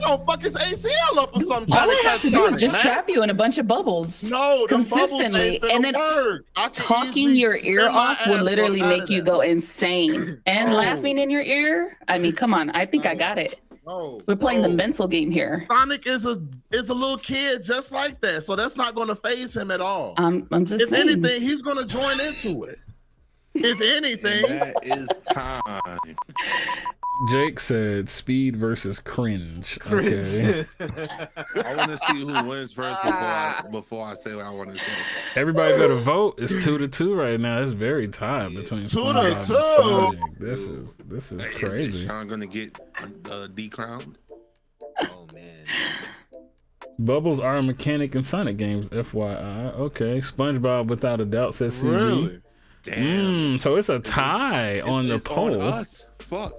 S4: gonna fuck his ACL up or something.
S7: All
S4: trying
S7: I
S4: to catch
S7: have to do is
S4: Sonic,
S7: just
S4: man.
S7: trap you in a bunch of bubbles.
S4: No, them bubbles ain't
S7: consistently,
S4: finna
S7: and then
S4: work. I can
S7: Talking
S4: easily
S7: your
S4: spin
S7: ear
S4: my
S7: off
S4: ass
S7: would literally
S4: up outta
S7: make you
S4: there.
S7: go insane. And
S4: No.
S7: laughing in your ear, I mean, come on. I think I
S4: No.
S7: got it.
S4: No,
S7: We're playing the
S4: no.
S7: mental game here.
S4: Sonic is a is a little kid just like that, so that's not gonna phase him at all.
S7: I'm, I'm just
S4: if
S7: saying.
S4: anything, he's gonna join into it. If
S5: And
S4: anything,
S5: that is time.
S1: Jake said speed versus cringe. Okay.
S6: Cringe.
S5: I want to see who wins first before I, before I say what I want to say.
S1: Everybody better vote. It's two to two right now. It's very tied between
S4: Two to
S1: SpongeBob and
S4: two.
S1: Sonic. This is this is
S5: Hey, is- Is
S1: crazy.
S5: Sean gonna get uh, decrowned?
S6: oh man.
S1: Bubbles are a mechanic in Sonic games, FYI. Okay, SpongeBob without a doubt says CB.
S4: really,
S5: Damn.
S1: Mm, so it's a tie
S5: It's-
S1: on the
S5: it's
S1: poll.
S5: us. Fuck.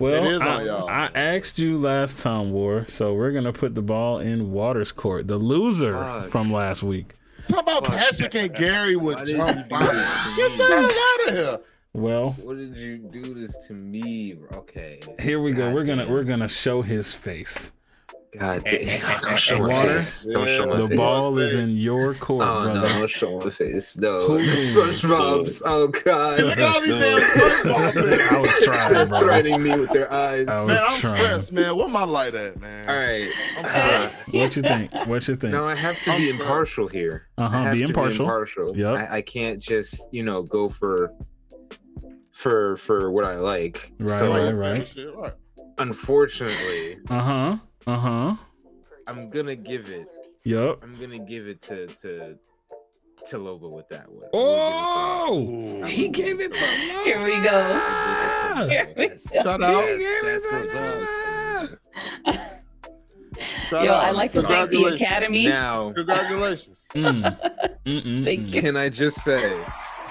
S1: well,
S4: It is on
S1: I,
S4: y'all.
S1: I asked you last time, War, so we're gonna put the ball in Waters' court, the loser
S6: Fuck.
S1: from last week.
S4: talk about
S5: Fuck.
S4: Patrick and Gary
S6: Why
S4: would
S6: did you
S4: jump
S6: do
S4: fire.
S6: this to
S4: Get
S6: me?
S4: the hell out of here.
S1: Well,
S6: What did you do this to me? Okay.
S1: here we go.
S6: God
S1: We're gonna
S6: damn.
S1: we're gonna show his face.
S6: God damn.
S15: Don't show her
S1: Water.
S15: face. Don't show her
S1: The
S15: face.
S1: ball is in your court,
S6: Oh no,
S1: brother.
S6: don't show my face. No.
S1: Who is
S6: SpongeBob's. Oh
S4: Look at
S6: god.
S4: all these damn SpongeBob fans.
S1: I was trying,
S6: They're
S1: brother.
S6: threatening me with their eyes.
S1: I was-
S4: Man, I'm
S1: trying.
S4: stressed, man. Where my light at, man?
S6: All right.
S4: I'm
S6: Uh,
S4: stressed.
S1: What you think? What you think?
S6: no, I have to
S4: I'm
S6: be
S4: stressed.
S6: impartial here.
S1: Uh
S6: I
S1: huh.
S6: have
S1: Be
S6: to
S1: impartial.
S6: impartial.
S1: Yep.
S6: I, I can't just you know go for for for what I like.
S1: Right,
S6: so
S1: right, right.
S4: Shit, right.
S6: unfortunately,
S1: Uh huh. Uh huh.
S6: I'm gonna give it.
S1: Yup.
S6: I'm gonna give it to to to Lobo with that one.
S1: Oh, he gave it to
S7: Here we go.
S1: Ah!
S4: Shut up.
S5: That's what's up.
S4: Shut
S7: Yo,
S4: up.
S7: I like to thank the
S4: uh, Congratulations.
S7: Academy.
S6: Now,
S4: Congratulations.
S1: Mm. Mm-mm.
S7: Thank you.
S6: can I just say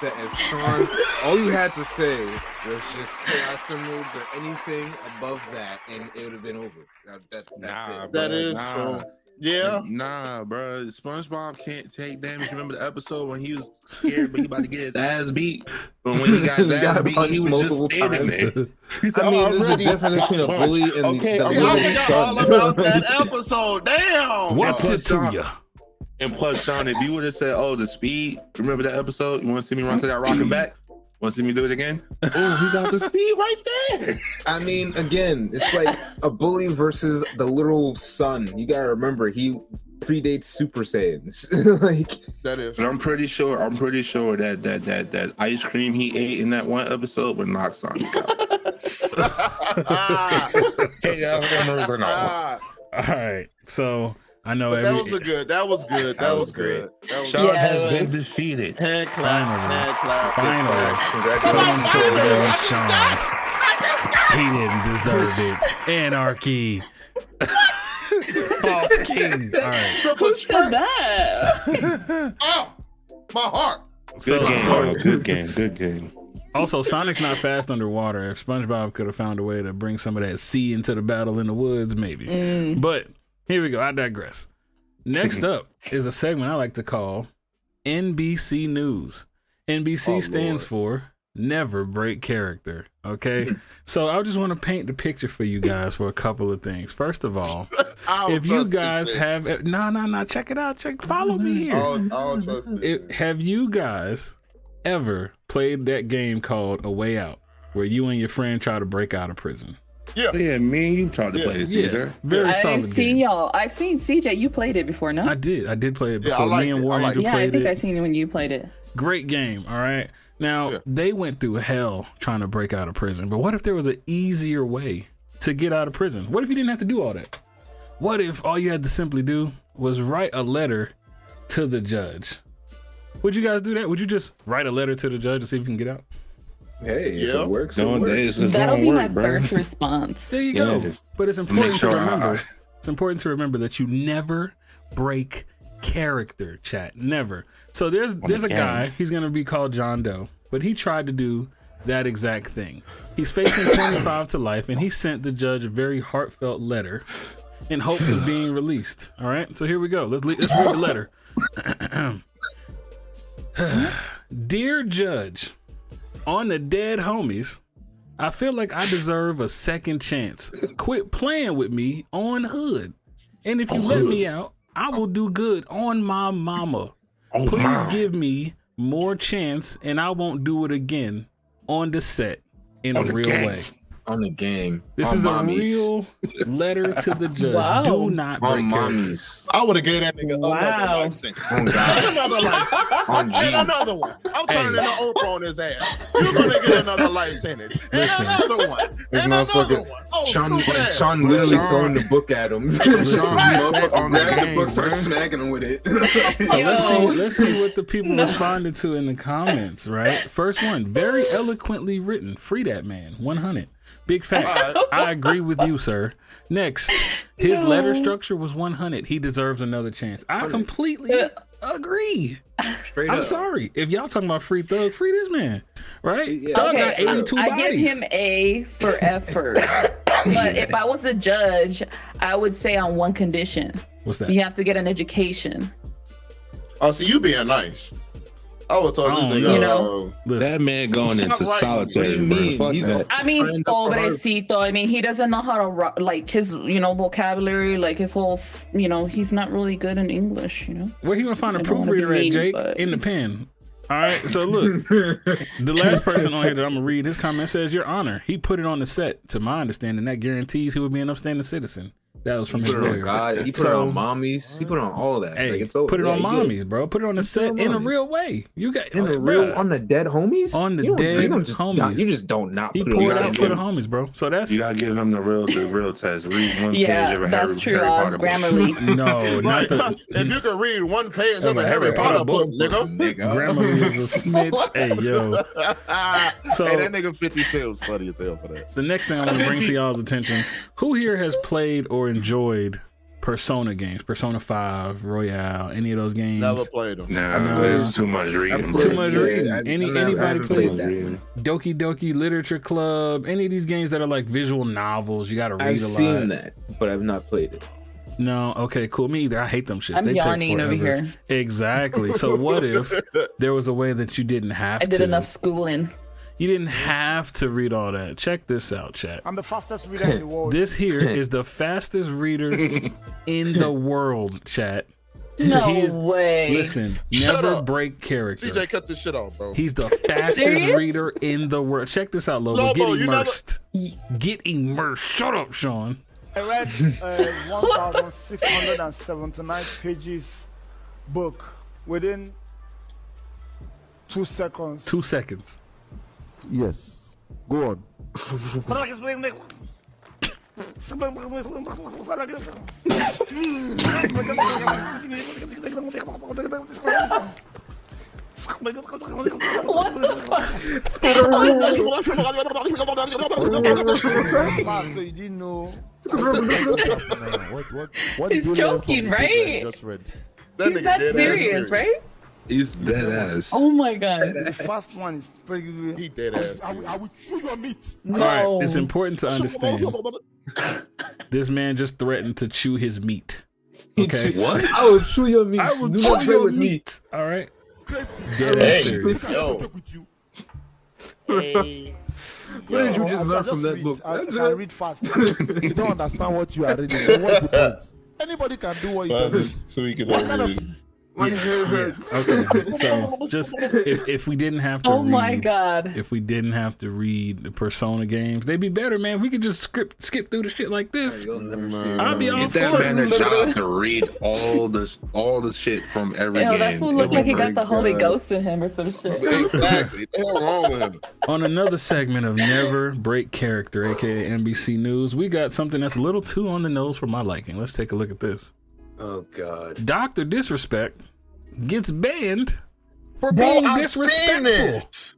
S6: that if Sean all you had to say was just chaos emeralds or anything above that, and it would have been over. That, that, that's
S5: Nah,
S6: it.
S5: bro,
S4: That is
S5: nah.
S4: true. Yeah.
S5: Nah, bro. SpongeBob can't take damage. Remember the episode when he was scared, but he about to get his ass beat. But when he got his
S15: He
S5: ass
S15: got
S5: beat,
S15: punched
S5: he was just
S15: multiple
S5: standing
S15: times.
S5: there. He said,
S6: I mean,
S5: "Oh,
S6: there's a
S5: already
S6: difference
S5: got
S6: between a
S5: punched."
S6: bully and
S5: Okay,
S6: the, the
S5: I'm
S4: Yeah,
S6: little
S4: I forgot all about
S6: son.
S4: that episode. Damn.
S1: What's
S5: Yeah.
S1: it to you?
S5: And plus, Sean, if you would have said, "Oh, the speed," remember that episode? You want to see me run to that rocket back? Want to see me do it again? Oh, he got the speed right there.
S6: I mean, again, it's like a bully versus the literal son. You gotta remember, he predates Super Saiyans. like,
S4: That is.
S5: But I'm pretty sure, I'm pretty sure that that that that ice cream he ate in that one episode would knock Sonic out. Chaos Emeralds or not.
S4: Ah,
S1: All right. So I know
S4: that was
S1: Oh, every.
S4: a good. That was good. That
S5: That
S4: was
S5: was great.
S4: good. That was
S5: Sean
S4: good.
S7: Yeah,
S5: has
S7: it
S5: been
S7: was.
S5: defeated.
S4: Hand clap.
S1: Finally.
S4: Hand clap.
S1: Finally.
S5: Congratulations.
S1: Someone Sean. He didn't deserve it. Anarchy. False king. All right.
S7: Who said that?
S4: Oh, my heart.
S5: Good
S1: So,
S5: game,
S1: so-
S5: bro. Good game. Good game.
S1: also, Sonic's not fast underwater. If SpongeBob could have found a way to bring some of that sea into the battle in the woods, maybe.
S7: Mm.
S1: But here we go. I digress. Next up is a segment I like to call NBC News. NBC
S6: Oh,
S1: stands for Never Break Character. Okay. so I just want to paint the picture for you guys for a couple of things. First of all,
S4: I don't
S1: if you
S4: Oh, trust this
S1: guys
S4: bitch.
S1: have eh, no no no check it out check follow me
S4: I
S1: here
S4: don't, I don't trust this.
S1: It- have you guys ever played that game called a way out where you and your friend try to break out of prison
S5: Yeah, me and you tried to
S4: Yeah,
S5: play it, Caesar.
S1: very solid
S7: I've seen
S1: game.
S7: y'all. I've seen CJ. You played it before, no?
S1: i did i did play it
S4: Yeah, I
S1: before
S4: liked
S1: me and
S4: it. I
S1: war
S4: liked
S1: angel
S4: it.
S7: yeah, I
S1: played
S7: think
S1: it
S7: I seen it when you played it.
S1: great game all right now
S4: Yeah.
S1: they went through hell trying to break out of prison but what if there was an easier way to get out of prison what if you didn't have to do all that what if all you had to simply do was write a letter to the judge would you guys do that would you just write a letter to the judge and see if you can get out
S6: hey, if
S4: Yeah.
S6: it works. It
S5: Doing
S6: works.
S5: this is
S7: That'll
S5: going
S7: be
S5: to
S7: my
S5: work, bro.
S7: first response.
S1: there you
S5: Yeah.
S1: go but it's important
S5: sure
S1: to
S5: I-
S1: remember
S5: I-
S1: it's important to remember that you never break character chat never so there's there's a
S5: the
S1: guy he's gonna be called john doe but he tried to do that exact thing he's facing 25 to life and he sent the judge a very heartfelt letter in hopes of being released all right so here we go let's, le- let's read the letter dear judge on the dead homies I feel like I deserve a second chance. Quit playing with me on hood. And
S5: Oh,
S1: if you let me out, I will do good on my mama.
S5: Oh,
S1: Please
S5: wow.
S1: give me more chance and I won't do it again on the set in
S5: On
S1: a
S5: the
S1: real
S5: gang.
S1: way.
S6: on the game.
S1: This
S6: on
S1: is
S6: mommies.
S1: a real letter to the judge.
S7: Wow.
S1: Do not
S6: on
S1: break character.
S6: mommies.
S4: I would have gave that nigga another
S7: Wow.
S4: life sentence.
S6: On God.
S4: Another life.
S6: on G.
S4: And another one. I'm turning
S1: Hey.
S4: an Oprah on his ass. You're gonna get another life sentence. And
S1: Listen.
S4: another one.
S6: This
S4: And another
S6: motherfucker-
S4: one. Oh,
S6: Sean,
S4: stupid ass.
S6: Sean literally
S5: Sean-
S6: throwing the book at him. Sean,
S5: motherfucker on the game, bruh.
S6: smacking him with it.
S1: So let's
S7: Yo.
S1: see, let's see what the people responded to in the comments, right? First one, very eloquently written. Free that man, 100. Big facts.
S4: All right.
S1: I agree with you, sir. Next, his
S7: No.
S1: letter structure was 100. He deserves another chance. I completely
S7: Uh.
S1: agree.
S6: Straight
S1: I'm
S6: up.
S1: sorry. If y'all talking about free thug, free this man, right?
S6: Yeah.
S1: Thug
S7: Okay,
S1: got 82
S7: I
S1: bodies.
S7: give him A for effort. but if I was a judge, I would say on one condition
S1: What's that?
S7: you have to get an education.
S4: Oh, see, you being nice. I would
S1: I
S4: told this
S1: don't
S4: nigga. uh,
S1: know.
S7: You know?
S1: Listen,
S5: That man going
S6: Stop
S5: into
S6: writing. What
S5: solitary,
S6: do you
S5: bro.
S6: mean?
S5: Fuck
S6: He's
S5: that.
S7: I mean,
S6: Friend of ours.
S7: pobrecito. I mean, he doesn't know how to ru- like his, you know, vocabulary, like his whole, s- you know, he's not really good in English, you know.
S1: where you gonna find a
S7: I don't wanna be
S1: proofreader at,
S7: mean,
S1: Jake?
S7: but-
S1: In the pen. All right, so look. The last person on here that I'm gonna read his comment says, "Your Honor, he put it on the set. To my understanding, that guarantees he would be an upstanding citizen." That was from
S6: He
S1: his
S6: put it on
S1: lawyer.
S6: God. He put it
S1: So-
S6: on mommies. He put it on all that.
S1: Hey,
S6: like, it's over.
S1: put it
S6: Yeah,
S1: on
S6: he did.
S1: mommies, bro. Put it on the
S6: Put it
S1: set
S6: on
S1: in a
S6: mommies.
S1: real way. You got
S6: In the
S1: bruh,
S6: real, on the dead homies.
S1: On the
S6: You don't- you
S1: dead
S6: don't just
S1: homies.
S6: Not, you just don't not.
S1: He
S6: put it
S1: poured
S6: on
S1: out
S6: the
S1: for
S6: dead
S1: the
S6: homies.
S1: homies, bro. So that's
S5: You gotta give him the real, the real test. Read one page
S7: Yeah,
S5: of a Harry,
S7: that's true. uh,
S5: Harry
S7: Oz
S5: Potter book.
S7: Grammarly.
S1: no, not
S4: Right.
S1: the
S4: if you could read one page of
S1: Of a
S4: a Harry
S1: Harry
S4: Potter
S1: Potter
S4: book,
S1: book,
S5: Oh,
S4: nigga.
S1: grandma is a snitch. Hey yo. So-
S4: hey, that nigga 52 was funny as hell for that.
S1: The next thing I want to bring to y'all's attention: Who here has played or enjoyed Persona games, Persona Five, Royale, any of those games.
S4: Never played them.
S5: Nah,
S1: Nah.
S5: there's too much reading.
S1: Too
S5: bro.
S1: much
S5: Yeah,
S1: reading.
S5: I-
S1: Any
S5: I'm not- I
S1: anybody
S5: haven't
S1: played
S5: played that.
S1: Doki Doki Literature Club, any of these games that are like visual novels, you got to read
S6: I've
S1: a lot.
S6: seen that, but I've not played it.
S1: No, okay, cool. Me either. I hate them shits.
S7: I'm
S1: they
S7: yawning
S1: take
S7: over
S1: forever.
S7: here.
S1: Exactly. So what if there was a way that you didn't have
S7: I did
S1: to?
S7: enough schooling.
S1: You didn't have to read all that. Check this out, chat.
S14: I'm the fastest reader in the world.
S1: This here is the fastest reader in the world, chat.
S7: No
S1: He is-
S7: way.
S1: Listen,
S4: Shut
S1: never
S4: up.
S1: break character.
S4: CJ, cut this shit off, bro.
S1: He's the fastest
S7: Serious?
S1: reader in the world. Check this out, Lobo.
S4: Lobo,
S1: Get
S4: you never-
S1: immersed. Get immersed. Shut up, Sean.
S14: I read uh, 1,679 pages book within two seconds.
S1: Two seconds.
S2: Yes. Go on.
S7: What the fuck?
S14: Fast, so you didn't know.
S2: What, what, what
S7: He's
S2: did you learn from the book that
S7: joking,
S2: you
S7: right?
S2: Just read.
S4: That
S7: He's
S4: nigga
S7: not
S4: dead ass
S7: serious,
S4: serious.
S7: right?
S5: He's dead ass.
S7: Oh my god.
S14: The first one is pretty good.
S4: He dead ass. serious.
S14: will chew your meat.
S7: No.
S1: All right, it's important to understand. This man just threatened to chew his meat. Okay.
S5: What?
S6: I will chew your meat.
S1: I will
S6: Do not
S1: chew
S6: play
S1: your
S6: with
S1: meat.
S6: me.
S1: All right. Dead ass
S4: Hey.
S1: serious.
S4: Yo, hey.
S6: What did you
S14: Oh,
S6: just
S14: I- I
S6: learn from that
S14: read.
S6: book?
S14: I, I can read fast.
S2: You don't understand what you are reading. Then What's the point? Anybody can do what he does. So we can
S4: What kind of-
S6: My hair
S1: Yeah.
S6: hurts.
S1: Okay. So just if, if we didn't have to
S7: Oh my
S1: read-
S7: god.
S1: if we didn't have to read the Persona games, they'd be better, man. If we could just script skip through the shit like this.
S6: You'll never see it.
S1: I'd be all
S5: Get that
S1: for
S5: man a
S1: it.
S5: job to read all the all the shit from every
S7: Yo,
S5: game.
S7: that fool
S5: It
S7: looked
S5: would
S7: like he got
S5: break
S7: the Holy
S5: down.
S7: Ghost in him or some shit.
S4: Exactly. The hell wrong with him?
S1: On another segment of Never Break Character, aka NBC News, we got something that's a little too on the nose for my liking. Let's take a look at this.
S6: Oh god.
S1: Doctor Disrespect gets banned for being
S4: I've seen
S1: disrespectful.
S4: it.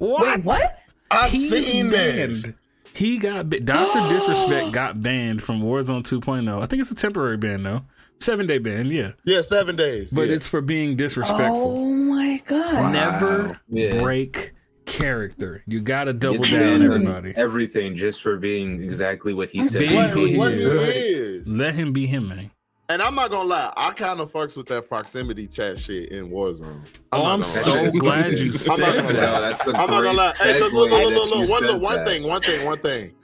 S1: What?
S7: Wait, what?
S4: I've
S1: He's
S4: seen this.
S1: banned. He got ba- Doctor Disrespect got banned from Warzone 2.0. I think it's a temporary ban though, seven day ban. Yeah,
S4: Yeah, seven days.
S1: but
S4: yeah.
S1: it's for being
S7: Oh
S1: disrespectful.
S7: my
S4: Oh.
S7: god.
S1: Never
S6: Yeah.
S1: break character. You gotta double
S6: It's
S1: down,
S6: banned on
S1: everybody.
S6: Everything just for being exactly what he said.
S1: Being who he
S4: what
S1: is.
S4: it is.
S1: Let him be him, man.
S4: And I'm not gonna lie, I kind of fucks with that proximity chat shit in Warzone.
S1: Oh,
S4: not
S1: I'm
S4: gonna
S1: so
S4: lie.
S1: glad you
S4: I'm not
S1: said
S4: gonna
S1: that.
S4: lie.
S3: that's a
S4: I'm not gonna lie. Hey, look, look, look, look, look. One, look, one
S3: that.
S4: thing, one thing, one thing.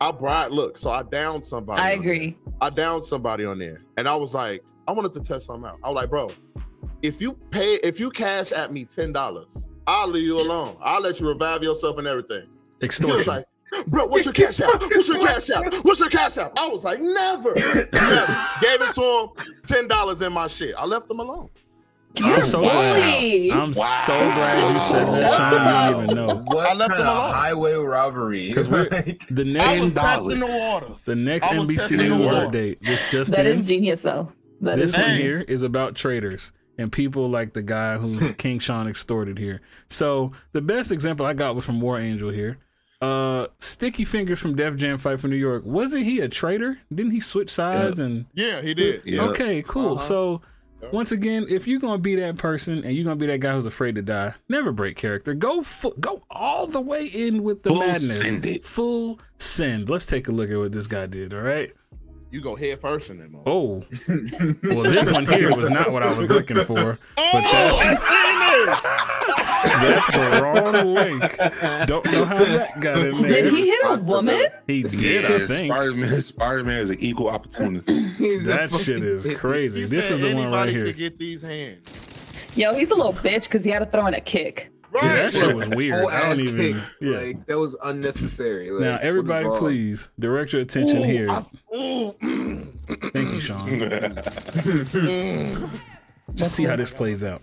S4: I brought look, so I downed somebody.
S7: I
S4: on there.
S7: agree.
S4: I downed somebody on there, and I was like, I wanted to test something out. I was like, bro, if you pay, if you cash at me ten dollars, I'll leave you alone. I'll let you revive yourself and everything. He was
S1: Extortion.
S4: like, bro, what's your cash out? What's your cash out? What's your cash out? I was like, never. never. Gave it to him, ten dollars in my shit. I left him alone.
S1: I'm so glad.
S7: bully.
S1: I'm so glad you said that, Sean. You don't even know.
S4: I
S3: What
S4: left
S3: kind
S4: him
S3: of
S4: alone.
S3: highway robbery?
S1: Because we're the
S4: I was
S1: next
S4: testing the waters.
S1: the next
S4: I was
S1: NBC
S4: testing the
S1: News
S4: waters.
S1: update. This just
S7: That
S1: in,
S7: is genius though. That is
S1: this one
S4: genius.
S1: here is about traders and people like the guy who King Sean extorted here. So the best example I got was from War Angel here. Uh, Sticky Fingers from Def Jam Fight for New York. Wasn't he a traitor? Didn't he switch sides and
S4: Yeah, he did.
S5: Yeah.
S1: Okay, cool.
S4: Uh-huh.
S1: So
S4: Yeah.
S1: once again, if you're gonna be that person and you're gonna be that guy who's afraid to die, never break character. Go fu- go all the way in with the
S5: Full
S1: madness.
S5: send it.
S1: Full send. Let's take a look at what this guy did. All right.
S4: You go head first in that moment.
S1: Oh, well, this one here was not what I was looking for, but that's, that's the wrong link. Don't know how that got in there.
S7: Did he hit a woman?
S1: He did, I think.
S5: Spider Man. Spider Man is an equal opportunist.
S6: He's a
S1: That
S6: fucking
S1: shit is
S6: idiot.
S1: crazy.
S4: He
S1: This
S4: said
S1: is the one right
S4: anybody
S1: here.
S4: could get these hands.
S7: Yo, he's a little bitch because he had to throw in a kick.
S1: Yeah, that
S4: Right.
S1: shit was weird.
S6: Whole
S1: I
S6: ass
S1: don't
S6: kick.
S1: even. Yeah.
S6: Like that was unnecessary. Like,
S1: Now,
S6: what is
S1: everybody,
S6: wrong?
S1: please direct your attention here.
S4: Ooh, mm,
S1: Thank you, Sean.
S4: mm.
S1: Just see how this plays out.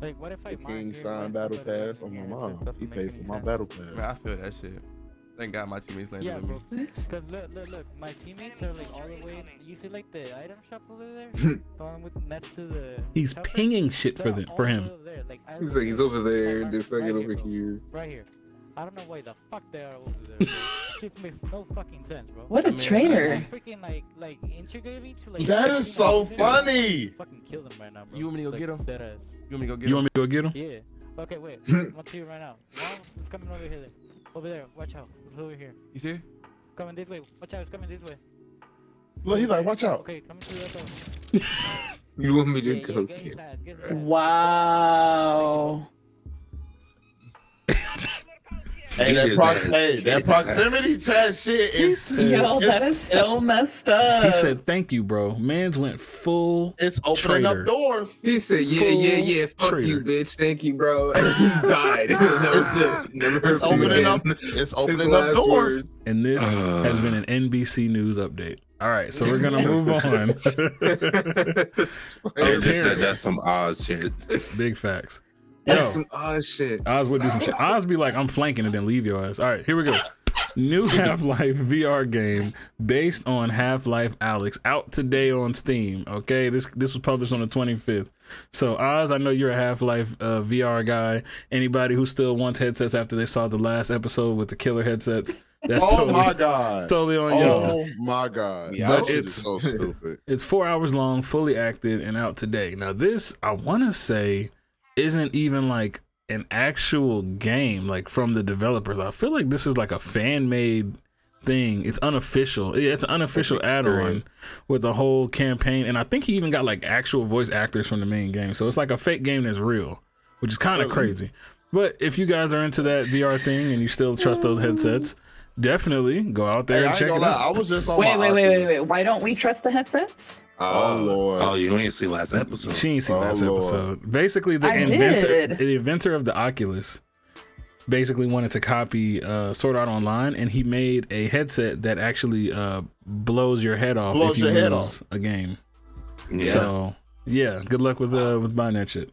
S14: Like, what if
S4: The King signed battle pass on my mom. He paid for my battle
S16: Man,
S4: pass.
S16: I feel that shit. Thank God my teammates landed
S14: Yeah,
S16: with me.
S14: bro. Cause look, look, look, my teammates are like all the way. You see, like the item shop over there, the one with next to the.
S1: He's
S14: shopper?
S1: pinging shit for
S14: They're
S1: them
S14: all
S1: for him.
S14: over there, like, I
S6: He's
S14: look
S6: like he's
S14: at
S6: over there.
S14: Like,
S6: They're
S14: right
S6: fucking over
S14: bro.
S6: here.
S14: Right here. I don't know why the fuck they are over there. bro. Shit makes no fucking sense, bro.
S7: What a
S14: a
S7: traitor.
S14: Freaking like like integrating to like.
S4: That is so funny.
S14: Fucking kill them right now, bro.
S16: You want me to go
S14: Like,
S16: get him?
S14: dead ass.
S16: You want me to go get
S1: You
S16: him?
S1: want me to go get him?
S14: Yeah. Okay, wait. I'm up to you right now. Well, it's coming over here. Over there. Watch out. It's over here.
S16: He's here.
S14: Coming this way. Watch out. It's coming this way.
S4: Look, he's like, watch out.
S14: Okay, coming to the other.
S6: You want me to
S14: Yeah,
S6: go
S14: yeah, get
S6: get
S14: inside, get inside.
S7: Wow.
S4: Hey, that,
S5: is
S4: prox-
S5: a-
S4: hey, that proximity chat shit is
S7: Yo,
S4: it's-
S7: that
S4: it's-
S7: is so messed up.
S1: He said, "Thank you, bro." Man's went full.
S4: It's opening
S1: traitor.
S4: up doors.
S6: He said, "Yeah, yeah,
S1: Full
S6: yeah. Fuck
S1: traitor.
S6: you, bitch. Thank you, bro." And he died. that was it. Never heard
S4: It's
S6: from him
S4: opening
S6: again.
S4: up. It's opening up
S6: last
S4: doors.
S6: words.
S1: And this
S6: Uh.
S1: has been an NBC News update. All right, so we're gonna move Oh, on.
S5: I Oh, just said that's some odd shit.
S1: Big facts.
S6: That's
S1: Yo.
S6: some odd shit.
S1: Oz would do some shit. Oz be like, I'm flanking and then leave your ass. All right, here we go. New Half Life VR game based on Half Life Alex out today on Steam. Okay, this this was published on the 25th. So Oz, I know you're a Half Life uh, VR guy. Anybody who still wants headsets after they saw the last episode with the killer headsets, that's
S4: oh
S1: totally
S4: my god.
S1: totally on y'all.
S4: Oh my god.
S1: Yeah,
S4: That
S1: but
S4: shit
S1: it's-
S4: is so stupid.
S1: It's four hours long, fully acted, and out today. Now, this I want to say isn't even like an actual game, like from the developers. I feel like this is like a fan made thing. It's unofficial. Yeah, It's an unofficial add on with the whole campaign, and I think he even got like actual voice actors from the main game. So it's like a fake game that's real, which is kind of crazy. But if you guys are into that VR thing and you still trust those headsets, definitely go out there
S4: Hey, I
S1: and
S4: ain't
S1: check
S4: gonna
S1: it
S4: lie.
S1: out.
S4: I was just on
S7: Wait,
S4: my
S7: wait, wait, wait,
S4: Oculus.
S7: wait. Why don't we trust the headsets?
S4: Oh lord.
S5: Oh, you ain't see last episode.
S1: She ain't seen
S4: Oh,
S1: last
S4: Lord.
S1: episode. Basically, the
S7: I
S1: inventor,
S7: did.
S1: the inventor of the Oculus, basically wanted to copy uh, Sword Art Online, and he made a headset that actually uh, blows your head off
S4: Blows
S1: if you
S4: your
S1: lose
S4: head
S1: a game.
S5: Yeah.
S1: So yeah, good luck with uh, with buying that shit.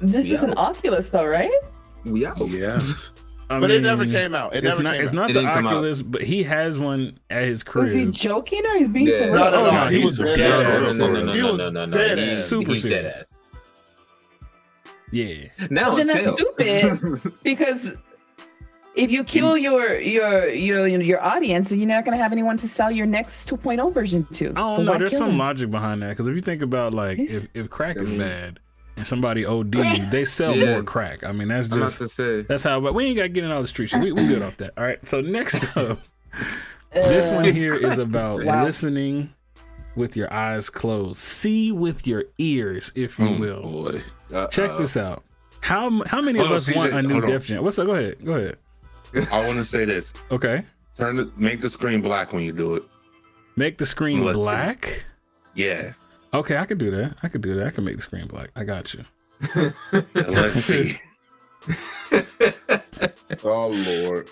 S7: This is an
S6: Yeah.
S7: Oculus, though, right?
S6: We out.
S5: Oh, Yeah.
S1: I
S4: But it never
S1: mean,
S4: came out. It
S1: it's
S4: never
S1: not.
S4: came
S1: It's
S4: out.
S1: not
S6: It
S1: the
S6: didn't come out.
S1: Oculus, but he has one at his
S7: Was he
S1: crib.
S7: joking or is being
S6: Yeah.
S7: for real?
S4: No, no,
S1: Oh,
S4: no.
S1: no,
S4: He
S1: he's
S4: was
S1: dead
S4: dead
S1: ass.
S4: ass.
S1: No, no,
S4: He was dead ass.
S1: Super
S6: He's dead
S1: serious.
S6: ass.
S1: Yeah.
S6: Now
S7: Well,
S6: it's
S7: then that's
S6: stupid.
S7: Because if you kill your your your your audience, you're not gonna have anyone to sell your next 2.0 version to.
S1: I don't
S7: So
S1: know.
S7: why
S1: There's
S7: kill
S1: some
S7: them?
S1: logic behind that because if you think about like
S7: It's-
S1: if, if crack is bad and somebody OD, they sell
S6: Yeah.
S1: more crack. I mean that's
S6: I'm about
S1: just
S6: to say.
S1: that's how. But we ain't got to get in all the street shit. We we good off that. All right. So next up, this one here is about
S7: Wow.
S1: listening with your eyes closed, see with your ears, if you
S5: Oh,
S1: will.
S5: boy.
S1: Check this out. How m- how many
S5: Hold
S1: of
S5: on,
S1: us
S5: see
S1: want
S5: that-
S1: a new
S5: hold on.
S1: Def Jam? What's up? Go ahead. Go ahead.
S5: I want to say this.
S1: Okay.
S5: Turn the, make the screen black when you do it.
S1: Make the screen
S5: Let's see.
S1: black.
S5: Yeah.
S1: Okay, I could do that. I could do that. I can make the screen black. I got you.
S5: And let's see.
S4: Oh lord.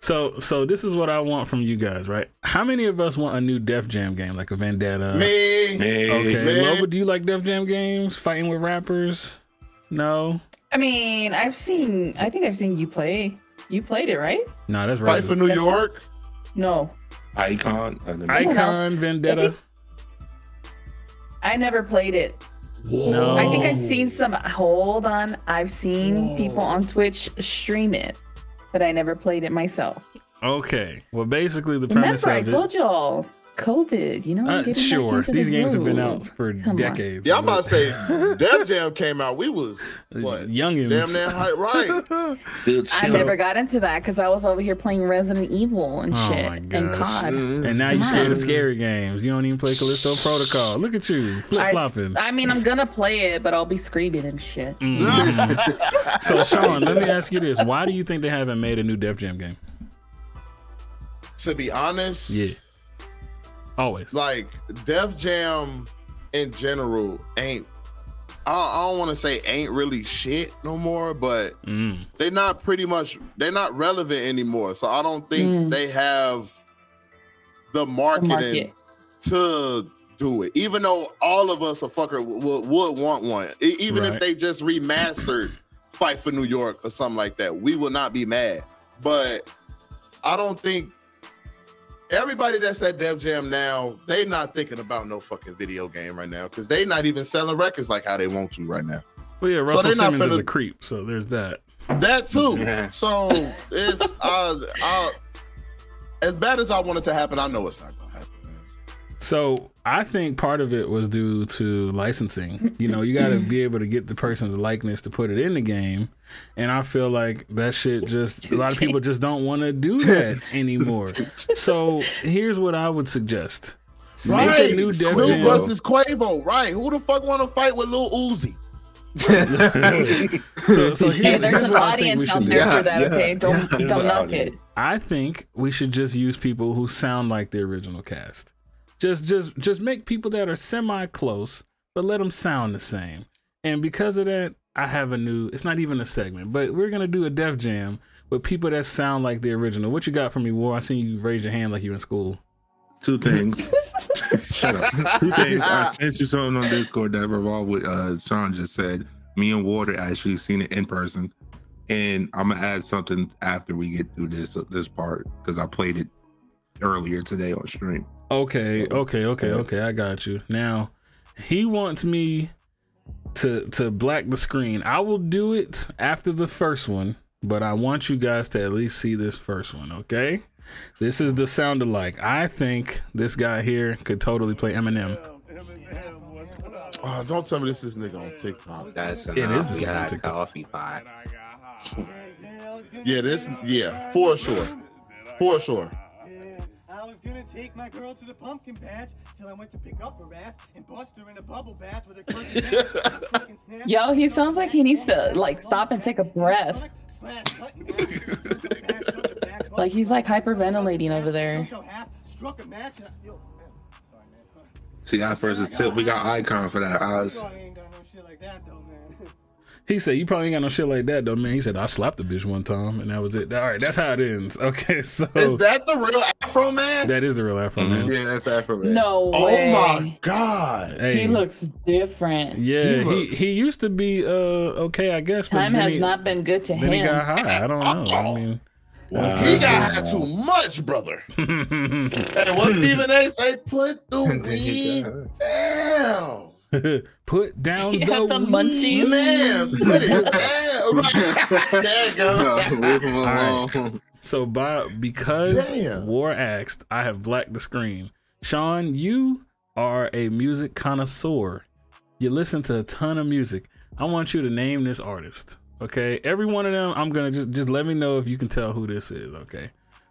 S1: So so this is what I want from you guys, right? How many of us want a new Def Jam game, like a Vendetta?
S4: Me.
S5: Hey.
S1: Okay,
S4: Me.
S1: Loba, do you like Def Jam games? Fighting with rappers? No,
S7: I mean, I've seen. I think I've seen you play. You played it, right?
S1: no, that's
S4: Fight
S1: right.
S4: for New York.
S7: No,
S5: Icon. I don't know.
S7: Someone
S1: Icon Vendetta.
S7: I never played it.
S1: No,
S7: I think I've
S1: Oh.
S7: seen some. Hold on, I've seen people on Twitch stream it, but I never played it myself.
S1: Okay, well, basically the premise
S7: Remember, I
S1: of it.
S7: told y'all, COVID. You
S1: Uh,
S7: know, I'm getting back
S1: sure,
S7: into
S1: these
S7: the
S1: games have been
S7: groove.
S1: out for
S7: Come on.
S1: decades.
S4: Yeah, I'm about to say Def Jam came out. We was what?
S1: Youngins.
S4: Damn near hype, right?
S5: Good
S7: I
S5: shit.
S7: never got into that because I was over here playing Resident Evil and
S1: Oh
S7: shit
S1: my
S7: and
S1: gosh.
S7: COD.
S1: And now you scared
S7: Come
S1: of
S7: on.
S1: scary games. You don't even play Callisto Protocol. Look at you flip
S7: I, s-
S1: flopping.
S7: I mean, I'm gonna play it, but I'll be screaming and shit.
S1: Mhm. so Sean, let me ask you this: Why do you think they haven't made a new Def Jam game?
S4: to be honest,
S1: always.
S4: like Def Jam in general ain't. I, I don't want to say ain't really shit no more, but
S1: Mm.
S4: they're not pretty much they're not relevant anymore. So I don't think
S7: Mm.
S4: they have the
S7: The
S4: marketing
S7: market.
S4: to do it. Even though all of us a fucker would, would, would want one, E- even
S1: Right.
S4: if they just remastered Fight for New York or something like that, we will not be mad. But I don't think everybody that's at Dev Jam now, they not thinking about no fucking video game right now because they not even selling records like how they want to right now.
S1: Well, yeah,
S4: So
S1: Russell
S4: they're not
S1: Simmons is
S4: finna-
S1: a creep, so there's that.
S4: That too. So it's uh, I, as bad as I want it to happen, I know it's not going to happen.
S1: So I think part of it was due to licensing. You know, you got to be able to get the person's likeness to put it in the game, and I feel like that shit just a lot of people just don't want to do that anymore. So here's what I would suggest:
S6: Uh,
S1: Make
S4: Right,
S1: a new Def
S4: Snoop
S1: Jam-
S4: versus Quavo. Right, who the fuck want to fight with Lil Uzi?
S1: so, so
S7: Hey,
S1: here-
S7: there's
S1: here's
S7: an
S1: what I think
S7: audience
S1: we should
S7: out
S1: do.
S7: there for that, Yeah, okay? yeah. Don't- There's don't an knock audience. it.
S1: I think we should just use people who sound like the original cast. Just, just, just make people that are semi-close, but let them sound the same. And because of that, I have a new. It's not even a segment, but we're gonna do a Def Jam with people that sound like the original. What you got for me, War? I seen you raise your hand like you in school.
S5: Two things. Shut up. Ah. Two things. I sent you something on Discord that revolved with uh Sean just said. Me and Water actually seen it in person. And I'm gonna add something after we get through this uh, this part because I played it earlier today on stream.
S1: Okay, okay, okay, okay. I got you. Now, he wants me to to black the screen. I will do it after the first one, but I want you guys to at least see this first one, okay? This is the sound alike. I think this guy here could totally play Eminem.
S4: Oh, don't tell me this is nigga on TikTok.
S6: That's
S1: It is this nigga on TikTok.
S6: coffee pot.
S4: Yeah, this. Yeah, for sure, for sure.
S17: I was gonna take my girl to the pumpkin patch till I went to pick up her ass and bust her in a bubble bath with her crooked neck, fucking snap,
S7: Yo, he sounds like he needs to like stop and take a breath.
S17: slash, cut in half,
S7: Like he's like hyperventilating over there.
S17: struck a match. And I, yo,
S5: See, I versus Tip. We got icon for that. Oz.
S1: He said, "You probably ain't got no shit like that, though, man." He said, "I slapped the bitch one time, and that was it." All right, that's how it ends. Okay, so
S4: Is that the real Afro man?
S1: that is the real Afro man.
S4: Yeah, that's Afro
S7: No
S4: Oh
S7: way.
S4: my god.
S1: Hey.
S7: He looks different.
S1: Yeah, he, he,
S7: looks-
S1: used to be uh okay, I guess. but
S7: Time
S1: then
S7: has
S1: he-
S7: not been good to
S1: Then he got
S7: him.
S1: high. I don't know. I mean,
S4: He got high too much, brother. Hey, what Stephen A. say? Put the weed down.
S1: Put down
S7: He
S1: the,
S7: had the
S1: weed.
S7: munchies.
S4: Man, put it down. Right. There you go.
S1: All right. So, Bob, because War axed, I have blacked the screen. Sean, you are a music connoisseur. You listen to a ton of music. I want you to name this artist. Okay, every one of them. I'm gonna just just let me know if you can tell who this is. Okay,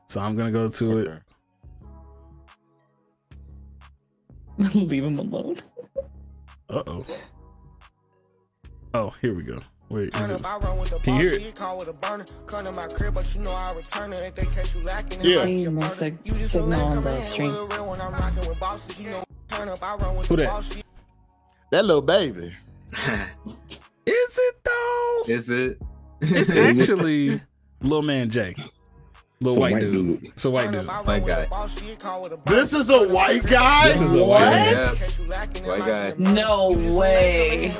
S1: so I'm gonna go to it.
S7: Leave him alone.
S1: Uh oh. Oh, here we go. Wait, is
S18: Turn
S1: it-
S18: up, I run with the
S1: can you hear
S18: boss,
S1: it?
S18: she call with a burner. Come to my crib, but you know I return her if they catch you lacking.
S1: Yeah.
S18: You
S7: Same as the
S18: just
S7: signal
S18: let
S7: on
S18: come
S7: the
S18: in
S7: stream.
S18: with a real one, I'm rocking with bosses, you know. Turn up, I run with
S4: Who
S18: the
S4: that?
S18: boss, she-
S4: That little baby.
S1: Is it though?
S6: Is it?
S1: It's actually Lil Man J. Lil
S6: It's a
S1: white,
S6: white
S1: dude. It's a white dude.
S3: Oh
S6: White guy.
S4: This is a white guy.
S1: This is a white guy.
S6: White guy.
S7: No way.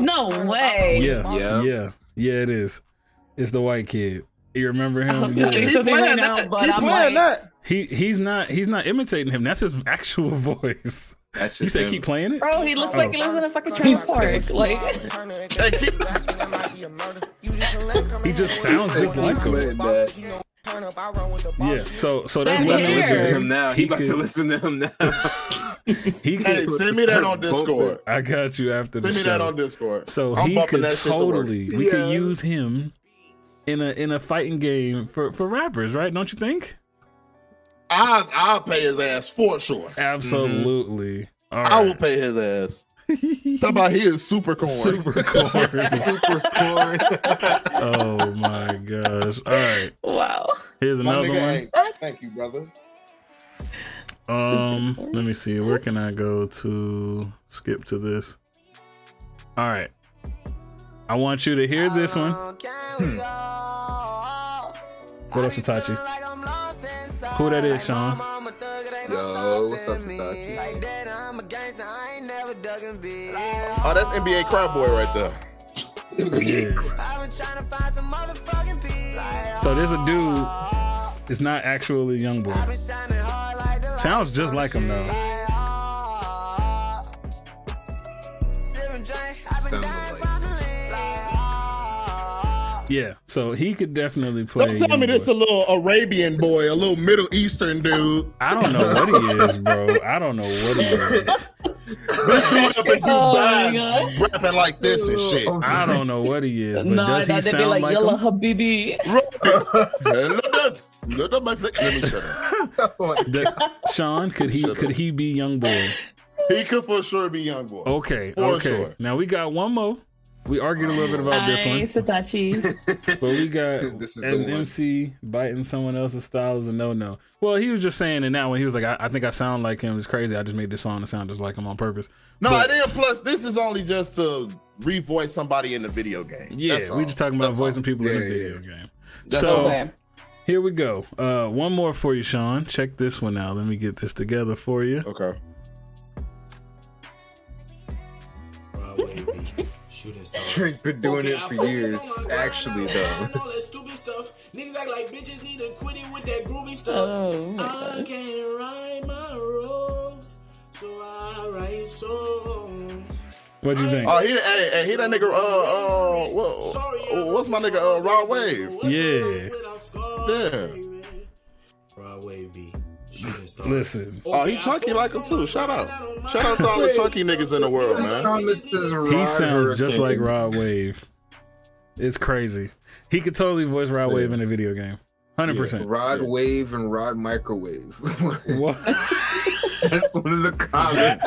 S7: No way.
S1: Yeah. yeah. Yeah. it is. It's the white kid. You remember
S7: I was
S1: him?
S7: gonna say
S1: Yeah.
S7: something right now, but I'm like,
S1: He he's not he's not imitating him. That's his actual voice.
S6: That's
S1: you say keep playing it?
S7: bro, he looks like he lives in a
S6: Oh.
S7: fucking trailer park. Like,
S1: He just sounds just like him. Yeah. So so that's
S6: He
S1: one
S6: about to listen to him
S1: man.
S6: now. He, about to listen to him now.
S1: He
S4: Hey,
S1: could-
S4: send me that on Discord.
S1: I got you after the
S4: Send me
S1: show.
S4: that on Discord.
S1: So
S4: I'm
S1: he
S4: bumping
S1: could
S4: that shit to work.
S1: totally we could use him in a in a fighting game for for rappers, right? Don't you think?
S4: I I'll pay his ass for sure.
S1: Absolutely. All
S4: I
S1: right.
S4: will pay his ass. Talk about he is super corn.
S1: Super corn. super corn. oh my gosh. All right.
S7: wow.
S1: Here's
S4: My
S1: another
S4: nigga
S1: one.
S4: ain't- Thank you, brother.
S1: Um, let me see. Where can I go to skip to this? All right. I want you to hear this one.
S7: Hmm.
S1: What up, Satachi? Who that is, Sean?
S6: Yo, what's up, Satachi?
S4: Oh, that's NBA Crab Boy right there.
S1: Yeah. So there's a dude. It's not actually young boy. Sounds just like him though.
S18: Sounded like
S1: Yeah, so he could definitely play.
S19: Don't tell me
S1: Game
S19: this
S1: Boy.
S19: a little Arabian boy, a little Middle Eastern dude.
S1: I don't know what he is, bro. I don't know what he is.
S7: Oh
S19: Up in Dubai, rapping like this and shit.
S1: I don't know what he is, but
S7: Nah,
S1: does he
S7: that'd be
S1: sound
S7: like,
S1: like
S7: Yalla
S1: him?
S7: Habibi.
S4: look up, look up my flick. Let me shut up.
S1: The- Sean, could he could he be young boy?
S19: He could for sure be young boy.
S1: Okay,
S19: For
S1: okay.
S19: sure.
S1: Now we got one more. We argued a little bit about this
S7: Hi,
S1: one,
S7: Satachi.
S1: but we got
S5: This is the
S1: an
S5: one.
S1: MC biting someone else's style is a no no. Well, he was just saying in that one, he was like, I, I think I sound like him. It's crazy. I just made this song to sound just like him on purpose.
S4: No,
S1: But-
S4: and then plus this is only just to revoice somebody in the video game.
S1: Yeah, we just talking about voicing people in the
S4: Yeah,
S1: video game.
S4: That's
S1: so
S4: all.
S1: here we go. Uh, one more for you, Sean. Check this one out. Let me get this together for you.
S4: Okay.
S3: Drake been doing it for years, actually though.
S20: all that stupid stuff. Niggas act like bitches need to quit it with that groovy stuff.
S7: Oh my
S20: I
S7: god.
S20: can't write my roles, so I write songs.
S1: What do you think?
S4: Oh, he, hey, hey, he that nigga. Uh, uh, what, what's my nigga? Uh, Rod Wave.
S1: Yeah.
S4: Yeah.
S20: Rod Wave B.
S1: Listen.
S4: Oh, he chunky like him too. Shout out. Shout out to all the chunky niggas in the world, man.
S1: He sounds just like Rod Wave. It's crazy. He could totally voice Rod Wave in a video game. 100%.
S3: Rod wave and rod microwave.
S1: what?
S3: That's one of the comments.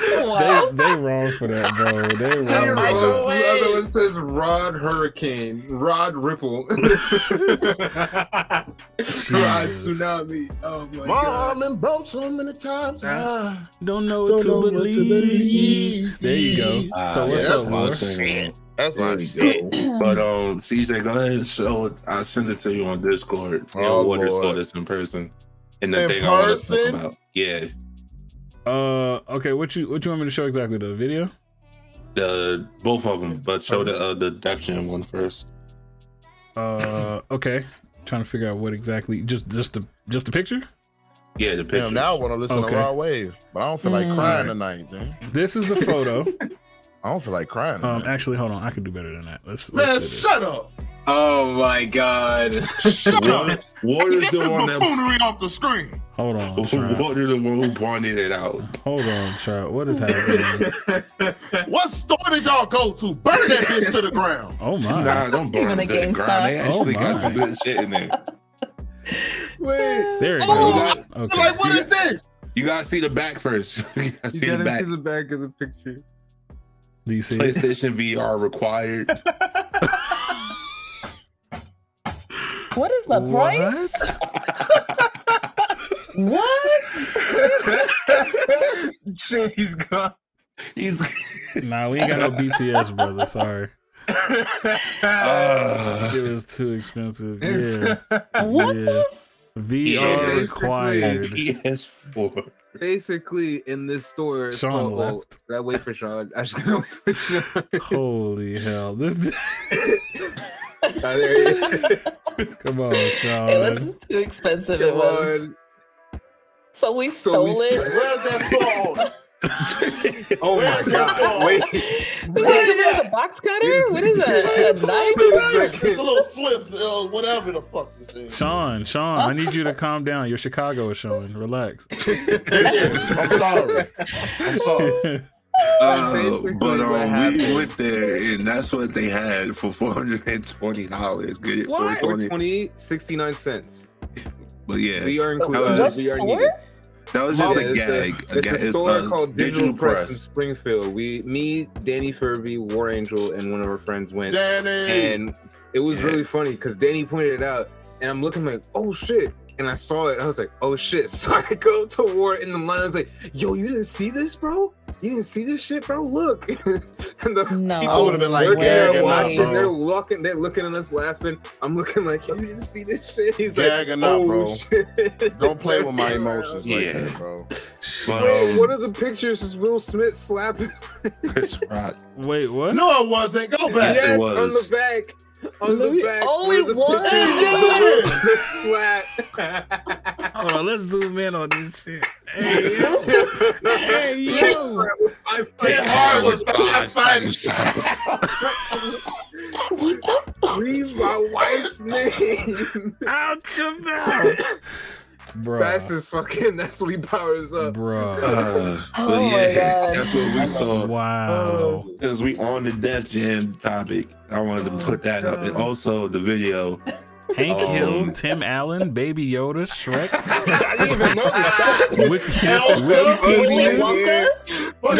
S1: They, they wrong for that, bro. They wrong. bro.
S3: The other one says Rod Hurricane, Rod Ripple, Rod Tsunami. Oh my god.
S4: Mom and broke so many times. Ah.
S1: Don't know
S4: Don't
S1: what to
S4: know what to
S1: believe. There you go.
S5: Ah,
S1: so what's
S5: yeah,
S1: up, Moore?
S4: That's
S5: my shit. But um, CJ, go ahead and show. I send it to you on Discord. You know,
S4: Oh,
S5: we'll just
S4: Lord.
S5: order this in person. And the
S4: In
S5: thing I want to talk
S4: person?
S5: about, yeah,
S1: Uh, okay. What you what you want me to show exactly? The video?
S5: the both of them, but show the uh, the Def Jam one first.
S1: Uh, okay. Trying to figure out what exactly. Just just the just the picture.
S5: Yeah, the
S4: Damn, now I want to listen
S1: Okay.
S4: to Rod Wave, but I don't feel like
S1: Mm.
S4: crying
S1: All
S4: tonight, man.
S1: This is the photo.
S4: I don't feel like crying.
S1: Um, actually, hold on. I could do better than that. Let's.
S4: Man,
S1: let's do this.
S4: shut up.
S3: Oh my god.
S4: Shut
S5: up. What is
S4: Get
S5: the
S4: this
S5: one that?
S4: buffoonery off the screen.
S1: Hold on. Trout.
S5: What is the one who pointed it out?
S1: Hold on, Trout. What is happening?
S4: What store did y'all go to? Burn that bitch to the ground.
S1: Oh my.
S5: Nah, don't burn them
S7: Even a
S5: to the
S7: GameStop.
S5: ground. They actually
S1: Oh
S5: got
S1: my.
S5: some good shit in there.
S3: Wait.
S1: There it
S4: Oh,
S1: goes. Okay.
S4: Like, what is this?
S5: You gotta see the back first. you gotta
S3: You
S5: see the
S3: gotta
S5: back.
S3: see the back of the picture.
S1: Do you see? it?
S5: PlayStation VR required.
S7: What is the price? what?
S3: Shit, he's gone. He's
S1: Nah, we ain't got no BTS, brother. Sorry.
S5: Ah. uh,
S1: it was too expensive. Yeah.
S7: What
S1: yeah. VR
S3: Yeah.
S1: required.
S5: PS4.
S3: basically in this store. it's
S1: Sean
S3: called- oh,
S1: left.
S3: did I wait for Sean. I just gotta wait for Sean.
S1: Holy hell! This
S3: Ah, there he is.
S1: come on, Sean.
S7: It was too expensive. It was.
S3: Come
S7: So we
S3: So we
S7: stole it.
S3: stole-
S4: Where's that phone?
S3: on. Oh my god. Wait.
S7: Is that the box cutter? What is that? A knife?
S4: It's a little swift, uh, whatever the fuck this is.
S1: Sean, Sean, I need you to calm down. Your Chicago is showing. Relax.
S4: I'm sorry. I'm sorry.
S5: Uh,
S3: Basically
S5: but
S3: what
S5: um, we
S3: happened.
S5: went there, and that's what they had for four hundred and twenty dollars. Get it?
S3: What?
S5: 420.
S3: 420, 69 cents.
S5: But yeah,
S3: We are
S5: that was
S3: included.
S5: just,
S3: we are
S7: Store?
S5: that was just
S3: Mama, it's
S5: a
S3: a-
S5: gag. a
S3: It's
S5: gag.
S3: a store
S5: uh,
S3: called Digital, Press. in Springfield. We, me, Danny Furby, War Angel, and one of our friends went,
S4: Danny.
S3: and it was really funny because Danny pointed it out, and I'm looking like, oh shit, and I saw it, and I was like, oh shit. So I go to War in the line, I was like, yo, you didn't see this, bro? You didn't see this shit, bro? Look, and the
S7: No.
S3: people
S4: would've been like,
S3: looking,
S4: yeah,
S3: they're
S4: wow,
S3: watching,
S4: bro.
S3: they're looking, they're looking at us laughing. I'm looking like, yo, you didn't see this shit. He's like,
S4: Gagging up,
S3: oh
S4: bro.
S3: shit.
S4: Don't play with my
S3: Turn around.
S4: emotions like
S5: Yeah.
S4: that, bro.
S5: But,
S3: Wait,
S5: um,
S3: one of the pictures is Will Smith slapping.
S5: Chris Rock.
S1: Wait, what?
S4: No, it wasn't. Go back.
S5: Yes, it
S3: Yes,
S5: was.
S3: on the back. On the back.
S7: Oh,
S3: one of
S7: it
S3: the
S7: was.
S3: pictures
S1: Hold on, let's zoom in on this shit.
S3: Hey, yo.
S4: Hit hard with
S5: Five
S4: five
S5: seconds.
S3: wife's name
S1: out your mouth. Bruh.
S3: That's his fucking. That's what he powers up,
S1: bro.
S5: uh, but
S3: my
S5: yeah,
S3: God.
S5: that's what we saw.
S1: Wow.
S5: Because we on the Death Jam topic, I wanted to put that up, and also the video.
S1: Hank
S5: Um,
S1: Hill, Tim Allen, Baby Yoda, Shrek.
S7: Willy Wonka,
S1: Buzz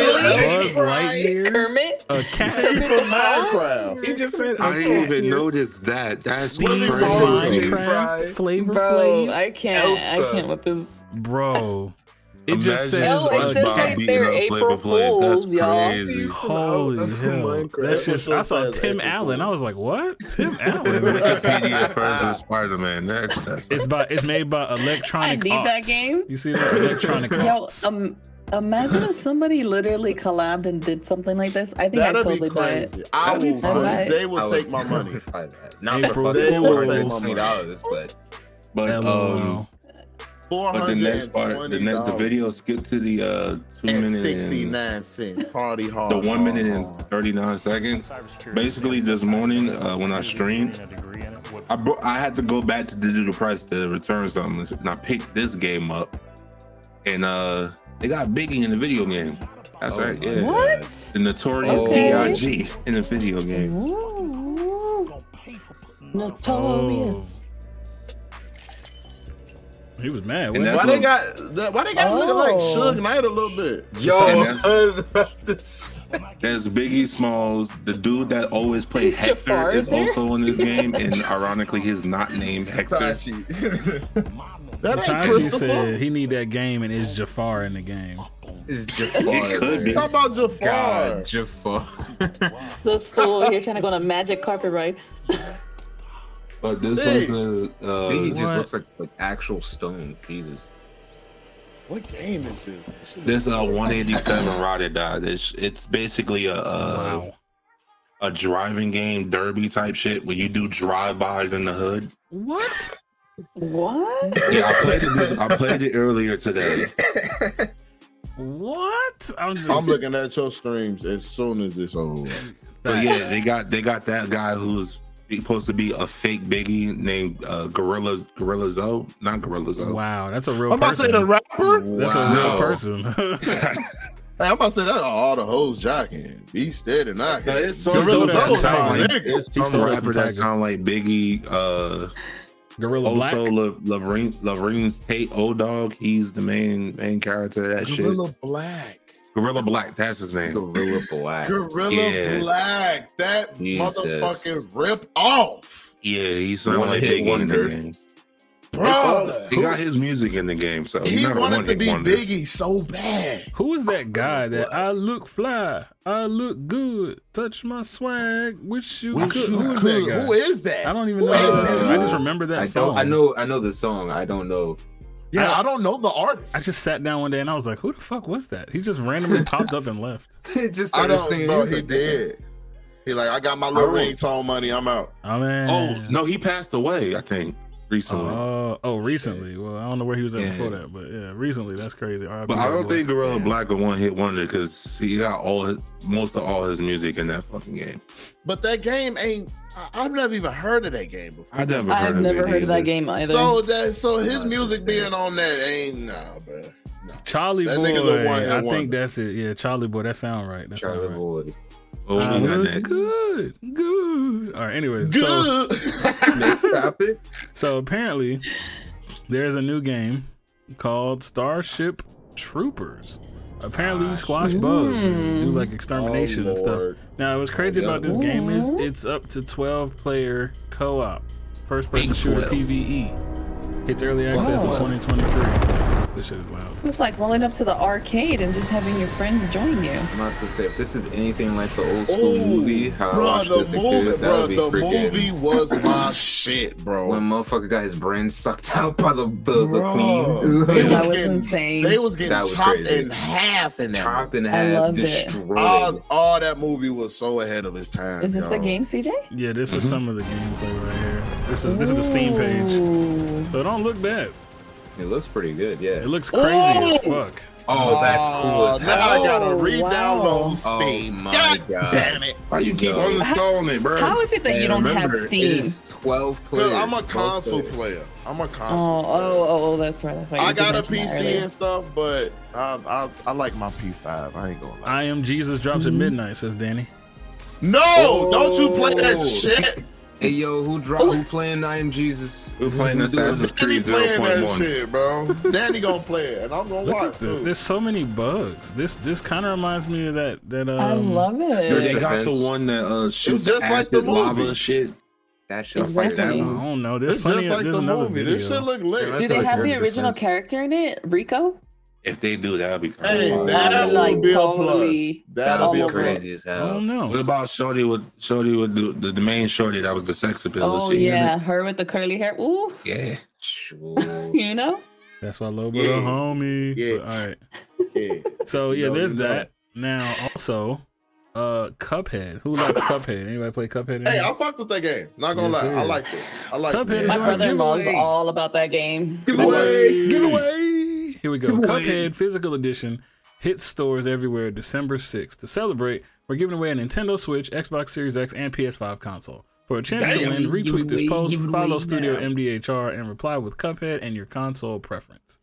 S7: Lightyear, Kermit,
S1: a cat
S7: from
S5: Minecraft.
S1: He just said
S5: I didn't even notice that. That's
S1: Steve from
S5: crazy.
S1: Minecraft, Flavor
S7: Bro,
S1: Flav,
S7: I can't. I can't with this.
S1: bro. It just
S5: Imagine
S1: says
S5: No, it just says they're April Fools, y'all. Steve from
S1: Holy hell! That's just. I saw Tim Allen. I was like, "What? Tim Allen?
S5: Wikipedia first and Spider Man next. That's
S1: it's by. It's made by
S7: I
S1: Electronic
S7: need that
S1: Arts.
S7: game.
S1: You see that Electronic
S7: Yo,
S1: Arts?
S7: um, imagine if somebody literally collabed and did something like this. I think I'd
S4: That'd
S7: totally
S4: be
S7: buy it.
S4: crazy. I
S7: That'd be
S4: will.
S7: fun.
S4: buy it. They
S3: I
S4: will
S3: would-
S4: take my money.
S3: Not
S1: April
S3: for fucking
S1: Fools.
S3: $420, but
S7: oh,
S5: But um,
S1: LOL.
S5: but the next part, the next the
S4: $420.
S5: video skip to the uh two
S4: And
S5: minutes
S4: sixty nine cents. Party hard.
S5: the one minute and 39 seconds. Basically, this morning uh, when I streamed, I bro- I had to go back to digital price to return something, and I picked this game up, and uh, they got Biggie in the video game. That's
S3: Oh
S5: right,
S3: my
S5: yeah.
S3: What?
S5: The notorious
S3: Okay.
S5: B.I.G. in the video game.
S1: Oh.
S7: Notorious.
S1: He was mad.
S5: And
S1: wasn't
S5: that's
S1: he?
S4: Why they got? that- Why they got looking like
S7: Oh.
S4: Suge Knight a little bit?
S5: And
S3: yo,
S5: that's-
S3: I was about to say.
S5: There's Biggie Smalls, the dude that always played
S3: Is
S5: Hector,
S3: Jafar
S5: is
S3: in there?
S5: also in this game, and ironically, he's not named Hector.
S4: That ain't
S1: Tanaji
S4: Christopher.
S1: said he need that game, and it's Jafar in the game.
S3: It's Jafar.
S5: It could be.
S4: How about Jafar?
S3: God, Jafar.
S7: This fool here trying to go on a magic carpet ride.
S5: But this
S4: Hey.
S5: person is uh,
S3: he just
S1: what?
S3: looks like like actual stone. Jesus.
S4: What game is this?
S5: This uh 187 Rotted Dot. It's it's basically a uh, a driving game derby type shit where you do drive bys in the hood.
S1: What?
S7: What?
S5: Yeah, I played it. I played it earlier today.
S1: What? I'm just.
S4: I'm looking at your streams as soon as it's over. with.
S5: But yeah, they got they got that guy who's supposed to be a fake Biggie named uh, Gorilla Gorilla Zoe, not Gorilla Zoe.
S1: Wow, that's a real.
S4: I'm about to
S1: person.
S4: say the rapper.
S1: That's a real
S5: Wow.
S1: person.
S4: Hey, I'm about to say that all the hoes jocking. Be steady, not
S5: No, it's some,
S4: Gorilla
S5: dude that
S4: Zoe's my
S5: sound like,
S4: nigga.
S5: it's
S1: He stole
S5: some
S1: it from
S5: rapper that
S1: Tiger.
S5: sound like Biggie. Uh,
S1: Gorilla Black.
S5: also, La- Laverine, Laverine's Tate O Dog. He's the main main character of that shit.
S4: Gorilla Black.
S5: Gorilla Black, that's his name.
S3: Gorilla Black.
S4: Gorilla
S5: Yeah.
S4: Black. That
S3: Jesus.
S4: motherfucking rip off.
S5: Yeah, he sounded
S3: One
S5: like
S3: hit
S5: Biggie
S3: wonder.
S5: in the game.
S4: Bro.
S5: He got his music in the game, so he's
S4: He
S5: not a
S4: wanted to
S5: one-hit
S4: be
S5: wonder.
S4: Biggie so bad.
S1: Who is that guy that I look fly, I look good, touch my swag, wish you
S4: Wish
S1: could.
S4: you
S1: Who is
S4: could.
S1: that guy?
S4: Who is that?
S1: I don't even
S4: Who
S1: know.
S4: is
S1: that
S4: that?
S1: guy. I just remember that
S3: I
S1: song.
S3: don't. I know. I know the song. I don't know.
S4: Yeah, I, don't know the artist.
S1: I just sat down one day and I was like, "Who the fuck was that?" He just randomly popped up and left.
S3: It just
S4: I
S3: started
S4: don't
S3: singing
S4: know.
S3: music.
S4: He did. He like, I got my little
S5: I don't-
S4: ringtone money. I'm out.
S1: I
S5: Oh
S1: mean,
S5: no, he passed away, I think, recently.
S1: oh, oh, recently. Well, I don't know where he was at
S5: Yeah.
S1: before that, but yeah, recently. That's crazy. R.I.P.
S5: but I
S1: Young
S5: don't
S1: Boy.
S5: think Gorilla Black a one-hit wonder because he got all his, most of all his music in that fucking game.
S4: But that game ain't. I, I've never even heard of that game before.
S5: I never heard
S7: I've
S5: of
S7: never
S5: it
S7: heard of that
S5: either.
S7: game either.
S4: So that so his music being on that ain't nah, bro.
S1: Charlie
S4: That
S1: Boy.
S4: nigga's a one-hit
S1: I
S4: wonder.
S1: think that's it. Yeah, Charlie Boy. That sound right. That sound
S3: Charlie
S1: right.
S3: Boyd.
S5: Oh,
S1: I
S5: we got
S1: look
S5: next.
S1: good, good. All right. Anyways, so
S4: Good.
S3: Next topic.
S1: So apparently, there's a new game called Starship Troopers. Apparently, you squash
S7: Ah,
S1: bugs,
S7: hmm.
S1: and do like extermination and stuff. Now, what's crazy about this game is it's up to 12 player co op, first person shooter PVE. Hits early access in
S7: Wow.
S1: 2023. This shit is loud.
S7: It's like rolling up to the arcade and just having your friends join you.
S3: I'm about to say if this is anything like the old school
S4: Ooh,
S3: movie, how I
S4: Bro,
S3: watched
S4: the
S3: this
S4: movie,
S3: that
S4: bro,
S3: would be
S4: the
S3: freaking.
S4: movie was my shit,
S3: When
S4: bro.
S3: motherfucker got his brain sucked out by the the, the
S4: Bro.
S3: queen,
S4: They
S7: That was
S4: getting-
S7: insane.
S4: They was getting
S3: That was
S4: chopped
S3: crazy.
S4: in half in that.
S3: chopped in
S7: I
S3: half,
S7: loved it.
S3: destroyed.
S4: All, all that movie was so ahead of its time.
S7: Is this the
S4: yo.
S7: game, CJ?
S1: Yeah, this is some of the gameplay right here. This is this is the Steam page.
S7: Ooh.
S1: So it don't look bad.
S3: It looks pretty good,
S1: It
S3: yeah.
S1: looks crazy as
S4: Ooh.
S1: fuck.
S3: Oh, that's cool.
S4: Uh,
S3: as
S4: now
S3: hell.
S4: I gotta re-download
S3: Oh,
S4: Steam.
S3: my
S4: God,
S3: God.
S4: damn it!
S3: Why you keep
S4: Yo.
S3: uninstalling it, bro? How is it that you don't have Steam?
S4: Twelve
S3: players,
S4: I'm a
S3: 12
S4: console
S3: players.
S4: player. I'm a console.
S7: Oh, oh, oh, oh, that's right. That's right.
S4: I
S7: You did
S4: got a
S7: mention that
S4: PC
S7: earlier.
S4: and stuff, but I, I I like my P5. I ain't gonna lie.
S1: I am Jesus drops at midnight, says Danny.
S4: No, don't you play that
S1: Oh.
S4: shit.
S3: Hey yo, who dropped? Who playing I Am Jesus? Who
S5: playing Assassin's Creed
S4: playing that
S5: 0.1.
S4: shit, bro. Danny gonna play it, and I'm gonna
S1: Look
S4: watch
S1: at this.
S4: too.
S1: There's so many bugs. This this kind of reminds me of that that. Um,
S7: I love it.
S5: They got the one that uh, shoots
S1: just like
S5: acid
S1: the movie.
S5: lava shit.
S3: That
S5: shit.
S1: I
S5: That one.
S1: don't know. There's
S5: It's
S1: plenty
S5: just
S1: of
S5: like
S1: there's
S5: the
S1: another
S5: movie.
S1: video.
S5: This shit look
S4: lit.
S7: Do they have the original character in it? Rico?
S5: If they do, that'll be
S7: Hey,
S5: crazy.
S7: that would Like, be a plus. totally
S5: That'll be
S7: all over
S5: crazy
S7: it.
S5: as hell.
S7: I don't
S1: know.
S5: What about Shorty with Shorty with the, the, the main Shorty that was the sex appeal? Was
S7: Oh
S5: she in it?
S7: yeah, her with the curly hair. Ooh,
S5: Yeah.
S7: you know.
S1: That's why Lobo the homie. Yeah. all right. So yeah,
S5: No,
S1: there's
S5: you know.
S1: that. Now also, uh, Cuphead. Who likes Cuphead? Anybody play Cuphead? in
S4: Hey,
S1: here?
S4: I fucked with that game. Not gonna
S1: Yes,
S4: lie, I
S1: sir.
S4: liked it. I liked
S1: Cuphead
S4: it.
S1: is
S7: My
S1: doing a
S7: brother-in-law is
S1: giveaway.
S7: all about that game.
S1: Giveaway! Giveaway! Here we go. Cuphead Physical Edition hits stores everywhere December 6th. To celebrate, we're giving away a Nintendo Switch, Xbox Series X, and PS5 console. For a chance to
S5: Damn.
S1: win, retweet this
S5: Giveaway,
S1: post,
S5: giveaway
S1: follow
S5: now.
S1: Studio MDHR, and reply with Cuphead and your console preference.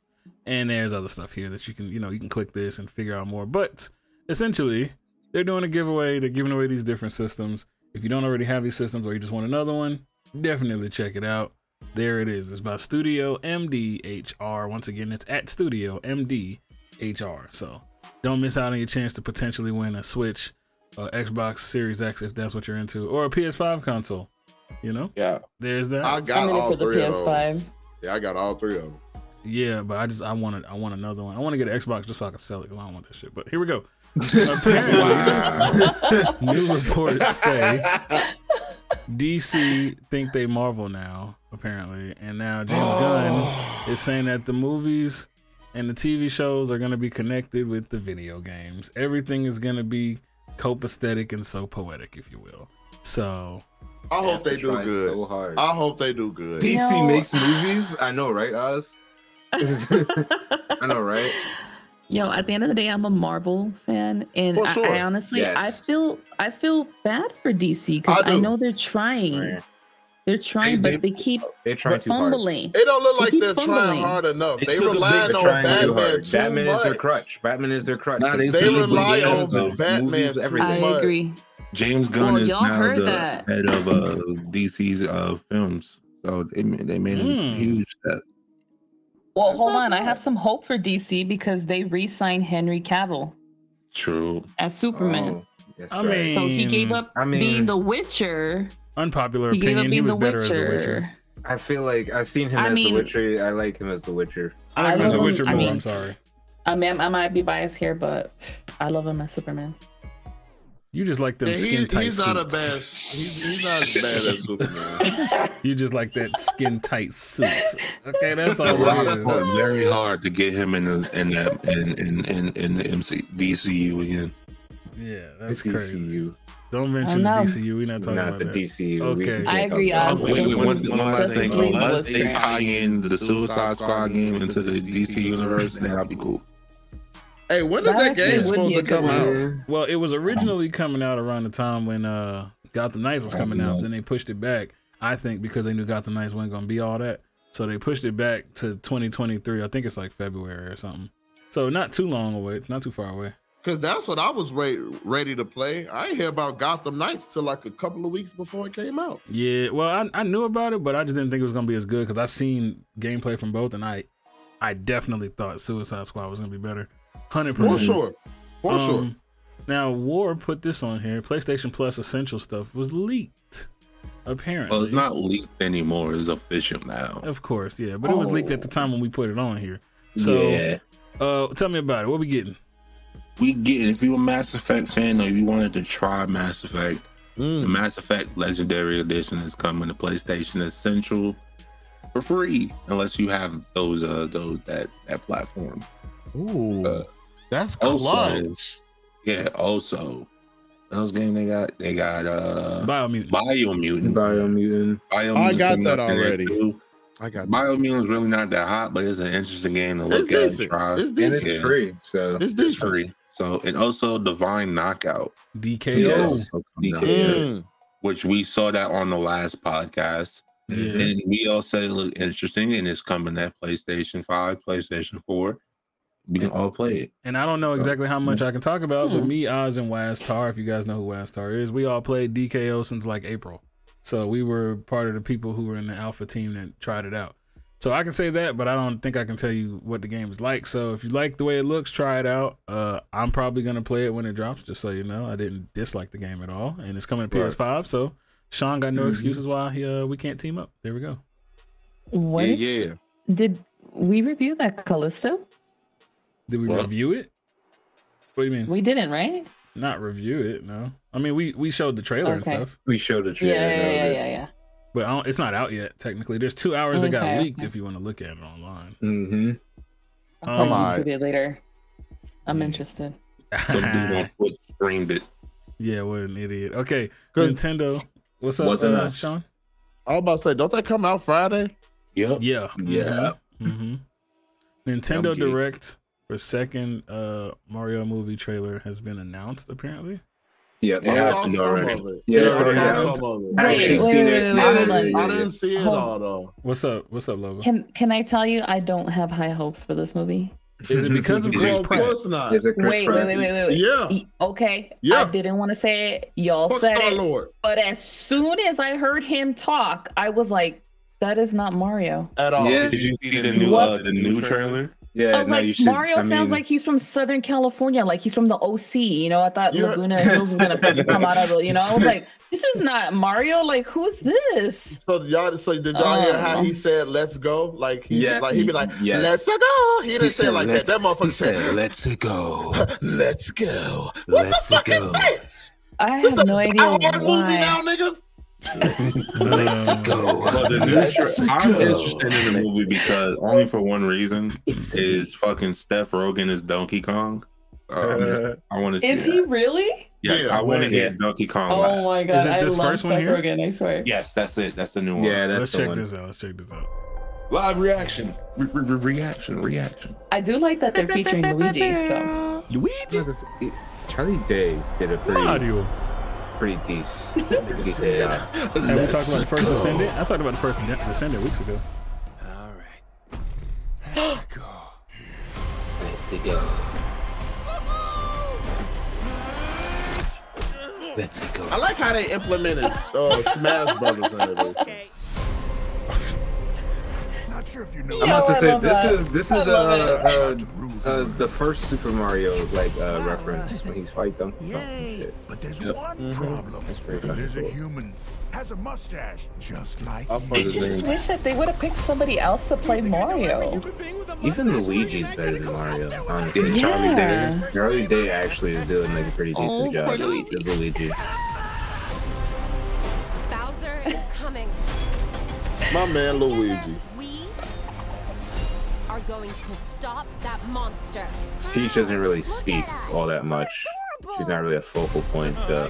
S1: And there's other stuff here that you can, you know, you can click this and figure out more. But essentially, they're doing a giveaway. They're giving away these different systems. If you don't already have these systems or you just want another one, definitely check it out. There it is. It's by Studio MDHR. Once again, it's at Studio MDHR. So don't miss out on your chance to potentially win a Switch, a Xbox Series X if that's what you're into, or a PS5 console. You know?
S5: Yeah.
S1: There's that.
S4: I got all three of those. Yeah, I got all three of them.
S1: Yeah, but I just I wanted I want another one. I want to get an Xbox just so I can sell it because I don't want that shit. But here we go. Apparently, new reports say DC think they Marvel now. Apparently, and now James Gunn is saying that the movies and the TV shows are going to be connected with the video games. Everything is going to be copacetic and so poetic, if you will. So
S4: I hope they do
S3: Try
S4: good.
S3: so hard.
S4: I hope they do good.
S3: DC makes movies. I know, right, Oz? I know, right?
S7: Yo, at the end of the day, I'm a Marvel fan, and
S3: For
S7: I-
S3: sure.
S7: I, honestly, I
S3: Yes.
S7: feel I feel bad for DC because
S4: I
S7: I,
S4: do.
S7: know they're trying, they're trying, but they keep
S3: They're trying too hard.
S7: fumbling.
S4: It don't look
S7: They
S4: like
S7: keep
S4: they're trying
S7: fumbling.
S4: hard enough. They,
S3: They took a
S4: relied
S3: big
S4: on
S3: trying too
S4: Batman
S3: hard.
S4: too
S3: Batman is
S4: much.
S3: their crutch. Batman is their crutch.
S5: Nah, they
S4: They
S5: took the
S4: rely
S5: big
S4: on
S5: guns, though.
S4: Batman
S3: Movies,
S4: too
S3: everything.
S7: I
S4: much.
S7: agree.
S5: James Gunn
S7: Well,
S5: is
S7: Oh, y'all
S5: now
S7: heard
S5: the
S7: that.
S5: head of uh, DC's uh, films, so they ma- they made
S7: Hmm.
S5: a huge step.
S7: Well, hold on, I have some hope for DC because they re-signed Henry Cavill
S5: True.
S7: as Superman.
S3: Oh,
S1: I mean,
S7: so he gave up being The Witcher.
S1: unpopular
S7: He gave up
S1: opinion. He
S7: being
S1: was
S7: The
S1: better as the
S7: Witcher.
S1: Witcher.
S3: I feel like I've seen him
S7: I
S3: as
S7: mean-
S3: the Witcher. I like him as the Witcher.
S1: I like him as the
S7: love him.
S1: Witcher
S7: I
S1: more.
S7: mean-
S1: I'm sorry.
S7: I mean, I might be biased here, but I love him as Superman.
S1: You just like them
S4: Yeah, he-
S1: skin tight
S4: he's
S1: suits.
S4: not a bad. He's, he's not as bad as Superman.
S1: You just like that skin tight suit. Okay, that's all it
S5: Rock
S1: is.
S5: fought very hard to get him in the in that in in in, in the MC, DCU again.
S1: Yeah, that's
S5: The
S1: crazy.
S5: DCU.
S1: Don't mention
S7: I know.
S1: DCU. We're not talking
S3: Not
S1: about
S3: the
S1: that.
S3: DCU. We
S1: Okay.
S3: can-
S7: I agree. I
S5: Oh,
S7: was
S5: wait, wait,
S7: just-
S5: one, one last
S7: Justice
S5: thing.
S7: League
S5: Unless
S7: was
S5: they
S7: great.
S5: tie in the Suicide Squad game into the DC universe, then that'd be cool.
S4: Hey, when is
S7: That
S4: that,
S7: actually
S4: game
S7: would
S4: supposed
S7: be a
S4: to come
S7: good
S4: out?
S1: Well, it was originally coming out around the time when uh, Gotham Knights was coming out. Then they pushed it back. I think because they knew Gotham Knights wasn't gonna be all that, so they pushed it back to 2023. I think it's like February or something. So not too long away. It's not too far away.
S4: Because that's what I was re- ready to play. I ain't hear about Gotham Knights till like a couple of weeks before it came out.
S1: Yeah, well, I, I knew about it, but I just didn't think it was gonna be as good because I seen gameplay from both, and I I definitely thought Suicide Squad was gonna be better, hundred
S4: For
S1: percent.
S4: sure. For sure.
S1: Mm-hmm. Um, Now, War put this on here. PlayStation Plus Essential stuff was leaked, apparently.
S5: Well, it's not leaked anymore. It's official now.
S1: Of course, yeah, but it was leaked at the time when we put it on here. So,
S5: Yeah.
S1: uh, tell me about it. What we getting?
S5: we getting if you a Mass Effect fan or if you wanted to try Mass Effect,
S1: mm.
S4: Hmm.
S5: the Mass Effect Legendary Edition is coming to PlayStation Essential for free, unless you have those uh those that that platform.
S4: Ooh, that's
S5: clutch. Yeah. Also, those game they got they got uh
S1: Biomutant.
S5: Biomutant.
S3: Biomutant.
S5: Biomutant
S4: I got
S5: coming
S4: that
S5: out there
S4: already.
S5: too.
S4: I got
S5: Biomutant is really not that hot, but it's an interesting game to look
S4: It's
S5: at and
S4: decent.
S5: try.
S4: It's
S5: And it's
S4: decent.
S5: free, so
S4: It's decent.
S5: free. So and also Divine Knockout,
S1: DKO,
S5: Yes.
S1: DKO.
S5: which we saw that on the last podcast,
S1: Yeah.
S5: and we all said it looked interesting, and it's coming at PlayStation Five, PlayStation Four. We can all play it.
S1: And I don't know exactly how much I can talk about,
S7: Hmm.
S1: but me, Oz, and Wastar, if you guys know who Wastar is, we all played DKO since like April. So we were part of the people who were in the alpha team that tried it out. So I can say that, but I don't think I can tell you what the game is like. So if you like the way it looks, try it out. Uh, I'm probably gonna play it when it drops, just so you know. I didn't dislike the game at all, and it's coming to
S5: Right.
S1: PS5. So Sean got no
S5: Mhm.
S1: excuses why he, uh, we can't team up. There we go.
S7: What is- Did we review that Callisto?
S1: Did we
S7: What?
S1: review it? What do you mean?
S7: We didn't, right?
S1: Not review it? No. I mean, we we showed the trailer and
S7: Okay.
S1: stuff.
S5: We showed the
S7: yeah, yeah, yeah, yeah, yeah.
S1: But I don't, it's not out yet. Technically, there's two hours that got
S7: Okay,
S1: leaked. If you want to look at it online,
S5: Mm-hmm.
S7: I'll
S1: Um,
S7: probably YouTube it later. I'm interested.
S5: Some dude on Twitch streamed it.
S1: yeah, what an idiot. Okay,
S4: Good.
S1: Nintendo. What's up,
S5: Wasn't
S1: uh,
S5: us.
S1: Sean?
S4: I was about to say, don't they come out Friday?
S5: Yep.
S1: Yeah.
S5: Yeah.
S1: hmm Nintendo
S4: geeked.
S1: Direct for second uh, Mario movie trailer has been announced. Apparently,
S5: Yeah,
S4: I
S5: that
S4: saw
S5: happened
S4: some
S5: already.
S4: of it.
S5: Yeah,
S4: Yeah,
S5: it's already
S4: I saw
S5: happened.
S4: some of it.
S5: I actually
S7: Wait, wait,
S5: seen it.
S7: wait, wait,
S4: I
S7: wait,
S4: didn't,
S7: hold
S4: I
S7: on.
S4: didn't see it
S7: Hold-
S4: all though.
S1: what's up? What's up, Lobo?
S7: Can can I tell you I don't have high hopes for this movie?
S1: Is it because of Chris
S4: Well, of
S1: Pratt?
S4: course not.
S3: Is it Chris
S7: wait,
S3: Pratt?
S7: wait, wait, wait, wait, wait.
S4: Yeah.
S7: Y- Okay.
S4: Yeah.
S7: I didn't want to say it. Y'all
S4: Fuck
S7: said
S4: Star
S7: it.
S4: Lord.
S7: But as soon as I heard him talk, I was like, that is not Mario.
S4: At all.
S5: Yeah. Did you see the new uh, the new trailer?
S7: I
S5: Yeah,
S7: was like, Mario sounds like he's from Southern California, like he's from the OC. You know, I thought
S4: You're-
S7: Laguna Hills was gonna come out of it. You know, I was like, this is not Mario. Like, who is this?
S4: So did y'all so did y'all hear how
S7: Oh.
S4: he said let's go? Like he
S3: Yeah,
S4: like he'd be like,
S3: yes.
S4: let's go. He didn't
S3: He
S4: say
S3: said,
S4: it like that.
S3: "Let's-
S4: That motherfucker
S3: he
S4: said,
S3: said,
S4: let's go. let's go. What
S3: Let's
S4: the fuck
S3: go.
S4: is this?
S7: I have no idea
S4: Power movie now,
S7: why.
S4: nigga.
S5: Let's go. I'm interested in the movie because only for one reason is fucking Steph Rogan is Donkey Kong. Um,
S1: Uh,
S5: I want to see.
S7: Is
S5: that.
S7: he really?
S5: Yes, I want to hear Donkey Kong.
S7: Oh
S5: live.
S7: my god!
S1: it this
S7: I love
S1: first one here?
S7: Seth Rogen. I swear.
S5: Yes, that's it. That's the new one.
S3: Yeah,
S1: Let's
S3: that's the
S1: check
S3: one.
S1: this out. Let's check this out.
S5: Live reaction, Re- re- re- reaction, reaction.
S7: I do like that they're featuring Luigi. So
S1: Luigi,
S3: Charlie Day did a pretty
S1: Mario.
S3: pretty decent. pretty decent job.
S1: Have we talked about the first descendant? I talked about the first Ascend- descendant weeks ago.
S3: Let's go. Let's go.
S4: I like how they implemented uh, Smash Brothers in it.
S19: Not sure if you know.
S3: I'm about to
S7: I
S3: say
S7: love
S3: this
S7: that.
S3: is this
S7: I
S3: is uh,
S7: love
S3: uh, uh, the first Super Mario like uh, reference when he's fighting Donkey Kong. and shit.
S19: But there's
S3: Yep.
S19: one
S3: Mhm.
S19: problem.
S3: That's pretty fucking
S19: There's a
S3: cool.
S19: human has a mustache just like
S3: I'll
S7: I
S3: put his
S7: just
S3: name.
S7: wish that they would have picked somebody else to play Mario.
S3: Even Luigi's better than Mario, honestly.
S7: Yeah.
S3: Charlie Day, Charlie Day actually is doing like a pretty decent
S7: All Oh, for
S3: job.
S7: Luigi.
S3: as Luigi.
S21: Bowser is coming.
S4: My man Luigi.
S21: We are going to stop that monster.
S3: Peach doesn't really speak all that much. She's not really a focal point,
S7: Oh
S3: so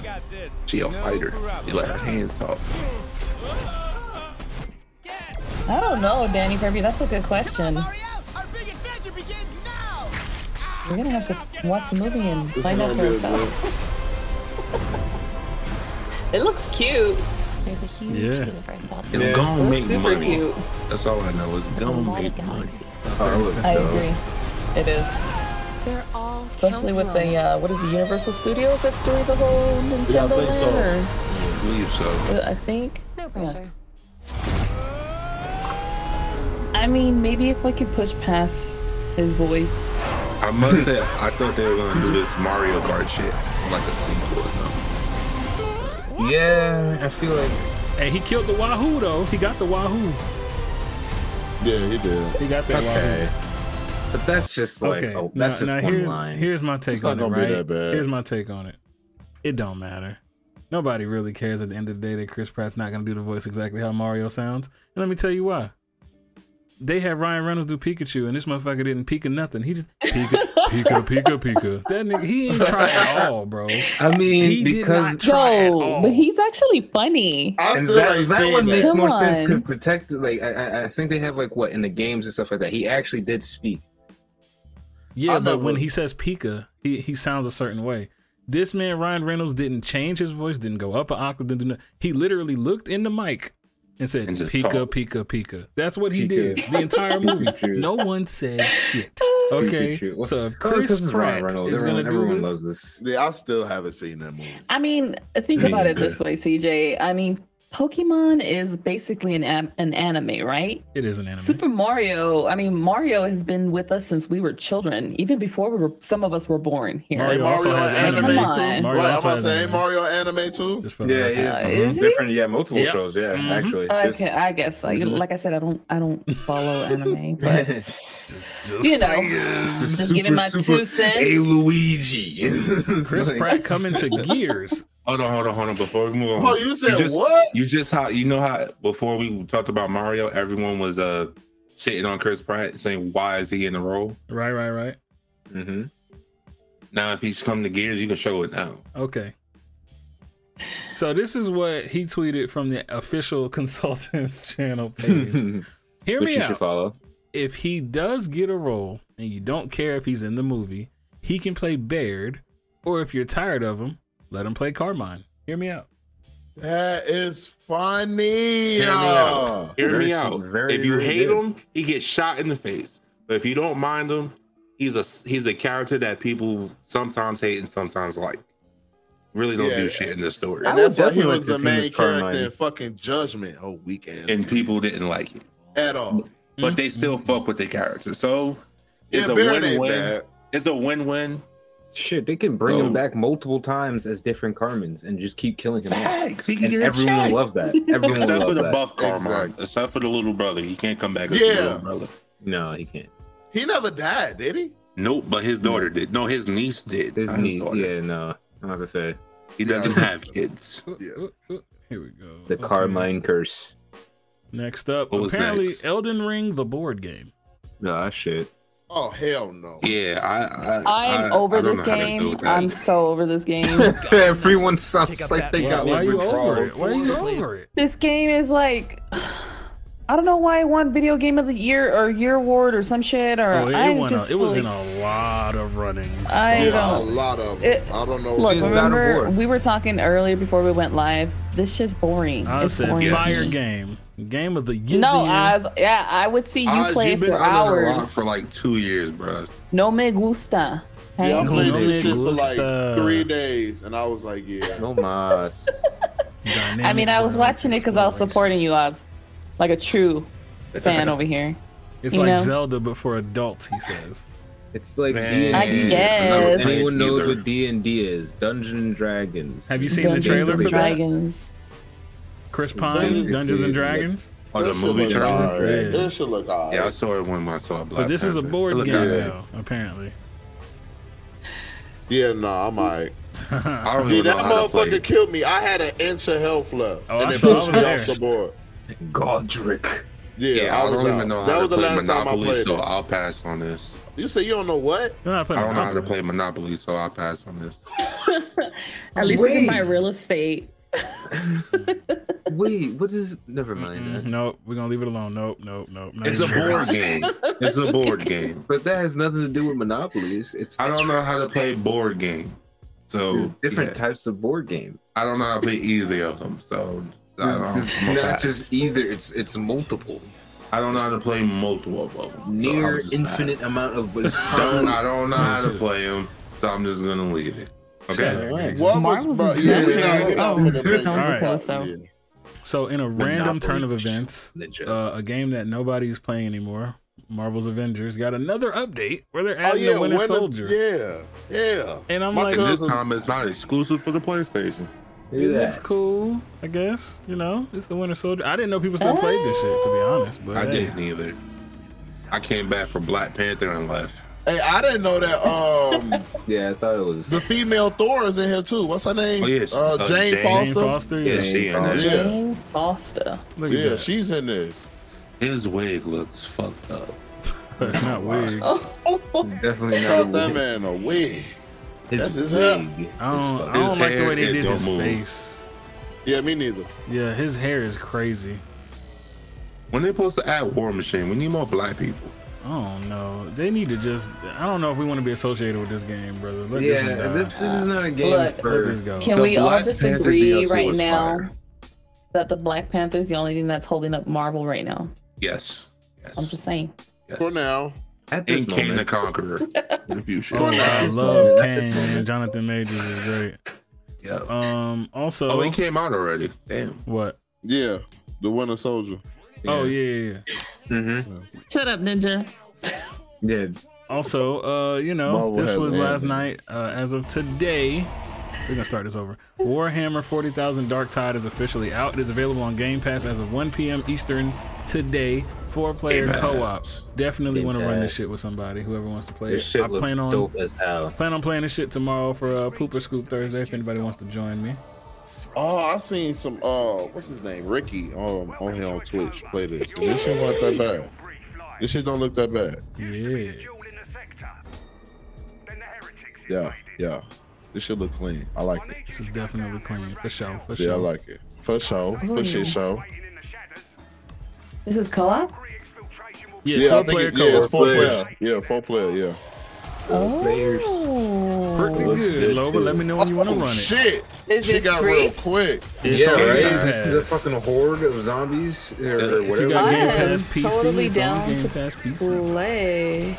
S5: She a fighter. She let her hands talk.
S7: I don't know, Danny Kirby. That's a good question. We're gonna have to watch the movie and
S4: This
S7: find
S4: is
S7: out for
S4: gonna be a good-
S7: ourselves. It looks cute.
S21: There's a huge
S5: Yeah.
S21: universe out
S5: It's
S21: there.
S5: gonna
S7: That's
S5: make
S7: super
S5: money.
S7: cute.
S5: That's all I know. It's
S21: A
S5: gonna
S21: lot
S5: make
S21: of
S5: money.
S21: galaxies.
S4: Oh,
S7: I agree. It is.
S21: They're all
S7: Especially with the uh, what is the Universal Studios that's doing the whole Nintendo
S5: Yeah, I think so.
S7: one,
S5: I believe so.
S7: or- uh, I think.
S21: No pressure.
S7: I mean, maybe if I could push past his voice.
S5: I must say, I thought they were gonna do this Mario Kart shit, like a sequel or something.
S3: Yeah, I feel like
S1: Hey, he killed the Wahoo though. He got the Wahoo.
S4: Yeah, he did.
S1: He got that
S3: okay,
S1: Wahoo.
S3: but that's just like
S1: okay.
S3: oh,
S1: now,
S3: that's just
S1: now
S3: one
S1: here's,
S3: line.
S1: here's my take
S4: It's
S1: on it.
S4: not gonna be
S1: Right?
S4: that bad.
S1: Here's my take on it. It don't matter. Nobody really cares at the end of the day that Chris Pratt's not gonna do the voice exactly how Mario sounds. And let me tell you why. They had Ryan Reynolds do Pikachu, and this motherfucker didn't Pika nothing. He just Pika, Pika, Pika, Pika. That nigga, he ain't try at all, bro.
S5: I mean,
S1: He did
S5: because
S1: not try at all.
S7: but he's actually funny.
S5: and that, that one makes
S7: Come
S5: more sense
S7: on.
S5: because detective, like I, I- I think they have like what in the games and stuff like that. He actually did speak.
S1: Yeah,
S5: I
S1: but
S5: never-
S1: when he says Pika, he, he sounds a certain way. This man Ryan Reynolds didn't change his voice, didn't go up an octave, didn't do nothing. He literally looked in the mic and said
S5: just
S1: Pika,
S5: talked.
S1: Pika, Pika. That's what he
S5: Pika.
S1: did the entire movie.
S5: Pikachu.
S1: no one said shit. Okay,
S5: Pikachu. Well,
S1: so if
S5: oh, 'cause
S1: Chris
S5: it's
S1: Pratt
S5: Ryan Reynolds.
S1: is
S5: Everyone-
S1: gonna do
S5: everyone
S1: this,
S5: loves this.
S4: Yeah, I still haven't seen that movie.
S7: I mean, think about it this way, CJ. I mean, Pokemon is basically an am- an anime, right?
S1: it is an anime.
S7: Super Mario. I mean, Mario has been with us since we were children, even before we were, some of us were born here.
S1: Mario also has anime.
S7: Come
S1: too.
S7: on.
S1: Mario
S4: right, I'm
S1: also
S4: about to
S1: has
S4: say ain't
S1: anime.
S4: Mario anime too.
S5: Yeah, he is.
S7: Uh,
S5: Mhm.
S7: is he?
S5: Different, yeah, multiple
S4: Yep.
S5: shows. Yeah,
S4: Mhm.
S5: actually. It's-
S7: Okay, I guess. Like,
S1: Mm-hmm.
S5: Mhm.
S7: like I said, I don't, I don't follow anime, but
S5: Just
S7: you know,
S5: saying.
S7: just
S5: super,
S7: giving my
S5: super-
S7: two cents.
S5: Hey, Luigi.
S1: Chris Pratt coming to Gears.
S5: Hold on, hold on, hold on. Before we move on,
S4: Oh, you said
S5: just,
S4: what?
S5: You just how you know how before we talked about Mario, everyone was uh shitting on Chris Pratt, saying why is he in the role?
S1: Right, right, right.
S5: Mm-hmm. Now, if he's come to Gears, you can show it now.
S1: Okay. So this is what he tweeted from the official consultants channel page. Hear
S5: Which
S1: me
S5: you
S1: out.
S5: should follow.
S1: If he does get a role and you don't care if he's in the movie, he can play Baird, or if you're tired of him, let him play Carmine. Hear me out.
S4: That is funny.
S5: Hear me
S4: uh.
S5: out. Hear me
S4: Very-
S5: out.
S4: very,
S5: if you
S4: very
S5: hate
S4: good.
S5: him, he gets shot in the face. But if you don't mind him, he's a he's a character that people sometimes hate and sometimes like. Really don't
S4: Yeah.
S5: do shit in this story.
S4: and that's why he was
S5: Definitely like
S4: the
S5: to see
S4: main
S5: Miss
S4: character
S5: Carmine.
S4: in fucking Judgment. Oh, weak ass
S5: and people didn't like it.
S4: at all.
S5: But they still
S3: Mm-hmm.
S5: fuck with the character. So it's
S4: Yeah,
S5: a
S4: Barrett ain't
S5: win-win.
S4: bad.
S5: It's a win-win.
S3: Shit, they can bring
S5: So-
S3: him back multiple times as different Carmens and just keep killing him. off.
S5: Facts, he can
S3: And
S5: get a
S3: everyone
S5: check.
S3: will love that. Everyone will
S5: Except
S3: love
S5: for the
S3: that.
S5: buff Carmine. Except for the little brother. He can't come back as
S4: Yeah.
S5: the little brother.
S3: No, he can't.
S4: He never died, did he?
S5: Nope, but his daughter did. No, his niece did.
S3: His
S5: not
S3: niece- yeah, no. I'm about to say
S5: He doesn't have kids.
S1: Uh, Here we go.
S3: the Carmine curse.
S1: Next up,
S3: What was
S1: apparently
S3: next?
S1: Elden Ring, the board game.
S5: Ah,
S3: Nah, shit.
S4: Oh hell no.
S5: Yeah, I,
S7: I'm over this game. I'm so over this game.
S3: Everyone sounds like they
S1: Why-
S3: got
S1: why are you
S3: withdrawals.
S1: over it? Why are you over it?
S7: this game is like I don't know why I won video game of the year or year award or some shit or
S1: Oh, it,
S7: I
S1: it went
S7: just
S1: a, it was
S7: like,
S1: in a lot of runnings.
S7: I
S4: Yeah, a
S7: don't-
S4: lot of
S7: It-
S4: them. I don't know.
S7: Look,
S4: It's
S7: remember we were talking earlier before we went live. This shit's boring.
S1: I
S7: it's
S1: said
S7: boring.
S1: fire game, game of the year.
S7: No, Oz. Yeah, I would see you
S5: Oz,
S7: play
S5: you've
S7: it
S5: been
S7: for
S5: under the rock
S7: hours.
S5: for like two years, bro.
S7: No me gusta. Hey?
S4: Yeah, I played
S1: No me
S4: that shit for like
S1: gusta.
S4: three days, and I was like, yeah.
S3: No mas.
S7: I mean, I was watching it because I was supporting you, Oz, like a true fan over here.
S1: It's
S7: you
S1: like
S7: know?
S1: Zelda, but for adults. He says.
S3: It's like
S1: Man.
S3: D&D.
S1: I
S7: guess.
S3: Anyone knows
S1: Either.
S3: what D and D is? Dungeons and Dragons.
S1: Have you seen the trailer for that?
S7: Dragons.
S1: Chris Pine, Dungeons and Dragons.
S5: Oh, the
S4: That shit
S5: movie
S4: look
S5: trailer.
S4: alright.
S1: Yeah.
S4: That shit look alright.
S5: Yeah, I saw it when I saw Black
S1: But this is a
S5: Panther.
S1: board
S5: It looked
S1: game,
S5: alright.
S1: though, apparently.
S4: Yeah, no, nah, I'm alright.
S5: I don't
S4: Dude, that
S5: even know how to play.
S4: motherfucker killed me. I had an inch of health left,
S5: Oh,
S4: and
S5: I
S4: it
S5: saw
S4: pushed
S5: it
S4: me
S5: there.
S4: off the board.
S5: Godric.
S4: Yeah,
S5: Yeah, I,
S4: I was
S5: don't
S4: out.
S5: even know
S4: That
S5: how to
S4: was the
S5: play
S4: last time I
S5: Monopoly,
S4: played
S5: so
S4: it.
S5: I'll pass on this.
S4: You say you don't know what?
S1: No, I
S5: I don't know how to play Monopoly, so I'll pass on this.
S7: At least in
S3: Wait.
S7: my real estate.
S3: Wait, what is? Never mind. that.
S1: Nope, we're gonna leave it alone. Nope, nope, nope. not
S5: It's a
S1: even
S5: board
S1: close.
S5: game. It's a board game.
S3: But that has nothing to do with monopolies. It's
S5: I don't know how to play board game, so
S3: There's different
S5: yeah.
S3: types of board game.
S5: I don't know how to play either of them. So I don't,
S3: It's
S5: I'm a
S3: not
S5: pass.
S3: just either. It's it's multiple.
S5: I don't know how to play multiple of them. so I'll
S3: Near
S5: just
S3: infinite amount of. But it's
S5: pass. Don't, I don't know how to play them, so I'm just gonna leave it. Okay.
S4: What was,
S7: Marvel's
S4: bro,
S7: in
S4: yeah,
S7: Dungeon.
S4: yeah, yeah,
S7: Oh,
S4: I'm gonna
S7: that was
S4: play
S7: a
S4: that.
S7: close though.
S4: Yeah.
S1: So, in a random
S5: Monopoly.
S1: turn of events, uh, a game that nobody's playing anymore, Marvel's Avengers got another update where they're
S4: Oh
S1: adding
S4: yeah,
S1: the Winter
S4: Winter-
S1: Soldier.
S4: Yeah, yeah.
S1: And I'm like,
S5: And this time it's not exclusive for the PlayStation.
S1: it looks cool, I guess. You know, it's the Winter Soldier. I didn't know people still played this shit, to be honest. But
S5: I
S1: hey.
S5: didn't either. I came back from Black Panther and left.
S4: Hey, I didn't know that. Um,
S3: Yeah, I thought it was.
S4: the female Thor is in here too. What's her name?
S5: Oh, yes.
S4: uh,
S5: Uh,
S4: Jane, Foster.
S5: Jane
S1: Foster,
S5: Yeah, she in there.
S4: Yeah,
S7: Foster.
S1: Look at
S4: yeah,
S1: that.
S4: she's in this.
S5: His wig looks fucked up.
S1: not wig.
S5: It's definitely
S4: Got
S5: not
S4: that man a wig.
S5: His
S4: That's his
S5: wig
S4: hair.
S5: is
S1: I don't, I don't like the way they did his face.
S4: Yeah, me neither.
S1: Yeah, his hair is crazy.
S5: When they supposed to add War Machine, we need more black people.
S1: I don't know. They need to just. I don't know if we want to be associated with this game, brother. Let
S3: Yeah,
S1: this, one die.
S3: this- this is not a game
S1: Let
S3: Look, for-
S1: this go.
S7: Can we all
S1: Black
S7: just
S1: Panther
S7: agree
S1: DLC
S7: right
S1: was
S7: now
S1: fire.
S7: that the Black Panther is the only thing that's holding up Marvel right now?
S5: Yes.
S7: I'm just saying.
S4: For now.
S5: At
S1: this
S5: and Kane
S1: moment.
S5: the Conqueror in the future.
S1: Oh, I love Kang man. Jonathan Majors is great.
S5: Yeah.
S1: Um. Also.
S5: Oh, he Oh, came out already. Damn.
S1: What?
S4: Yeah, the Winter Soldier.
S1: Oh yeah. yeah,
S5: Mm-hmm.
S7: Shut up, Ninja.
S5: Yeah.
S1: Also, uh, you know,
S5: Marvel
S1: this
S5: had
S1: was
S5: landed.
S1: last night. Uh, as of today, we're gonna start this over. Warhammer 40,000 Dark Tide is officially out. It is available on Game Pass as of 1 p.m. Eastern today. Four-player
S5: Game Pass.
S1: co-op. Definitely
S5: Game
S1: want to run this
S5: Pass.
S1: shit with somebody. Whoever wants to play
S5: This
S1: it.
S5: shit
S1: I
S5: looks
S1: plan on
S5: dope as hell.
S1: plan on playing this shit tomorrow for uh, Pooper Scoop Thursday. If anybody wants to join me.
S4: Oh, I seen some. Uh, what's his name? Ricky. Um, on here on Twitch. Play this. And this shit not that bad. This shit don't look that bad.
S1: Yeah.
S4: Yeah, yeah. This shit look clean. I like it.
S1: This is definitely clean for sure. For
S4: Yeah, I
S1: sure.
S4: like it. For sure. For shit show.
S7: This is co-op.
S1: Yeah,
S4: I think
S1: four-player
S4: it- yeah, it's
S1: co-op.
S4: four player. Yeah, four player. Yeah.
S7: Oh.
S1: Pretty
S4: Looks
S1: good,
S4: good,
S1: Loba.
S4: too.
S1: Let me know when you want to
S4: Oh,
S1: run it.
S4: shit.
S7: Is
S4: She
S7: it
S4: got
S7: free?
S4: real quick.
S1: It's on Game Pass.
S3: The fucking horde of zombies or
S1: If you
S3: whatever.
S1: got Game
S7: I am
S1: Pass PC,
S7: totally
S1: it's on
S7: down
S1: Game
S7: to
S1: Pass PC.
S7: play.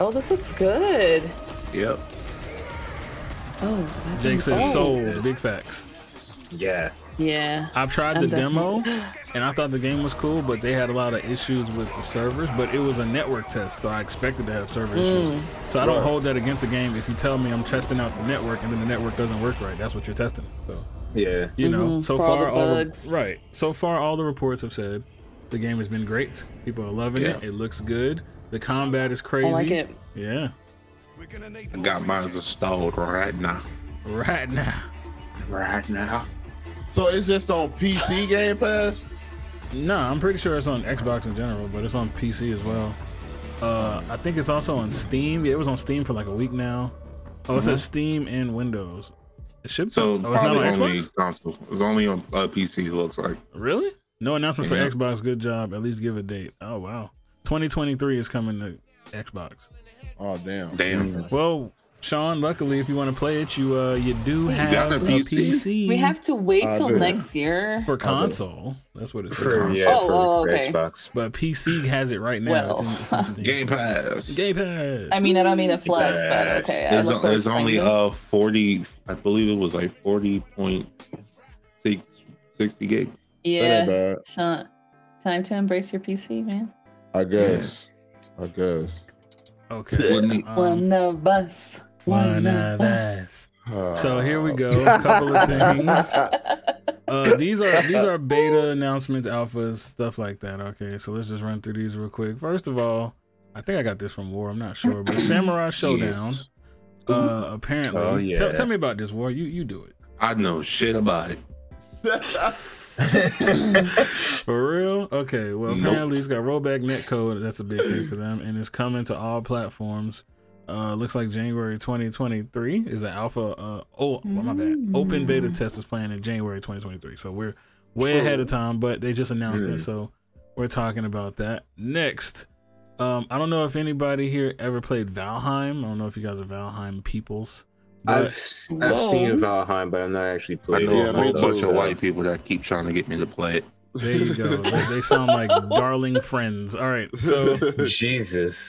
S7: Oh, this looks good.
S5: Yep.
S7: Oh, I
S1: Jake
S7: think-
S1: says
S7: oh.
S1: sold. Big facts.
S5: Yeah.
S7: Yeah.
S1: I've tried
S7: I'm
S1: the demo
S7: definitely-
S1: and I thought the game was cool, but they had a lot of issues with the servers. But it was a network test, so I expected to have server
S7: Mm.
S1: issues. So I don't
S7: Right.
S1: hold that against a game if you tell me I'm testing out the network and then the network doesn't work right. That's what you're testing. So
S3: Yeah.
S1: you know,
S7: Mhm,
S1: so
S7: for all
S1: far
S7: the
S1: all, the
S7: bugs.
S1: right. So far all the reports have said the game has been great. People are loving it. It looks good. The combat is crazy.
S7: like it.
S1: Yeah.
S5: I got mine installed right now.
S1: Right now.
S5: Right now.
S4: So it's just on PC Game Pass.
S1: No, I'm pretty sure it's on Xbox in general, but it's on PC as well. Uh, I think it's also on Steam. Yeah, it was on Steam for like a week now. Oh, it says
S5: Mhm.
S1: Steam and Windows. It shipped.
S5: So
S1: oh, it's not on
S5: probably only
S1: Xbox.
S5: console. It's only on uh, PC. It looks like.
S1: Really? No announcement
S5: Yeah.
S1: for Xbox. Good job. At least give a date. Oh wow, 2023 is coming to Xbox.
S4: Oh damn.
S5: Damn.
S1: Well, Sean, luckily, if you want to play it, you uh, you do
S5: You got
S1: have a
S5: the
S1: PC,
S5: PC?
S7: We have to wait
S1: I
S7: till
S1: do.
S7: next year.
S1: for console. That's what it's
S5: For- yeah,
S7: Oh, for- oh, for okay.
S5: Xbox.
S1: But PC has it right now. it's in, it's in Steam.
S5: Game Pass.
S1: Game Pass.
S7: I mean, I don't mean a flex, but
S5: Yes.
S7: okay. I
S5: There's,
S7: look forward
S5: there's
S7: to playing
S5: only
S7: this.
S5: uh 40. I believe it was like 40.6 60 gigs.
S7: yeah. Sean, time to embrace your PC, man.
S4: I guess. I guess.
S1: Okay. uh,
S7: One of us.
S1: Uh-huh. One of us. So here we go.
S5: Oh.
S1: A couple of things. Uh, these are these are beta announcements, alphas, stuff like that. Okay, so let's just run through these real quick. First of all, I think I got this from War. I'm not sure, but Samurai Showdown. Uh, apparently,
S5: Oh, yeah.
S1: tell, tell me about this War. You you do it
S5: I know shit about it.
S1: for real. Okay, well
S5: Nope.
S1: apparently it's got rollback netcode. That's a big thing for them, and it's coming to all platforms. Uh, looks like January 2023 is the alpha. Uh, oh, well, my bad. Open beta test is planned in January 2023, so we're way
S5: Mm. True.
S1: ahead of time. But they just announced
S5: Hmm.
S1: it, so we're talking about that next. Um, I don't know if anybody here ever played Valheim. I don't know if you guys are Valheim peoples.
S3: I've,
S1: but-
S3: s- I've seen Valheim, but I'm not actually
S5: I
S3: playing.
S5: know
S3: it.
S5: a whole bunch of white people that keep trying to get me to play it.
S1: There you go. they, they sound like darling friends. All right, so
S3: Jesus.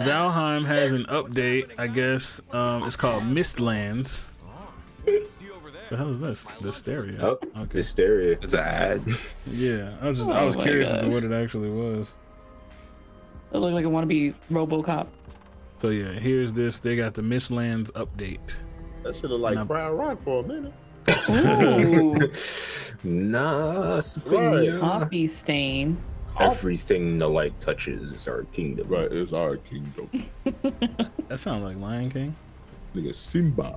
S1: Valheim has an update, I guess. Um, it's called Mistlands. The hell is this? Dysteria.
S3: Oh, Dysteria.
S5: It's an ad.
S1: Yeah, I was just I
S7: Oh
S1: was
S7: my
S1: curious as to
S7: God.
S1: what it actually was.
S7: It looked like I want to be RoboCop.
S1: So yeah, here's this. They got the Mistlands update.
S4: That should have like
S1: Nah.
S4: Brian Rock for a minute.
S7: Ooh,
S3: Nah,
S4: Right.
S7: coffee stain.
S3: Everything the light touches is our kingdom.
S4: Right, it's our kingdom.
S1: That sounds like Lion King.
S4: Nigga Simba.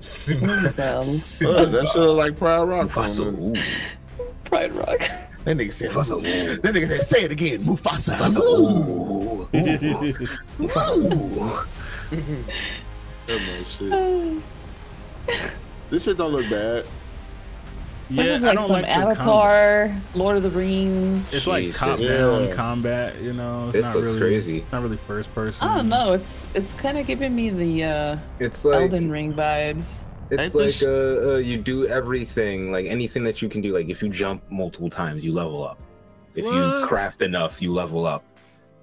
S3: Simba.
S4: Oh, Uh, that should have like Brian Rock for a minute.
S7: Pride Rock.
S4: That nigga said, Mufasa. That nigga said, say it again, Mufasa. Ooh. Ooh.
S19: That man shit. this shit don't look bad.
S7: this is like some Avatar, Lord of the Rings.
S1: It's like top down combat, you know. It's
S3: This
S1: not
S3: looks
S1: really,
S3: crazy.
S1: It's not really first person.
S7: I don't know. It's it's kind of giving me the uh,
S3: It's like-
S7: Elden Ring vibes.
S3: It's like uh, uh, you do everything, like anything that you can do. Like if you jump multiple times, you level up. If you
S7: What?
S3: craft enough, you level up.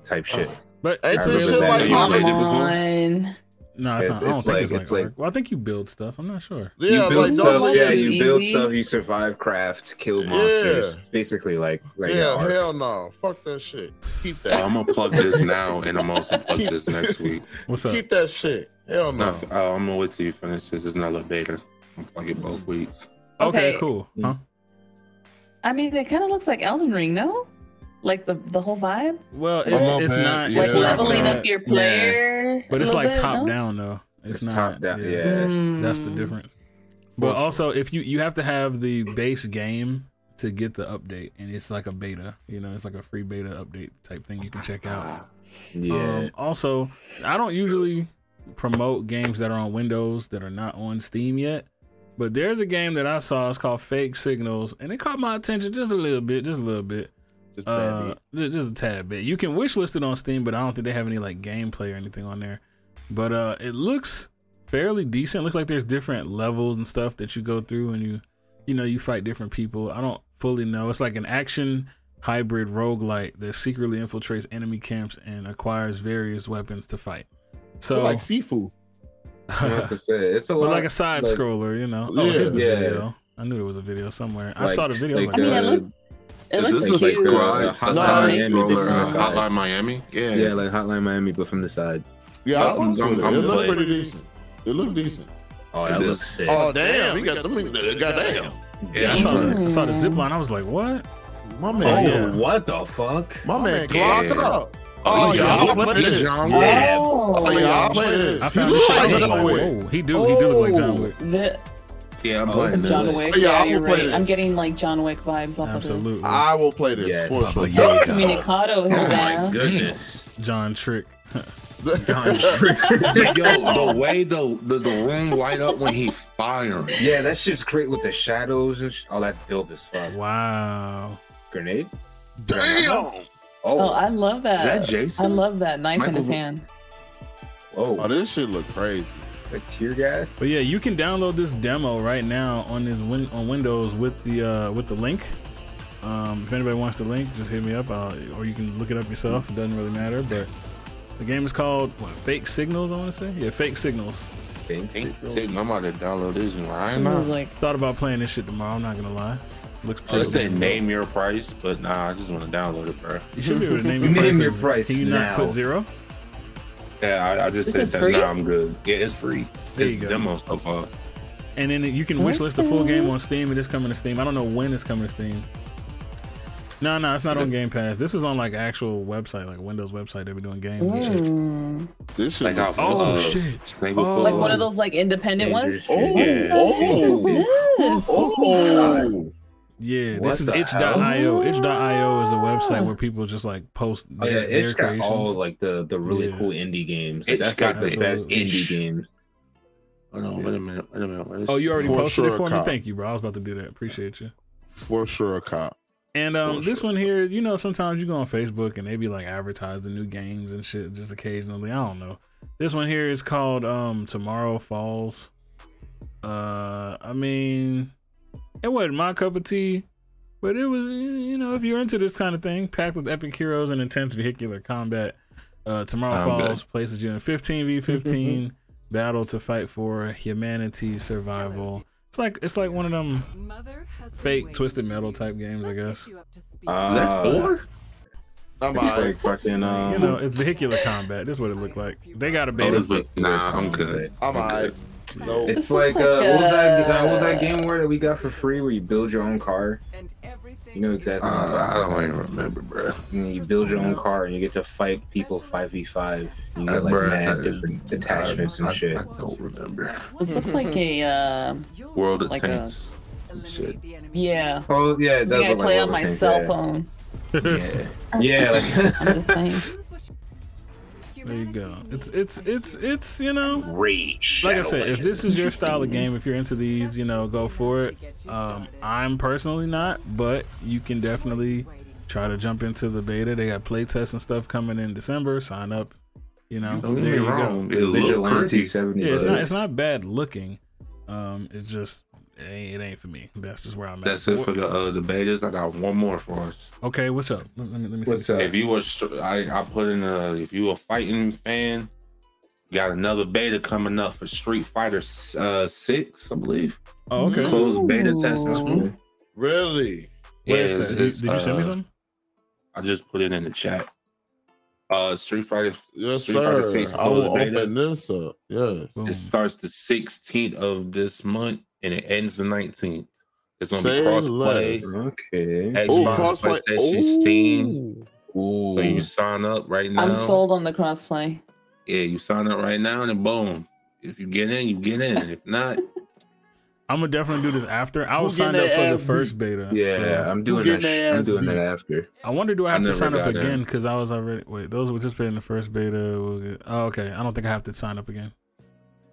S3: Type shit.
S1: But
S3: I
S1: it's
S3: remember that
S1: like
S3: you played it before?
S7: on.
S1: No, it's, not. I
S3: It's-
S1: don't
S3: it's
S1: think
S3: like-
S1: it's like,
S3: it's like-
S1: Ark. Well, I think you build stuff. I'm not sure.
S3: you build stuff. yeah, you build stuff. You survive, craft, kill monsters. Basically, like like
S4: yeah,
S3: Ark.
S4: hell no. Fuck that shit. Keep
S5: So
S4: that.
S5: Oh, I'm gonna plug this now, and I'm also plug this next week.
S1: What's
S4: Keep that shit. Hell no.
S5: No, uh, I'm gonna wait till you finish this. It's not a beta. I'm gonna plug it both weeks.
S7: Okay, Okay.
S1: cool. Huh?
S7: I mean, it kind of looks like Elden Ring, no? Like the the whole vibe.
S1: Well,
S7: I'm
S1: it's,
S7: up
S1: it's
S7: at-
S1: not.
S7: Like
S1: it's not
S7: leveling
S1: that-
S7: up your player.
S1: But
S7: a
S1: it's
S7: little
S1: like
S7: bit,
S1: top
S7: no? Hmm.
S1: down though. It's,
S3: It's
S1: not
S3: top down, yeah. Mm.
S1: That's the difference. But also, if you you have to have the base game to get the update, and it's like a beta. You know, it's like a free beta update type thing you can check out. Um,
S3: Yeah.
S1: also, I don't usually promote games that are on Windows that are not on Steam yet. But there's a game that I saw. It's called Fake Signals, and it caught my attention just a little bit, just a little bit, just, uh, ju- just a tad bit. You can wishlist it on Steam, but I don't think they have any like gameplay or anything on there. But uh, it looks fairly decent. Looks like there's different levels and stuff that you go through, and you, you know, you fight different people. I don't fully know. It's like an action hybrid roguelite that secretly infiltrates enemy camps and acquires various weapons to fight. So
S4: like Sifu.
S3: I don't know what to say. It's a
S1: but
S3: lot
S1: like a side
S3: like-
S1: scroller, you know. Oh,
S3: Yeah.
S1: here's the
S3: Yeah.
S1: video. I knew there was a video somewhere. I
S3: Like-
S1: saw the video. I was
S3: like, uh,
S1: like,
S3: I mean, it
S1: "Oh."
S3: looked-
S7: it
S3: Is looked this
S5: like
S3: cute.
S5: the,
S3: Like
S5: uh,
S3: the
S5: Hotline
S3: Hotline
S5: Miami
S3: Miami
S5: roller, uh,
S3: different side.
S5: Hotline Miami? Yeah.
S3: Yeah, like Hotline Miami, but from the side.
S5: Yeah, I
S3: I'm,
S5: fucks with
S3: I'm,
S5: it.
S3: I'm
S5: It look
S3: playing.
S5: pretty
S19: decent. It look decent.
S3: Oh, that
S5: It
S3: looks sick.
S4: Oh damn, he got them. Goddamn.
S1: Yeah, I saw, the, I saw the zip line. I was like, what?
S4: My
S3: man- Oh, what the fuck?
S4: My man,
S1: Yeah.
S4: Glock it up.
S1: Oh,
S4: Oh,
S1: yeah,
S4: yeah, I'll
S1: what's
S4: play
S1: this?
S4: this.
S1: Damn.
S4: Oh, yeah, I'll play this.
S1: I found
S4: You
S1: this
S4: look
S1: shit. I
S4: like
S1: was like,
S4: John Wick. Oh.
S1: whoa, Oh, he do. He do look like John Wick.
S7: The,
S5: Yeah, I'm
S4: playing
S7: John
S4: this.
S3: oh,
S7: Wick.
S4: Yeah,
S7: Yeah,
S4: I will
S7: you're
S4: play
S7: right.
S4: this.
S7: I'm getting like John Wick vibes off of this.
S4: I will play this for sure.
S7: Communicado
S3: Oh
S7: his ass.
S5: goodness.
S1: John Trick.
S5: John Trick. Yo, the way the, the the room light up when he firing.
S3: Yeah, that shit's great with the shadows and sh- oh, that's dope as fuck.
S1: Wow.
S3: Grenade.
S4: Damn.
S7: Oh, I love that.
S3: Is that Jason?
S7: I love that knife in
S3: Michael-
S7: his hand.
S3: Whoa.
S4: Oh, this shit look crazy.
S3: Like tear gas.
S1: But yeah, you can download this demo right now on this win- on Windows with the uh, with the link. Um, if anybody wants the link, just hit me up, uh, or you can look it up yourself. It doesn't really matter. But the game is called what? Fake Signals, I want to say. Yeah, Fake Signals.
S5: Ain't sitting. I'm about to download this. You lying
S1: I
S5: now?
S1: thought about playing this shit tomorrow. I'm not gonna lie. Looks
S5: I
S1: pretty.
S5: would say name your price, but nah, I just want to download it, bro.
S1: You should be able to name your prices. Can you not put zero?
S5: Yeah, I, I just
S1: This
S5: said
S1: is
S5: that.
S1: free?
S5: Nah, I'm good. Yeah, it's free.
S1: There
S5: it's
S1: you go.
S5: demo so far.
S1: And then you can wishlist the full game on Steam. It is coming to Steam. I don't know when it's coming to Steam. No, no, it's not on Game Pass. This is on like actual website, like Windows website. They be doing games. and shit.
S7: Mm.
S4: This shit
S5: like how
S4: looks
S1: Oh,
S5: fucks
S1: shit.
S5: up Snaggle Foot.
S7: Like
S3: Oh.
S7: one of those like independent ones.
S5: Oh, yeah. Oh.
S7: Yes.
S4: Oh,
S7: Oh.
S1: Yeah,
S3: What
S1: this is
S3: the
S1: itch.io. Itch.io is a website
S7: Ah.
S1: where people just like post
S3: Oh, yeah,
S1: their, their
S3: it's got
S1: creations.
S3: all like the the really cool indie games. Like,
S5: It's
S3: that's
S5: got
S3: got like,
S5: the
S3: the best
S5: itch.
S3: indie games.
S5: Hold on, wait a minute. Wait a minute. where is
S1: oh, you
S5: it?
S1: already posted it for me. Thank you, bro. I was about to do that. Appreciate you.
S4: For sure, a cop.
S1: And um, this one here, you know, sometimes you go on Facebook and they be like advertising new games and shit just occasionally. I don't know. This one here is called um Tomorrow Falls. Uh, I mean, it wasn't my cup of tea, but it was you know if you're into this kind of thing, packed with epic heroes and intense vehicular combat. Uh, Tomorrow
S5: I'm good.
S1: Falls places you in 15 v 15 battle to fight for humanity's survival. It's like it's like one of them fake twisted metal type games, I guess.
S3: Uh, that
S4: or?
S3: It's like fucking um,
S1: you know, it's vehicular combat. This is what it looked like. They got a
S5: Oh,
S1: beta.
S5: Nah, I'm good.
S4: I'm alright. No.
S3: It's
S1: This looks
S3: like, uh,
S1: like
S3: what was that?
S1: a-
S3: What was that game where that we got for free where you build your own car? You know exactly. I
S5: Uh, don't even remember, bro.
S3: And you build your own car and you get to fight people five v five. You
S5: Uh,
S3: get like
S5: bruh,
S3: mad
S5: I-
S3: different attachments
S5: I-
S3: and shit.
S5: I don't remember.
S7: This looks like a uh,
S5: World of
S7: like
S5: Tanks.
S7: a
S5: and shit.
S7: Yeah.
S5: Oh yeah, it
S7: I
S5: does
S7: think I
S5: look like
S7: play
S5: all
S7: on
S5: the
S7: my
S5: things,
S7: cell
S5: yeah. Yeah.
S7: phone.
S5: Yeah, like-
S7: I'm just saying.
S1: There you go. It's it's it's it's you know
S5: rage.
S1: Like I
S5: Shadow
S1: said, if this is your
S5: Legends.
S1: style of game, if you're into these, you know, go for it. Um, I'm personally not, but you can definitely try to jump into the beta. They got playtests and stuff coming in December. Sign up. You know,
S5: Don't get
S1: there
S5: me
S1: you
S5: wrong,
S1: go.
S5: it look Vigilante pretty. 70
S1: Yeah, it's not
S5: bucks.
S1: it's not bad looking. Um, it's just it ain't, it ain't for me. That's just where I'm at.
S5: That's it
S1: What-
S5: for the uh, the betas. I got one more for us.
S1: Okay, what's up? Let let me let me see.
S5: If you were, str- I, I put in a. If you a fighting fan, got another beta coming up for Street Fighter uh, Six, I believe.
S1: Oh, okay.
S5: Closed beta test. this morning.
S4: Really?
S5: Yeah,
S1: Wait a
S5: it's-
S1: second. Did-
S5: it's,
S1: Did you send me
S5: uh,
S1: something?
S5: I just put it in the chat. Uh, Street Fighter.
S19: Yes,
S5: Street Fighter
S19: sir.
S4: Oh,
S5: 6
S19: I will
S5: closed beta.
S19: open this up. Yes.
S5: It starts the 16th of this month and it ends the 19th. It's gonna
S19: Say
S5: be crossplay.
S19: less.
S5: Okay.
S4: Oh,
S19: Ooh,
S5: Xbox,
S19: crossplay.
S5: PlayStation, Steam. So you sign up right now.
S7: I'm sold on the crossplay.
S5: Yeah, you sign up right now and then boom. If you get in, you get in. If not,
S1: I'm gonna definitely do this after. I
S5: Who
S1: was signed up
S5: getting
S1: for
S5: their
S1: the
S5: ass
S1: first
S5: beat?
S1: beta.
S5: Yeah,
S1: so-
S5: I'm doing Who getting that sh- their I'm ass doing that beat? after.
S1: I wonder do I
S5: I
S1: have to
S5: never
S1: sign up
S5: got in.
S1: again because I was already wait. Those who participated in the first beta. Will get, oh, okay. I don't think I have to sign up again.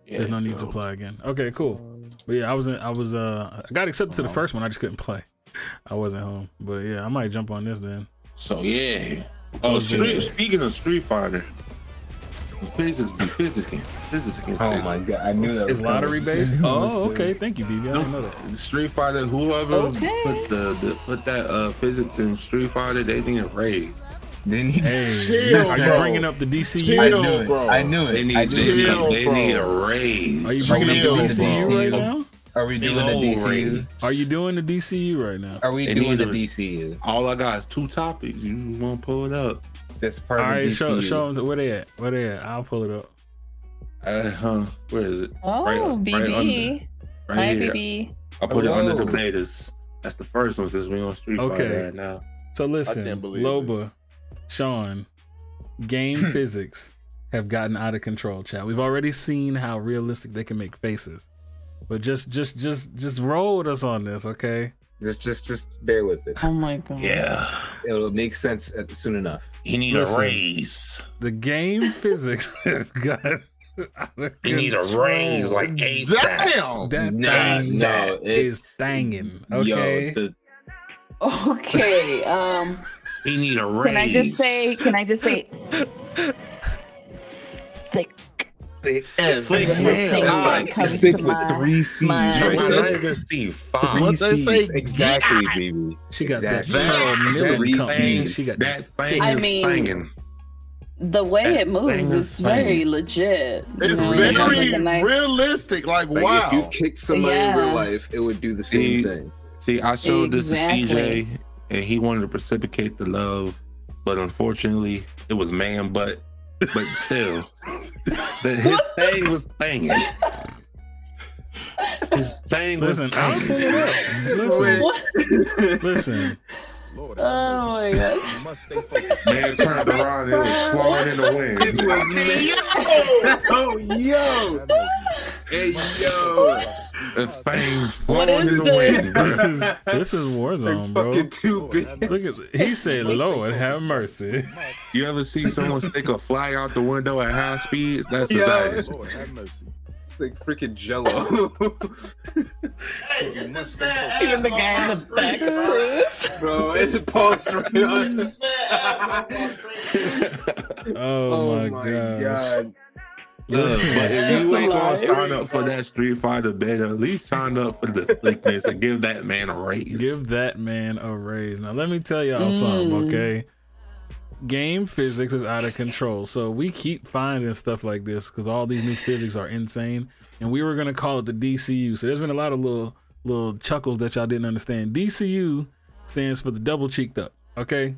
S1: There's no need to apply again. Okay, cool. But yeah, I was in, I was uh I got accepted to the first one. I just couldn't play. I wasn't home. But yeah, I might jump on this then.
S5: so yeah. Oh, street, speaking of Street Fighter, physics, physics, physics.
S3: Oh my God, I knew that
S1: It's
S3: was coming.
S1: lottery based. Oh, okay. Thank you, BB. I didn't know that.
S5: Street Fighter, whoever put the, the put that uh, physics in Street Fighter, they think it raised. Then he
S1: Hey, are you bringing up the DCU?
S5: They need, they need- they need a raise.
S1: Are you bringing up the DCU right now?
S5: Are we doing the DCU?
S1: Are you doing the DCU right now?
S5: Are we
S1: They
S5: doing
S1: need
S5: the
S1: a-
S5: DCU? All I got is two topics. You want to pull it up? That's
S1: All
S5: part
S1: right, show show them where they at. Where they at? I'll pull it up.
S5: Uh, huh. Where is it?
S7: Oh,
S5: right
S7: BB.
S5: under.
S7: Hi,
S5: Right here.
S7: BB.
S5: I put it under the
S1: Hello.
S5: betas. That's the first one since we on Street
S1: Okay.
S5: Fighter right now.
S1: So listen, Loba, Sean, game physics have gotten out of control, chat. We've already seen how realistic they can make faces. But just just just just roll with us on this, okay?
S3: Just, just, just bear with it.
S7: Oh my god.
S5: Yeah.
S3: It'll make sense at- soon enough.
S5: He need
S1: Listen.
S5: a raise.
S1: The game physics have gotten out of
S5: He need a
S1: control.
S5: raise like ASAP.
S1: That
S5: Nah,
S1: thing
S5: no,
S1: that is thangin', okay?
S5: the-
S7: Okay. Um.
S5: He need a raise.
S7: Can I just say? Can I just say? Thick.
S5: Thick.
S7: Thick with
S5: That's
S7: thick
S5: like
S7: comes
S5: thick
S7: to
S5: with
S7: my-
S5: three C's.
S7: my-
S5: Right?
S7: my-
S5: Not even C. Five.
S7: What they
S5: Three Cs.
S7: say?
S5: Exactly,
S7: Yeah.
S5: baby.
S1: She got that
S5: Exactly.
S1: Millen
S5: Three
S1: company.
S5: Cs.
S1: She got
S5: that thing.
S7: I
S5: is
S7: mean,
S5: banging.
S7: The way it moves
S5: thing
S7: is
S5: is banging.
S7: very legit. you
S4: It's
S7: know, it has,
S4: very
S7: like, a nice-
S4: realistic. Like,
S3: Like
S4: wow.
S3: if you kick somebody in
S7: Yeah.
S3: real life, it would do the same
S5: See,
S3: thing.
S5: see, I showed this to
S7: Exactly.
S5: CJ, and he wanted to precipitate the love, but unfortunately, it was man butt. But still, the, his thing was banging. His thing was
S1: Listen, I'll pull
S5: banging.
S1: it up. Listen, listen.
S7: Oh my god.
S5: Man turned around and it was flying in the wind. It was
S3: oh yo. Hey yo.
S5: The thing
S3: What
S5: flowing
S3: is
S5: in the
S3: this?
S5: wind.
S1: This is this is Warzone, bro.
S3: fucking
S1: too big. Look at he said, "Lord have mercy."
S5: You ever see someone stick a fly out the window at high speeds? That's the
S3: Yo.
S5: best.
S4: Oh.
S3: It's like freaking jello.
S7: Even the guy in the back.
S3: Bro, it just paused right on.
S1: Oh, my, gosh.
S3: God.
S5: Look,
S1: Listen.
S5: but if you
S1: That's
S5: ain't
S1: a
S5: gonna
S1: lie.
S5: sign up for that Street Fighter beta, at least sign up for the thickness and give that man a raise.
S1: Give that man a raise. Now let me tell y'all something,
S5: Mm.
S1: okay? Game physics is out of control. So we keep finding stuff like this because all these new physics are insane. And we were gonna call it the DCU. So there's been a lot of little little chuckles that y'all didn't understand. DCU stands for the double cheeked up, okay?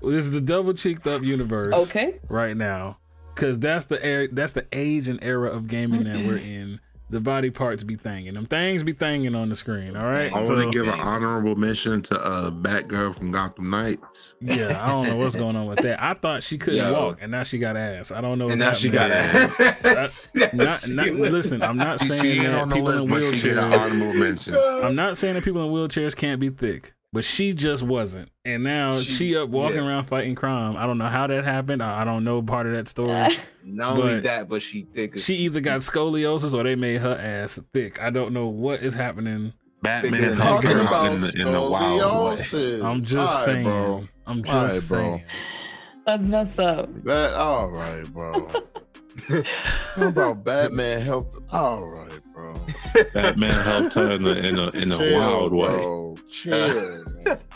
S1: Well, this is the double cheeked up universe
S7: Okay.
S1: right now. Cause that's the air that's the age and era of gaming that we're in. the body parts be thanging. Them things be thanging on the screen. All right.
S5: I want
S1: So-
S5: to give an honorable mention to uh, Batgirl from Gotham Knights.
S1: Yeah, I don't know what's going on with that. I thought she couldn't
S5: Yo.
S1: walk, and now she got ass. I don't know.
S5: And now
S1: what's
S5: she got
S1: happening.
S5: ass.
S1: I- not-
S5: She
S1: not-
S5: was-
S1: listen, I'm not
S5: She- she
S1: saying
S5: ain't
S1: that
S5: on the
S1: people
S5: list,
S1: in
S5: but she get an
S1: wheelchairs.
S5: honorable mention.
S1: I'm not saying that people in wheelchairs can't be thick, but she just wasn't. And now she,
S5: She-
S1: up walking
S5: yeah.
S1: around fighting crime. I don't know how that happened. I, I don't know part of that story.
S3: Not only
S1: But-
S3: that, but she thick. as-
S1: She either got scoliosis or they made her ass thick. I don't know what is happening.
S5: Batman Thinking helped her out in the- in the wild
S4: scoliosis.
S1: I'm just
S4: All right,
S1: saying.
S4: bro.
S1: I'm just
S4: All right, bro.
S1: saying.
S7: That's messed up.
S4: That all right, bro. How about Batman helped? All right, bro.
S5: Batman helped her in the in a, in a
S4: Chill,
S5: wild way.
S4: bro. Chill.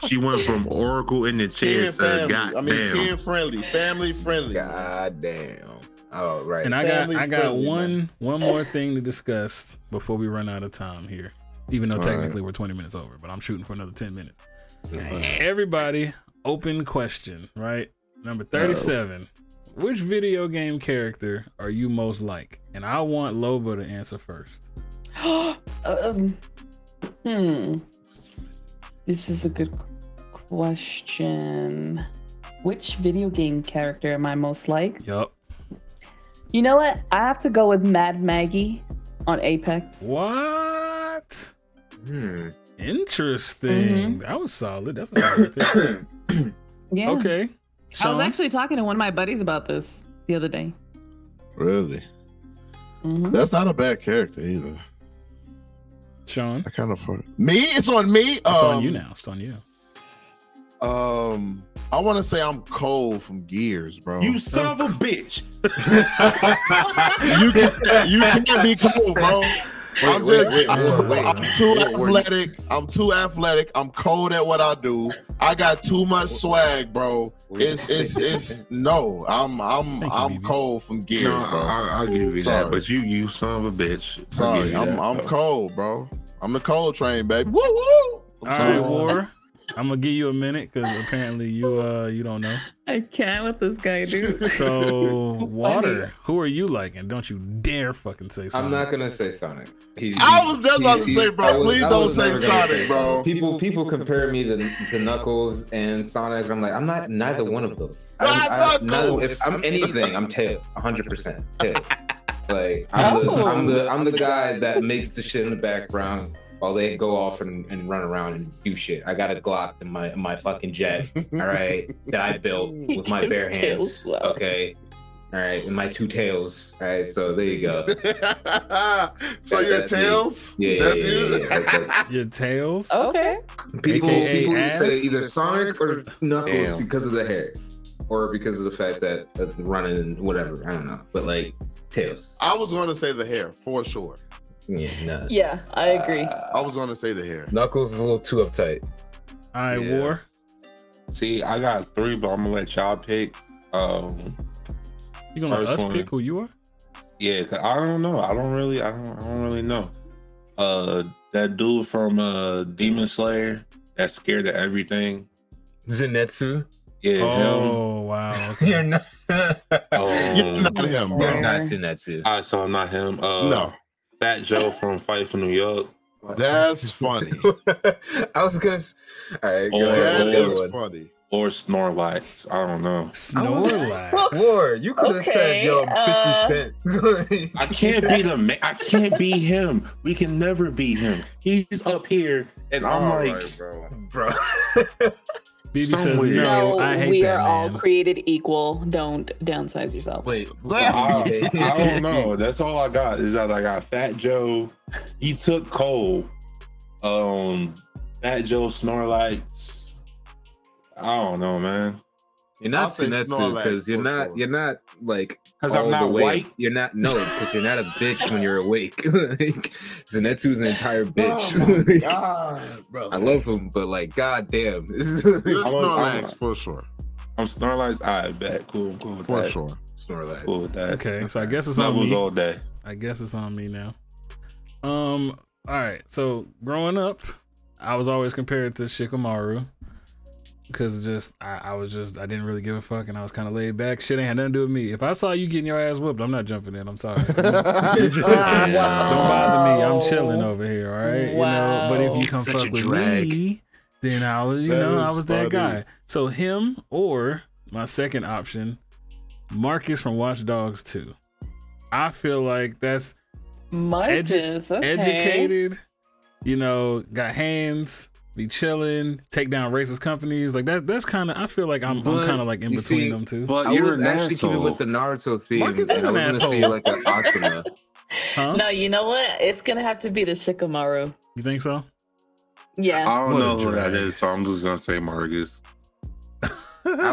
S5: She went from Oracle in the chair
S4: Kid
S5: to
S4: family. I
S5: goddamn.
S4: mean, kid friendly, family friendly.
S3: God damn. Oh right.
S1: And I got I got
S3: friendly,
S1: one one more thing to discuss before we run out of time here. Even though
S5: All right.
S1: technically we're 20 minutes over, but I'm shooting for another 10 minutes. Everybody, open question, right? Number 37. Which video game character are you most like? And I want Loba to answer first.
S7: um, hmm. This is a good qu- question. Which video game character am I most like?
S1: Yup.
S7: You know what? I have to go with Mad Maggie on Apex.
S1: What?
S3: Hmm.
S1: Interesting. That was solid. That's a solid pick.
S7: Mm-hmm. Yeah.
S1: Okay.
S7: I was
S1: Sean?
S7: actually talking to one of my buddies about this the other day.
S19: Really?
S7: Mhm.
S19: That's not a bad character either.
S1: Sean,
S19: I kind of fuck.
S4: Me? It's on me.
S1: It's on you
S4: Um,
S1: now. It's on you.
S4: Um, I want to say I'm cold from Gears, bro.
S1: You
S4: son
S5: of a bitch.
S4: you can you can be cold, bro. I'm
S3: wait,
S4: just
S3: wait,
S4: I'm,
S3: wait,
S4: I'm
S3: wait.
S4: too
S3: Wait, wait.
S4: athletic. I'm too athletic. I'm cold at what I do. I got too much swag, bro. It's it's it's no. I'm I'm I'm cold from Gears,
S5: No,
S4: bro.
S5: I, I, will give you
S4: Sorry.
S5: that, but you you son of a bitch. I'll give
S4: Sorry,
S5: you
S4: I'm
S5: that.
S4: I'm cold, bro. I'm the cold train, baby. Woo woo.
S1: All right, War. I'm gonna give you a minute because apparently you uh you don't know.
S7: I can't let this guy do.
S1: So water, who are you liking? Don't you dare fucking say something.
S3: I'm not gonna say Sonic. He's-
S4: I was just about to
S3: he's-
S4: say,
S3: I
S4: bro.
S3: was-
S4: Please
S3: I
S4: don't
S3: was
S4: say
S3: never gonna
S4: Sonic, bro.
S3: People people compare me to, to Knuckles and Sonic. and I'm like, I'm not neither one of those.
S4: Not
S3: no,
S4: Knuckles.
S3: if I'm anything, I'm Tails, 100 percent Like I'm, the,
S4: Oh.
S3: I'm the I'm the guy that makes the shit in the background while they go off and, and run around and do shit. I got a Glock in my in my fucking jet, all right, that I built
S6: He
S3: with my bare
S6: gives
S3: hands. Okay. All right, with my two tails. All right, so there you go.
S4: so your
S3: That's me.
S4: tails?
S3: Yeah,
S4: That's
S3: yeah,
S4: you?
S3: yeah, yeah, that- that-
S1: Your tails.
S7: Okay.
S3: People,
S1: AKA
S3: people used to
S1: ass?
S3: say either Sonic or Knuckles
S5: Damn.
S3: because of the hair, or because of the fact that uh, running and whatever. I don't know, but like tails.
S4: I was going to say the hair for sure.
S3: Yeah, no.
S7: Yeah, I agree.
S4: I was going to say the hair.
S3: Uh, Knuckles is a little too uptight.
S1: All right, War.
S5: See, I got three, but I'm gonna let y'all pick. Um,
S1: You gonna let
S5: First
S1: us
S5: one.
S1: pick who you are?
S5: yeah, 'cause I don't know. I don't really, I don't, I don't really know. Uh, that dude from uh Demon Slayer that's scared of everything.
S3: Zenetsu.
S5: Yeah,
S1: oh wow.
S3: him. You're not.
S5: Um,
S3: Oh. You're not Zenetsu.
S5: I saw not him. Uh,
S3: No.
S5: Fat Joe from Fight for New York.
S4: That's funny.
S3: I was gonna. s- All right, go
S5: Or-
S3: ahead.
S5: or-
S3: Let's go one.
S4: funny.
S5: Or Snorlax. I don't know.
S1: Snorlax.
S3: War, you could have said,
S5: Okay,
S3: "Yo,
S5: uh,
S3: I'm 50 cent."
S7: uh,
S5: I can't be the man. I can't be him. We can never be him. He's up here, and I'm
S3: All
S5: like,
S3: right,
S5: bro.
S3: bro.
S1: BB says
S5: Somewhere.
S1: no.
S5: No,
S1: I hate
S7: we
S1: that
S7: are all
S1: man.
S7: created equal. Don't downsize yourself.
S3: Wait,
S5: I, I don't know. That's all I got is that I got Fat Joe. He took Cole. Um, Fat Joe Snorlax. I don't know, man.
S3: You're not
S5: I'll say
S3: Sinetsu
S5: Snorlax
S3: because you're
S5: for
S3: not
S5: sure.
S3: you're not like
S5: 'Cause I'm
S3: all the
S5: not
S3: way-
S5: white?
S3: You're not no because you're not a bitch when you're awake. like, Zenetsu's an
S1: Oh
S3: entire bitch. Like, I love him, but like, goddamn, this is
S4: You're Snorlax
S5: for sure. I'm Snorlax. I bet. Cool. I'm cool with
S4: For
S5: that.
S4: sure.
S3: Snorlax.
S5: Cool with that.
S1: Okay, so I guess it's on
S5: levels
S1: me.
S5: all day.
S1: I guess it's on me now. Um. All right. So growing up, I was always compared to Shikamaru. Cause just I, I was just I didn't really give a fuck and I was kind of laid back. Shit ain't had nothing to do with me. If I saw you getting your ass whooped, I'm not jumping in. I'm sorry. It just- Don't bother me. I'm chilling over here. All right.
S22: Wow.
S1: You know. But if you come
S22: Such a
S1: fuck with
S22: drag.
S1: me, then I was you
S22: That
S1: know I
S22: is
S1: was that
S22: funny.
S1: guy. So him or my second option, Marcus from Watch Dogs Two. I feel like that's
S7: Marcus, okay.
S1: educated, you know, got hands, be chilling, take down racist companies. Like that that's kinda I feel like I'm, I'm
S3: But,
S1: kinda like in
S3: you
S1: between
S3: see,
S1: them two.
S3: I was actually keeping with the Naruto theme.
S1: Marcus is
S3: and I
S1: an
S3: was gonna say
S1: asshole.
S3: like an Akuma.
S7: No, you know what? It's gonna have to be the Shikamaru.
S1: You think so?
S7: Yeah.
S5: I don't
S1: What a
S5: know who
S1: drag.
S5: that is, so I'm just gonna say Marcus.
S3: I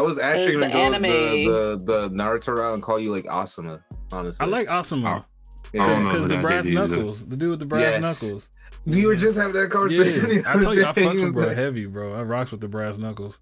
S3: was actually
S7: It's
S3: gonna go
S7: the
S3: the, the the Naruto route and call you like Asuma. Honestly,
S1: I like Osimo.
S3: I don't
S1: Because
S3: know who
S1: the
S3: that
S1: brass
S3: dude is, though.
S1: knuckles. The dude with the brass
S3: Yes.
S1: knuckles.
S3: We were just having that conversation.
S1: Yeah.
S3: the
S1: I told you I
S3: other day.
S1: fuck
S3: He
S1: with
S3: was
S1: bro
S3: like-
S1: heavy, bro. I rocks with the brass knuckles.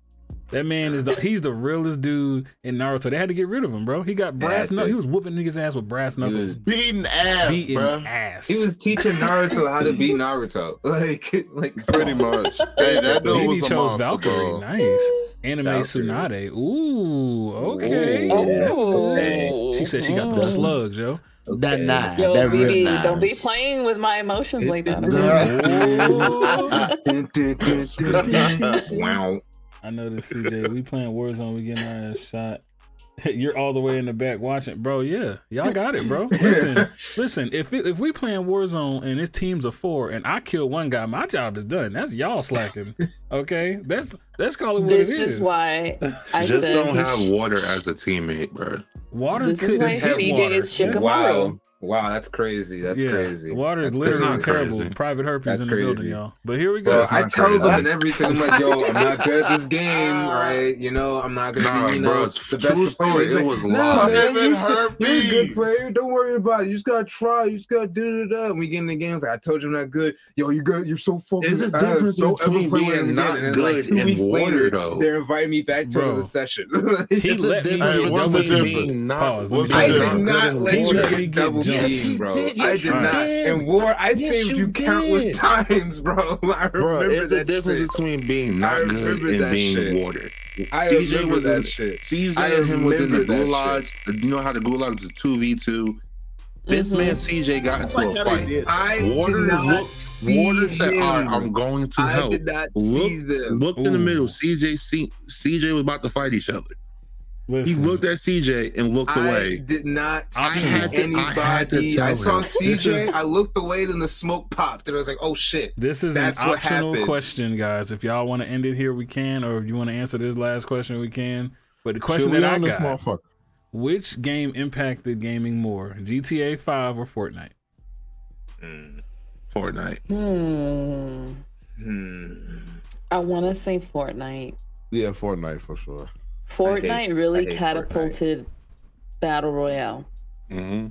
S1: That man is the he's the realest dude in Naruto. They had to get rid of him, bro. He got brass
S3: dude.
S1: knuckles. He was whooping niggas ass with brass knuckles.
S4: Beating ass,
S1: Beating
S4: bruh.
S1: ass.
S3: He was teaching Naruto how to be Naruto. Like, like
S19: pretty much. Hey, that dude
S1: Maybe
S19: was
S1: he
S19: a
S1: chose
S19: monster,
S1: Valkyrie.
S19: bro.
S1: Nice. Anime
S19: Valkyrie.
S1: Tsunade. Ooh, okay.
S19: Ooh,
S5: Oh,
S19: that's
S1: Ooh.
S19: good.
S1: She said she got
S19: Ooh.
S1: the slugs, yo.
S4: That
S1: Ah,
S4: nice.
S7: Yo,
S4: that real
S7: BB,
S4: nice.
S7: don't be playing with my emotions like that.
S3: wow.
S1: I know this, CJ. We playing Warzone. We getting our ass shot. You're all the way in the back watching, bro. Yeah, y'all got it, bro. Listen, listen. If it, if we playing Warzone and it's teams of four, and I kill one guy, my job is done. That's y'all slacking. Okay, that's that's call it what
S7: This
S1: it
S7: is
S1: is.
S7: why I
S5: just
S7: said
S5: don't
S7: he
S5: have
S7: sh-
S5: water as a teammate, bro.
S1: water.
S7: This is
S1: couldn't
S7: why
S1: have
S7: CJ
S1: water.
S7: is
S1: Yeah.
S7: Shikamaru.
S3: wow, wow, that's crazy. That's
S1: yeah,
S3: crazy.
S1: water is
S3: That's
S1: literally
S3: crazy.
S1: terrible. Private herpes
S3: That's
S1: in the building,
S3: crazy.
S1: y'all. But here we go.
S3: Bro, I tell them and everything. I'm like, yo, I'm not good at this game, right? You know, I'm not gonna
S5: Nah,
S3: be, you
S5: bro,
S3: know,
S5: it's
S3: the
S5: true
S3: best player.
S5: story.
S3: He's
S5: It
S3: like,
S5: was
S3: no,
S5: live.
S3: man, you
S5: Evan
S3: so, you're a
S5: Herpes.
S3: good player. Don't worry about it. You just gotta try. You just gotta do it up. We get in the games. Like, I told you I'm not good. Yo, you're good. You're so full.
S5: There's a difference
S3: don't ever
S5: between
S3: play with
S5: being
S3: him again.
S5: not
S3: And then, like,
S5: good
S3: two
S5: and
S3: weeks
S5: water,
S3: later,
S5: though.
S3: They're inviting me back to
S5: Bro.
S3: another session.
S1: He let me
S3: Hey,
S1: get
S3: what's
S1: double
S3: the difference?
S1: teamed.
S3: Not-
S1: Pause.
S3: what's
S1: Let me
S3: the
S1: get
S3: difference?
S1: double
S3: I did not let
S1: teamed.
S3: you
S1: He
S3: get
S1: me
S3: double
S1: jumped.
S3: teamed, bro. I did
S1: Alright.
S3: not. And War, I
S1: Yes,
S3: saved
S1: you
S3: you,
S1: did.
S3: countless times, bro. I
S5: Bro,
S3: remember
S5: there's a
S3: that
S5: difference
S3: shit.
S5: between being
S3: I
S5: not
S3: remember
S5: good and
S3: that
S5: being
S3: shit.
S5: water.
S3: I
S5: CJ
S3: remember
S5: was
S3: that
S5: in
S3: shit.
S5: CJ
S3: I
S5: and him was in the
S3: remember that
S5: gulag. You know how the gulag is a two v two. This
S7: Mm-hmm.
S3: Mhm.
S5: man CJ got into
S3: Oh my
S5: a
S3: God, I
S5: fight.
S3: did. I
S5: Warder
S3: did not
S5: looked.
S3: see
S5: Warder said,
S3: him.
S5: "All right, I'm going to
S3: I
S5: help."
S3: did not
S5: looked,
S3: see them.
S5: looked in the
S3: Ooh.
S5: middle. CJ see, CJ was about to fight each other.
S1: Listen.
S5: He looked at CJ and looked
S3: I
S5: away.
S3: did not
S5: I
S3: see
S5: had to- I had to
S3: anybody.
S5: tell
S3: I, saw
S5: him. This
S3: CJ.
S5: is-
S3: I looked away, then the smoke popped, and I was like, "Oh shit!"
S1: This is
S3: That's
S1: an
S3: what
S1: optional
S3: happened.
S1: question, guys. If y'all want to end it here, we can, or if you want to answer this last question, we can. But the question
S2: Should
S1: that
S2: we
S1: I
S2: on this
S1: got:
S2: motherfucker?
S1: Which game impacted gaming more, GTA Five or Fortnite?
S5: Fortnite.
S7: Hmm.
S3: Hmm.
S7: I want to say Fortnite.
S2: Yeah, Fortnite for sure.
S7: Fortnite really
S2: I hate
S7: catapulted battle royale.
S5: Mm-hmm.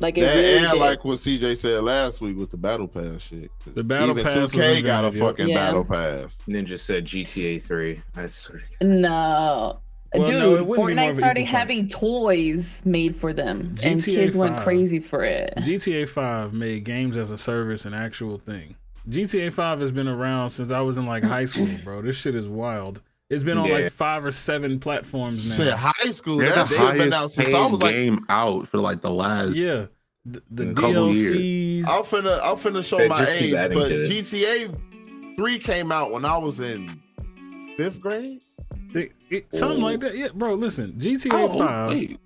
S7: Like it
S2: That
S7: really
S2: and
S7: did.
S2: like what CJ said last week with the battle pass shit.
S1: The battle
S2: Even
S1: pass was
S2: 2K got a
S1: invented, yep.
S2: fucking
S7: Yeah.
S2: battle pass.
S3: Ninja said GTA Three. I swear.
S7: no.
S1: Well,
S7: Dude,
S1: no, it wouldn't be more of
S7: Fortnite
S1: an
S7: started
S1: equal fight.
S7: having toys made for them, and
S1: GTA
S7: kids went
S1: 5.
S7: crazy for it.
S1: GTA Five made games as a service an actual thing. GTA Five has been around since I was in like high school, bro. This shit is wild. It's been on
S5: Yeah.
S1: like five or seven platforms now.
S5: Shit,
S2: high school.
S5: They're the
S2: that shit been out
S5: highest
S2: since I was
S5: paid
S2: like
S5: game out for like the last
S1: Yeah, the, the
S5: a couple years.
S1: DLCs.
S5: Oh.
S2: I'm finna I'm finna show
S5: They
S2: my
S5: just keep
S2: age,
S5: adding
S2: but
S5: to it.
S2: GTA three came out when I was in fifth grade.
S1: They, it, something
S2: Oh.
S1: like that. Yeah, bro. Listen, GTA
S2: Oh,
S1: Five,
S2: wait.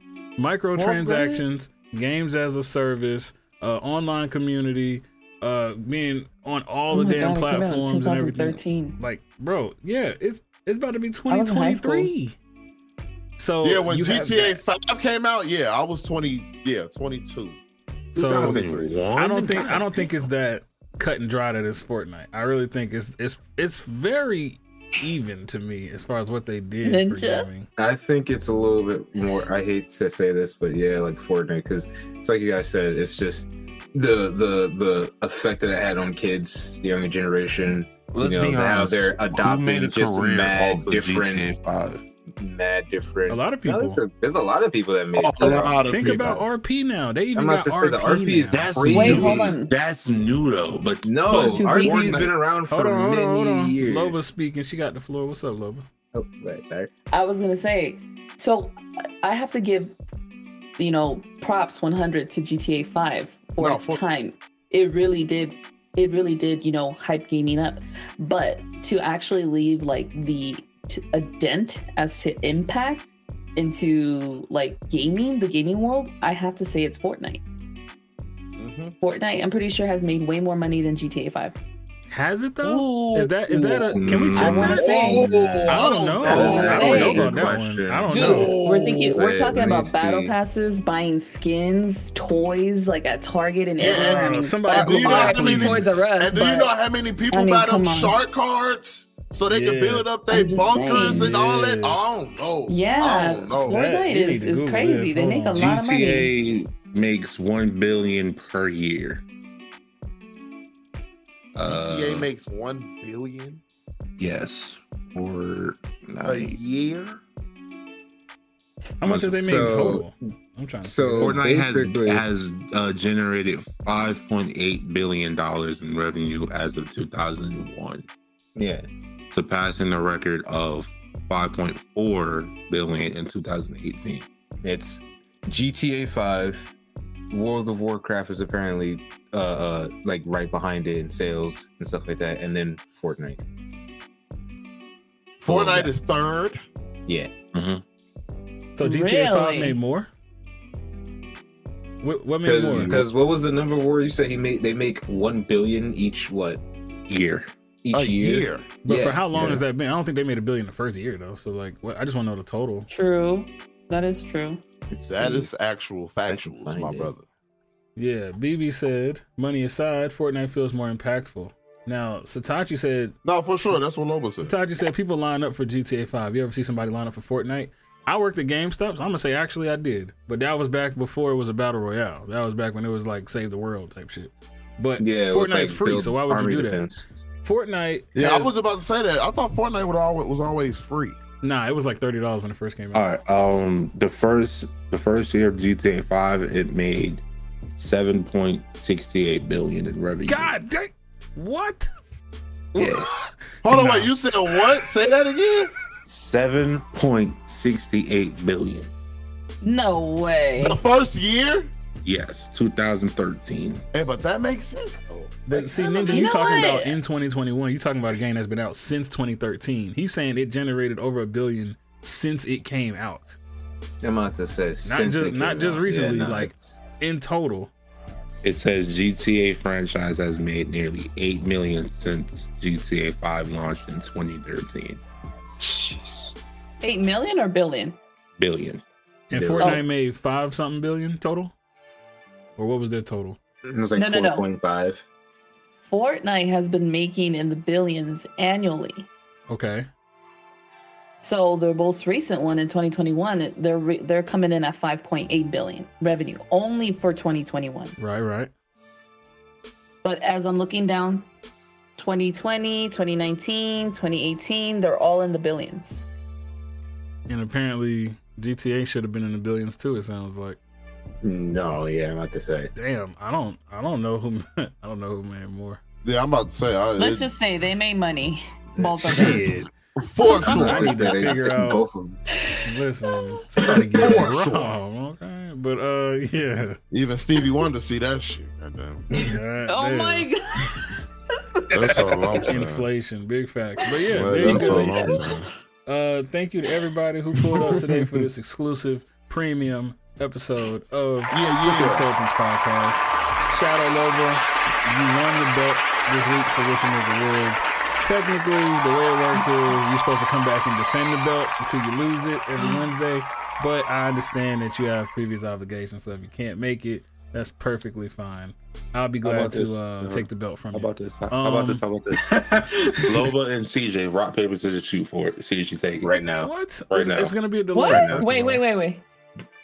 S1: microtransactions, games as a service, uh, online community, uh, being on all
S7: Oh
S1: the
S7: my
S1: damn
S7: God, it came out in
S1: platforms and everything.
S7: 2013.
S1: Like, bro, yeah, it's it's about to be
S7: I was in high
S1: 2023.
S7: Oh,
S1: So
S2: yeah, when
S1: you have
S2: GTA five came out, yeah, I was twenty, yeah, twenty two.
S1: that. so I don't think I don't think it's that cut and dry that it's Fortnite. I really think it's it's it's very even to me as far as what they did for
S7: Ninja?
S1: gaming.
S3: I think it's a little bit more. I hate to say this, but yeah, like Fortnite, because it's like you guys said, it's just the the the effect that it had on kids, the younger generation.
S5: Let's
S3: you know,
S5: be
S3: how
S5: honest.
S3: they're
S5: Who made a
S3: adopting just
S5: career
S3: mad
S5: off of
S3: different,
S5: GTA 5?
S3: mad different.
S1: A lot of
S3: No,
S1: people.
S3: there's, a, there's a lot of people that made.
S1: Think about RP now. They even
S3: I'm
S1: got
S3: about
S1: RP,
S3: to say the RP is
S1: now.
S5: That's
S3: Wait,
S5: new.
S3: hold on.
S5: That's new though. But
S3: No,
S5: but
S3: RP's been around
S1: Hold
S3: for
S1: on, hold on, hold
S3: many
S1: on.
S3: years.
S1: Loba speaking. She got the floor. What's up, Loba?
S3: Oh, right there.
S7: I was gonna say, so I have to give, you know, props 100 to GTA 5 for
S4: No,
S7: its
S4: for-
S7: time. It really did. It really did, you know, hype gaming up. But to actually leave like the to, a dent as to impact into like gaming, the gaming world, I have to say it's Fortnite.
S2: Mm-hmm.
S7: Fortnite, I'm pretty sure has made way more money than GTA 5.
S1: Has it though? Is that is that a? Can we
S7: I
S1: check
S7: wanna
S1: that?
S7: say-
S1: I don't know.
S7: I wanna
S1: I don't know
S7: say-
S1: about that one. I
S4: Oh,
S1: don't
S7: Dude,
S1: know.
S7: we're thinking we're
S1: Wait,
S7: talking
S1: let me
S7: about battle
S1: see.
S7: passes, buying skins, toys like at Target and everywhere. I mean, fuck,
S4: do you know how many
S7: fucking Toys R Us,
S4: And do you
S7: but-
S4: know how many people
S7: I mean,
S4: buy them
S7: come on.
S4: shark cards so they can
S7: Yeah.
S4: build up their
S7: I'm just
S4: bunkers and
S7: saying.
S4: all that?
S7: Yeah.
S4: I don't know. I
S7: Yeah,
S4: don't know.
S7: Fortnite is, is crazy. They make a lot of money.
S5: GTA makes one billion per year.
S4: GTA
S5: Uh,
S4: makes one billion
S5: yes, or
S4: a year.
S1: How much did they make total? I'm trying to. figure it
S5: Fortnite
S1: out.
S5: has has uh, generated 5.8 billion dollars in revenue as of 2001,
S3: Yeah.
S5: surpassing the record of 5.4 billion in 2018.
S3: It's GTA 5. World of Warcraft is apparently uh, uh like right behind it in sales and stuff like that, and then Fortnite.
S4: Fortnite is third.
S3: Yeah.
S1: So GTA Five
S4: Really?
S1: made more. What, what made more?
S3: Because what was the number where you said he made they make one billion each what
S5: year?
S3: Each year.
S1: But
S3: Yeah,
S1: for how long
S3: yeah.
S1: has that been? I don't think they made a billion the first year though. So like, what, I just want to know the total.
S7: True, that is true.
S4: That is actual factuals, my brother.
S1: Yeah, BB said, money aside, Fortnite feels more impactful. Now, Satachi said,
S4: No, for sure. That's what Loba said.
S1: Satachi said people line up for GTA 5. You ever see somebody line up for Fortnite? I worked at GameStop, so I'm gonna say actually I did, but that was back before it was a battle royale. That was back when it was like save the world type shit. But
S3: Yeah, it was
S1: Fortnite's
S3: like
S1: free,
S3: build
S1: so why would you
S3: army
S1: do
S3: defense.
S1: that? Fortnite,
S4: Yeah,
S1: has-
S4: I was about to say that. I thought Fortnite would always, was always free.
S1: nah, it was like thirty dollars when it first came out.
S5: All right. Um, the first the first year of GTA 5, it made 7.68 billion in revenue.
S1: God dang, what?
S5: Yeah.
S4: Hold on, wait. You said what? Say that again.
S5: 7.68 billion.
S7: No way.
S4: The first year?
S5: Yes, 2013.
S4: Hey, but that makes sense though.
S1: But see, Ninja,
S4: You
S1: you
S4: know
S1: talking
S4: what?
S1: about in 2021. You talking about a game that's been out since 2013. He's saying it generated over a billion since it came out.
S3: Yamata says
S1: Not
S3: since
S1: just
S3: it
S1: not
S3: came
S1: just
S3: out. Yeah,
S1: recently,
S3: nah,
S1: like in total.
S5: It says GTA franchise has made nearly 8 million since GTA 5 launched in 2013.
S7: Eight million or billion?
S5: Billion.
S1: And
S5: Yeah.
S1: Fortnite
S7: Oh.
S1: made five something billion total, or what was their total?
S3: It was like
S7: No, no, no.
S3: 4.5.
S7: Fortnite has been making in the billions annually.
S1: Okay.
S7: So their most recent one in 2021, it- they're re- they're coming in at 5.8 billion revenue only for 2021.
S1: Right, right.
S7: But as I'm looking down, 2020, 2019, 2018, they're all in the billions.
S1: And apparently GTA should have been in the billions too. It sounds like.
S3: No, yeah, I'm about to say.
S1: Damn, I don't, I don't know who, I don't know who made more.
S4: Yeah, I'm about to say. I,
S7: Let's
S4: it-
S7: just say they made money. Both of them.
S4: for sure.
S1: I need to figure out.
S4: Both
S1: Listen, somebody get it wrong, okay? But uh, yeah.
S4: Even Stevie Wonder see that shit. Goddamn.
S7: Oh my god.
S4: That's all I'm saying.
S1: Inflation, big facts. But yeah,
S4: Well,
S1: there you
S4: that's all
S1: go.
S4: I'm saying.
S1: Uh, thank you to everybody who pulled up today for this exclusive premium episode of
S4: yeah,
S1: the Consultants Podcast. Shout out Lova, you won the bet this week for Wishing of the World. Technically, the way it works is you're supposed to come back and defend the belt until you lose it every Wednesday. But I understand that you have previous obligations, so if you can't make it, that's perfectly fine. I'll be
S5: How
S1: glad
S5: about
S1: to
S5: this?
S1: uh,
S5: Uh-huh.
S1: take the belt from
S5: How
S1: you.
S5: about this? How about this? How about this? Loba and CJ, rock, paper, scissors, shoot for it. See if you take it. Right now.
S1: What?
S5: Right
S1: it's,
S5: now.
S1: it's gonna be a delay.
S7: What?
S5: Right now, it's
S7: wait, wait, wait, wait.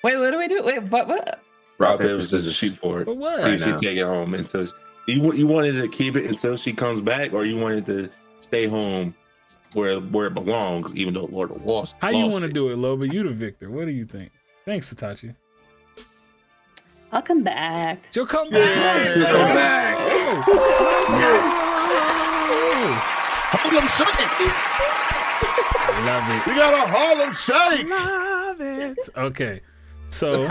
S7: Wait, what do we do? Wait, what? What?
S5: Rock, paper, scissors, shoot for it.
S7: But what?
S5: See if
S7: Right now.
S5: you take it home until she, you wa- you wanted to keep it until she comes back, or you wanted to stay home where where it belongs, even though Lord of lost.
S1: How you
S5: lost
S1: want to do it, Loba? You the victor. What do you think? Thanks, Satachi.
S7: I'll come back.
S1: You'll come
S7: back.
S1: you'll come back.
S7: Oh,
S1: Hold them shut Love it.
S4: We got a Harlem Shake.
S1: Love it. Okay. So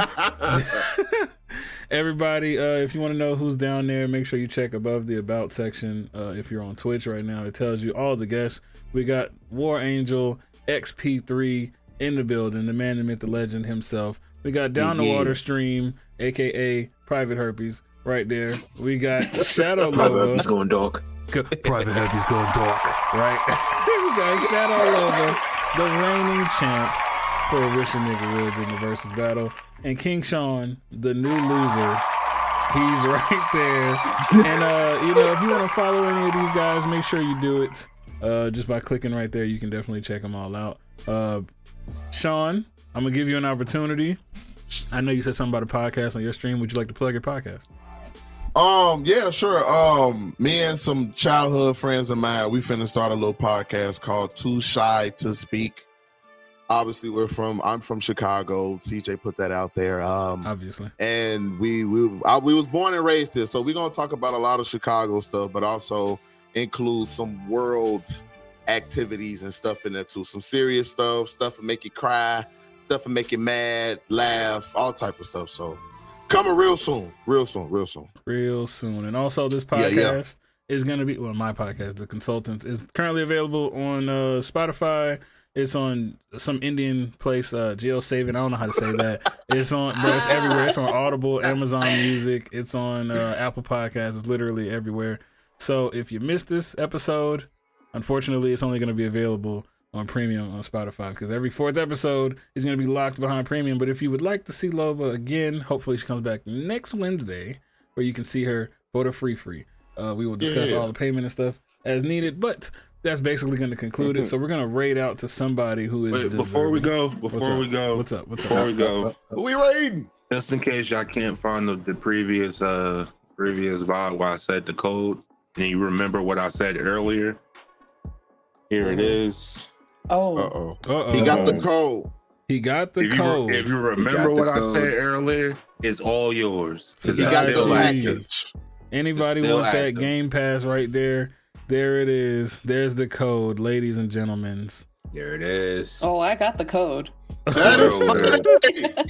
S1: everybody, uh, if you want to know who's down there, make sure you check above the about section. Uh, if you're on Twitch right now, it tells you all the guests. We got War Angel XP3 in the building, the man, the myth, the legend himself. We got Down the
S22: Yeah.
S1: Water Stream, aka Private Herpes, right there. We got Shadow Loba.
S22: Herpes going dark.
S1: Private Herpes going dark. Right. Here we go. Shadow Lover, the reigning champ for Wish a Nigga Woods in the versus battle. And King Sean, the new loser. He's right there. And uh, you know, if you want to follow any of these guys, make sure you do it. Uh, just by clicking right there, you can definitely check them all out. Uh, Sean, I'm gonna give you an opportunity. I know you said something about a podcast on your stream. Would you like to plug your podcast?
S4: Um, yeah, sure. Um, me and some childhood friends of mine, we finna start a little podcast called Too Shy to Speak. Obviously, we're from I'm from Chicago. CJ put that out there. Um
S1: obviously.
S4: And we we I, we was born and raised here, so we're gonna talk about a lot of Chicago stuff, but also include some world activities and stuff in there too. Some serious stuff, stuff that make you cry, stuff that make you mad, laugh, all type of stuff. So coming real soon. Real soon, real soon.
S1: real soon. And also, this
S4: Yeah,
S1: podcast
S4: yeah.
S1: is going to be well, my podcast, The Consultants, is currently available on uh, Spotify. It's on some Indian place, uh, Geo Saving. I don't know how to say that. It's on, but it's everywhere. It's on Audible, Amazon Music. It's on uh, Apple Podcasts. It's literally everywhere. So if you missed this episode, unfortunately, it's only going to be available on premium on Spotify because every fourth episode is going to be locked behind premium. But if you would like to see Loba again, hopefully she comes back next Wednesday where you can see her for the free free. Uh, we will discuss
S22: Yeah.
S1: all the payment and stuff as needed, but that's basically going to conclude it. So we're going to raid out to somebody who is.
S5: Mm-hmm. Wait, before we go, before we
S1: go, what's up? What's up?
S5: Before we go,
S4: we raiding.
S5: Just in case y'all can't find the, the previous uh previous VOD where I said the code, and you remember what I said earlier. Here it is.
S7: Oh.
S4: Uh-oh.
S1: Uh-oh.
S5: He got the
S4: code.
S1: He got the
S5: if you,
S1: code.
S5: If you remember what I said earlier, it's all yours.
S1: So
S5: It's
S1: you got
S5: still
S1: the
S5: active.
S1: Anybody
S5: It's still
S1: want that
S5: active.
S1: Game Pass right there? There it is. There's the code, ladies and gentlemen.
S3: There it is.
S7: Oh, I got the code.
S4: That is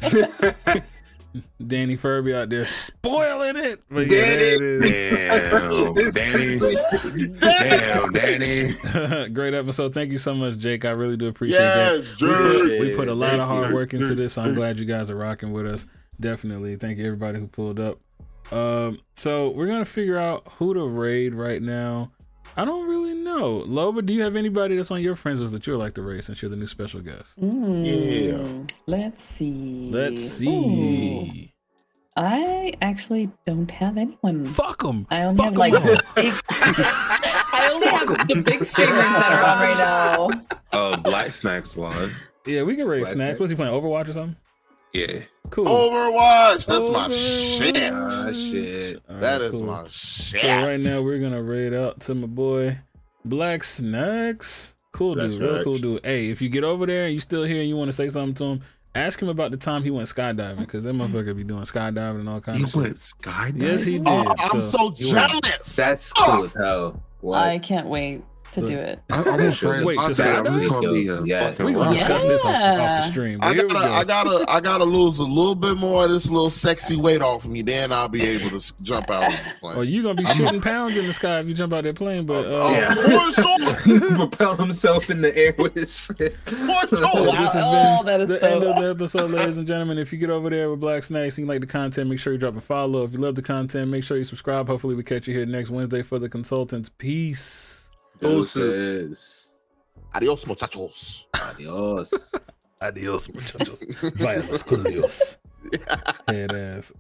S1: Danny Furby out there spoiling it. But yeah, there it is.
S5: Damn, Danny.
S1: Great episode. Thank you so much, Jake. I really do appreciate
S5: Yes,
S1: that. We put-
S5: Jake.
S1: We put a lot
S5: Thank
S1: of hard
S5: you.
S1: work into this. So I'm glad you guys are rocking with us. Definitely. Thank you everybody who pulled up. Um, so we're gonna figure out who to raid right now. I don't really know. Loba, do you have anybody that's on your friends list that you would like to raid since you're the new special guest?
S7: Mm, Let's see.
S1: Let's see.
S7: Ooh. I actually don't have anyone.
S1: Fuck them.
S7: I only have like. Big, I only have the big streamers that are on right now.
S5: Uh, Black Snack Salon.
S1: Yeah, we can raid
S5: Last
S1: Snack.
S5: name.
S1: What's he playing? Overwatch or something?
S5: Yeah.
S1: Cool.
S4: Oh, Overwatch. That's my shit.
S5: Ah, shit.
S1: All right,
S4: That is
S1: cool.
S4: my shit.
S1: So right now we're gonna raid out to my boy Black Snacks. Cool
S4: Black
S1: dude, real
S4: Snacks.
S1: cool dude. Hey, if you get over there and you still here and you want to say something to him, ask him about the time he went skydiving because that motherfucker be doing skydiving and all kinds. of went
S5: skydiving.
S1: Yes, he did.
S4: Oh, I'm so
S1: he went-
S4: jealous.
S3: That's
S1: Oh.
S3: cool as hell.
S7: I can't wait to do it.
S5: I, I'm afraid
S1: Wait,
S5: about
S1: to
S5: that.
S1: skydive?
S5: I'm gonna be a
S3: Yes.
S5: fucking
S1: We gonna
S5: rock
S1: discuss this off, off the
S7: Yeah.
S1: stream. But
S4: I
S1: here we
S4: gotta,
S1: go.
S4: I gotta, I gotta lose a little bit more of this little sexy weight off of me. Then I'll be able to s- jump out of the plane.
S1: Well, Oh, you gonna be shitting pounds in the sky if you jump out that plane, but uh,
S4: Oh,
S3: Propel himself in the air with his shit.
S1: Well, this has
S7: Wow.
S1: been
S7: Oh, that is
S1: the
S7: so-
S1: end of the episode, ladies and gentlemen. If you get over there with Black Snacks and you like the content, make sure you drop a follow. If you love the content, make sure you subscribe. Hopefully, we catch you here next Wednesday for the consultants. Peace.
S4: Deuces. Adios, muchachos.
S3: Adios.
S1: Adios, muchachos. Vaya, los culios. Head ass.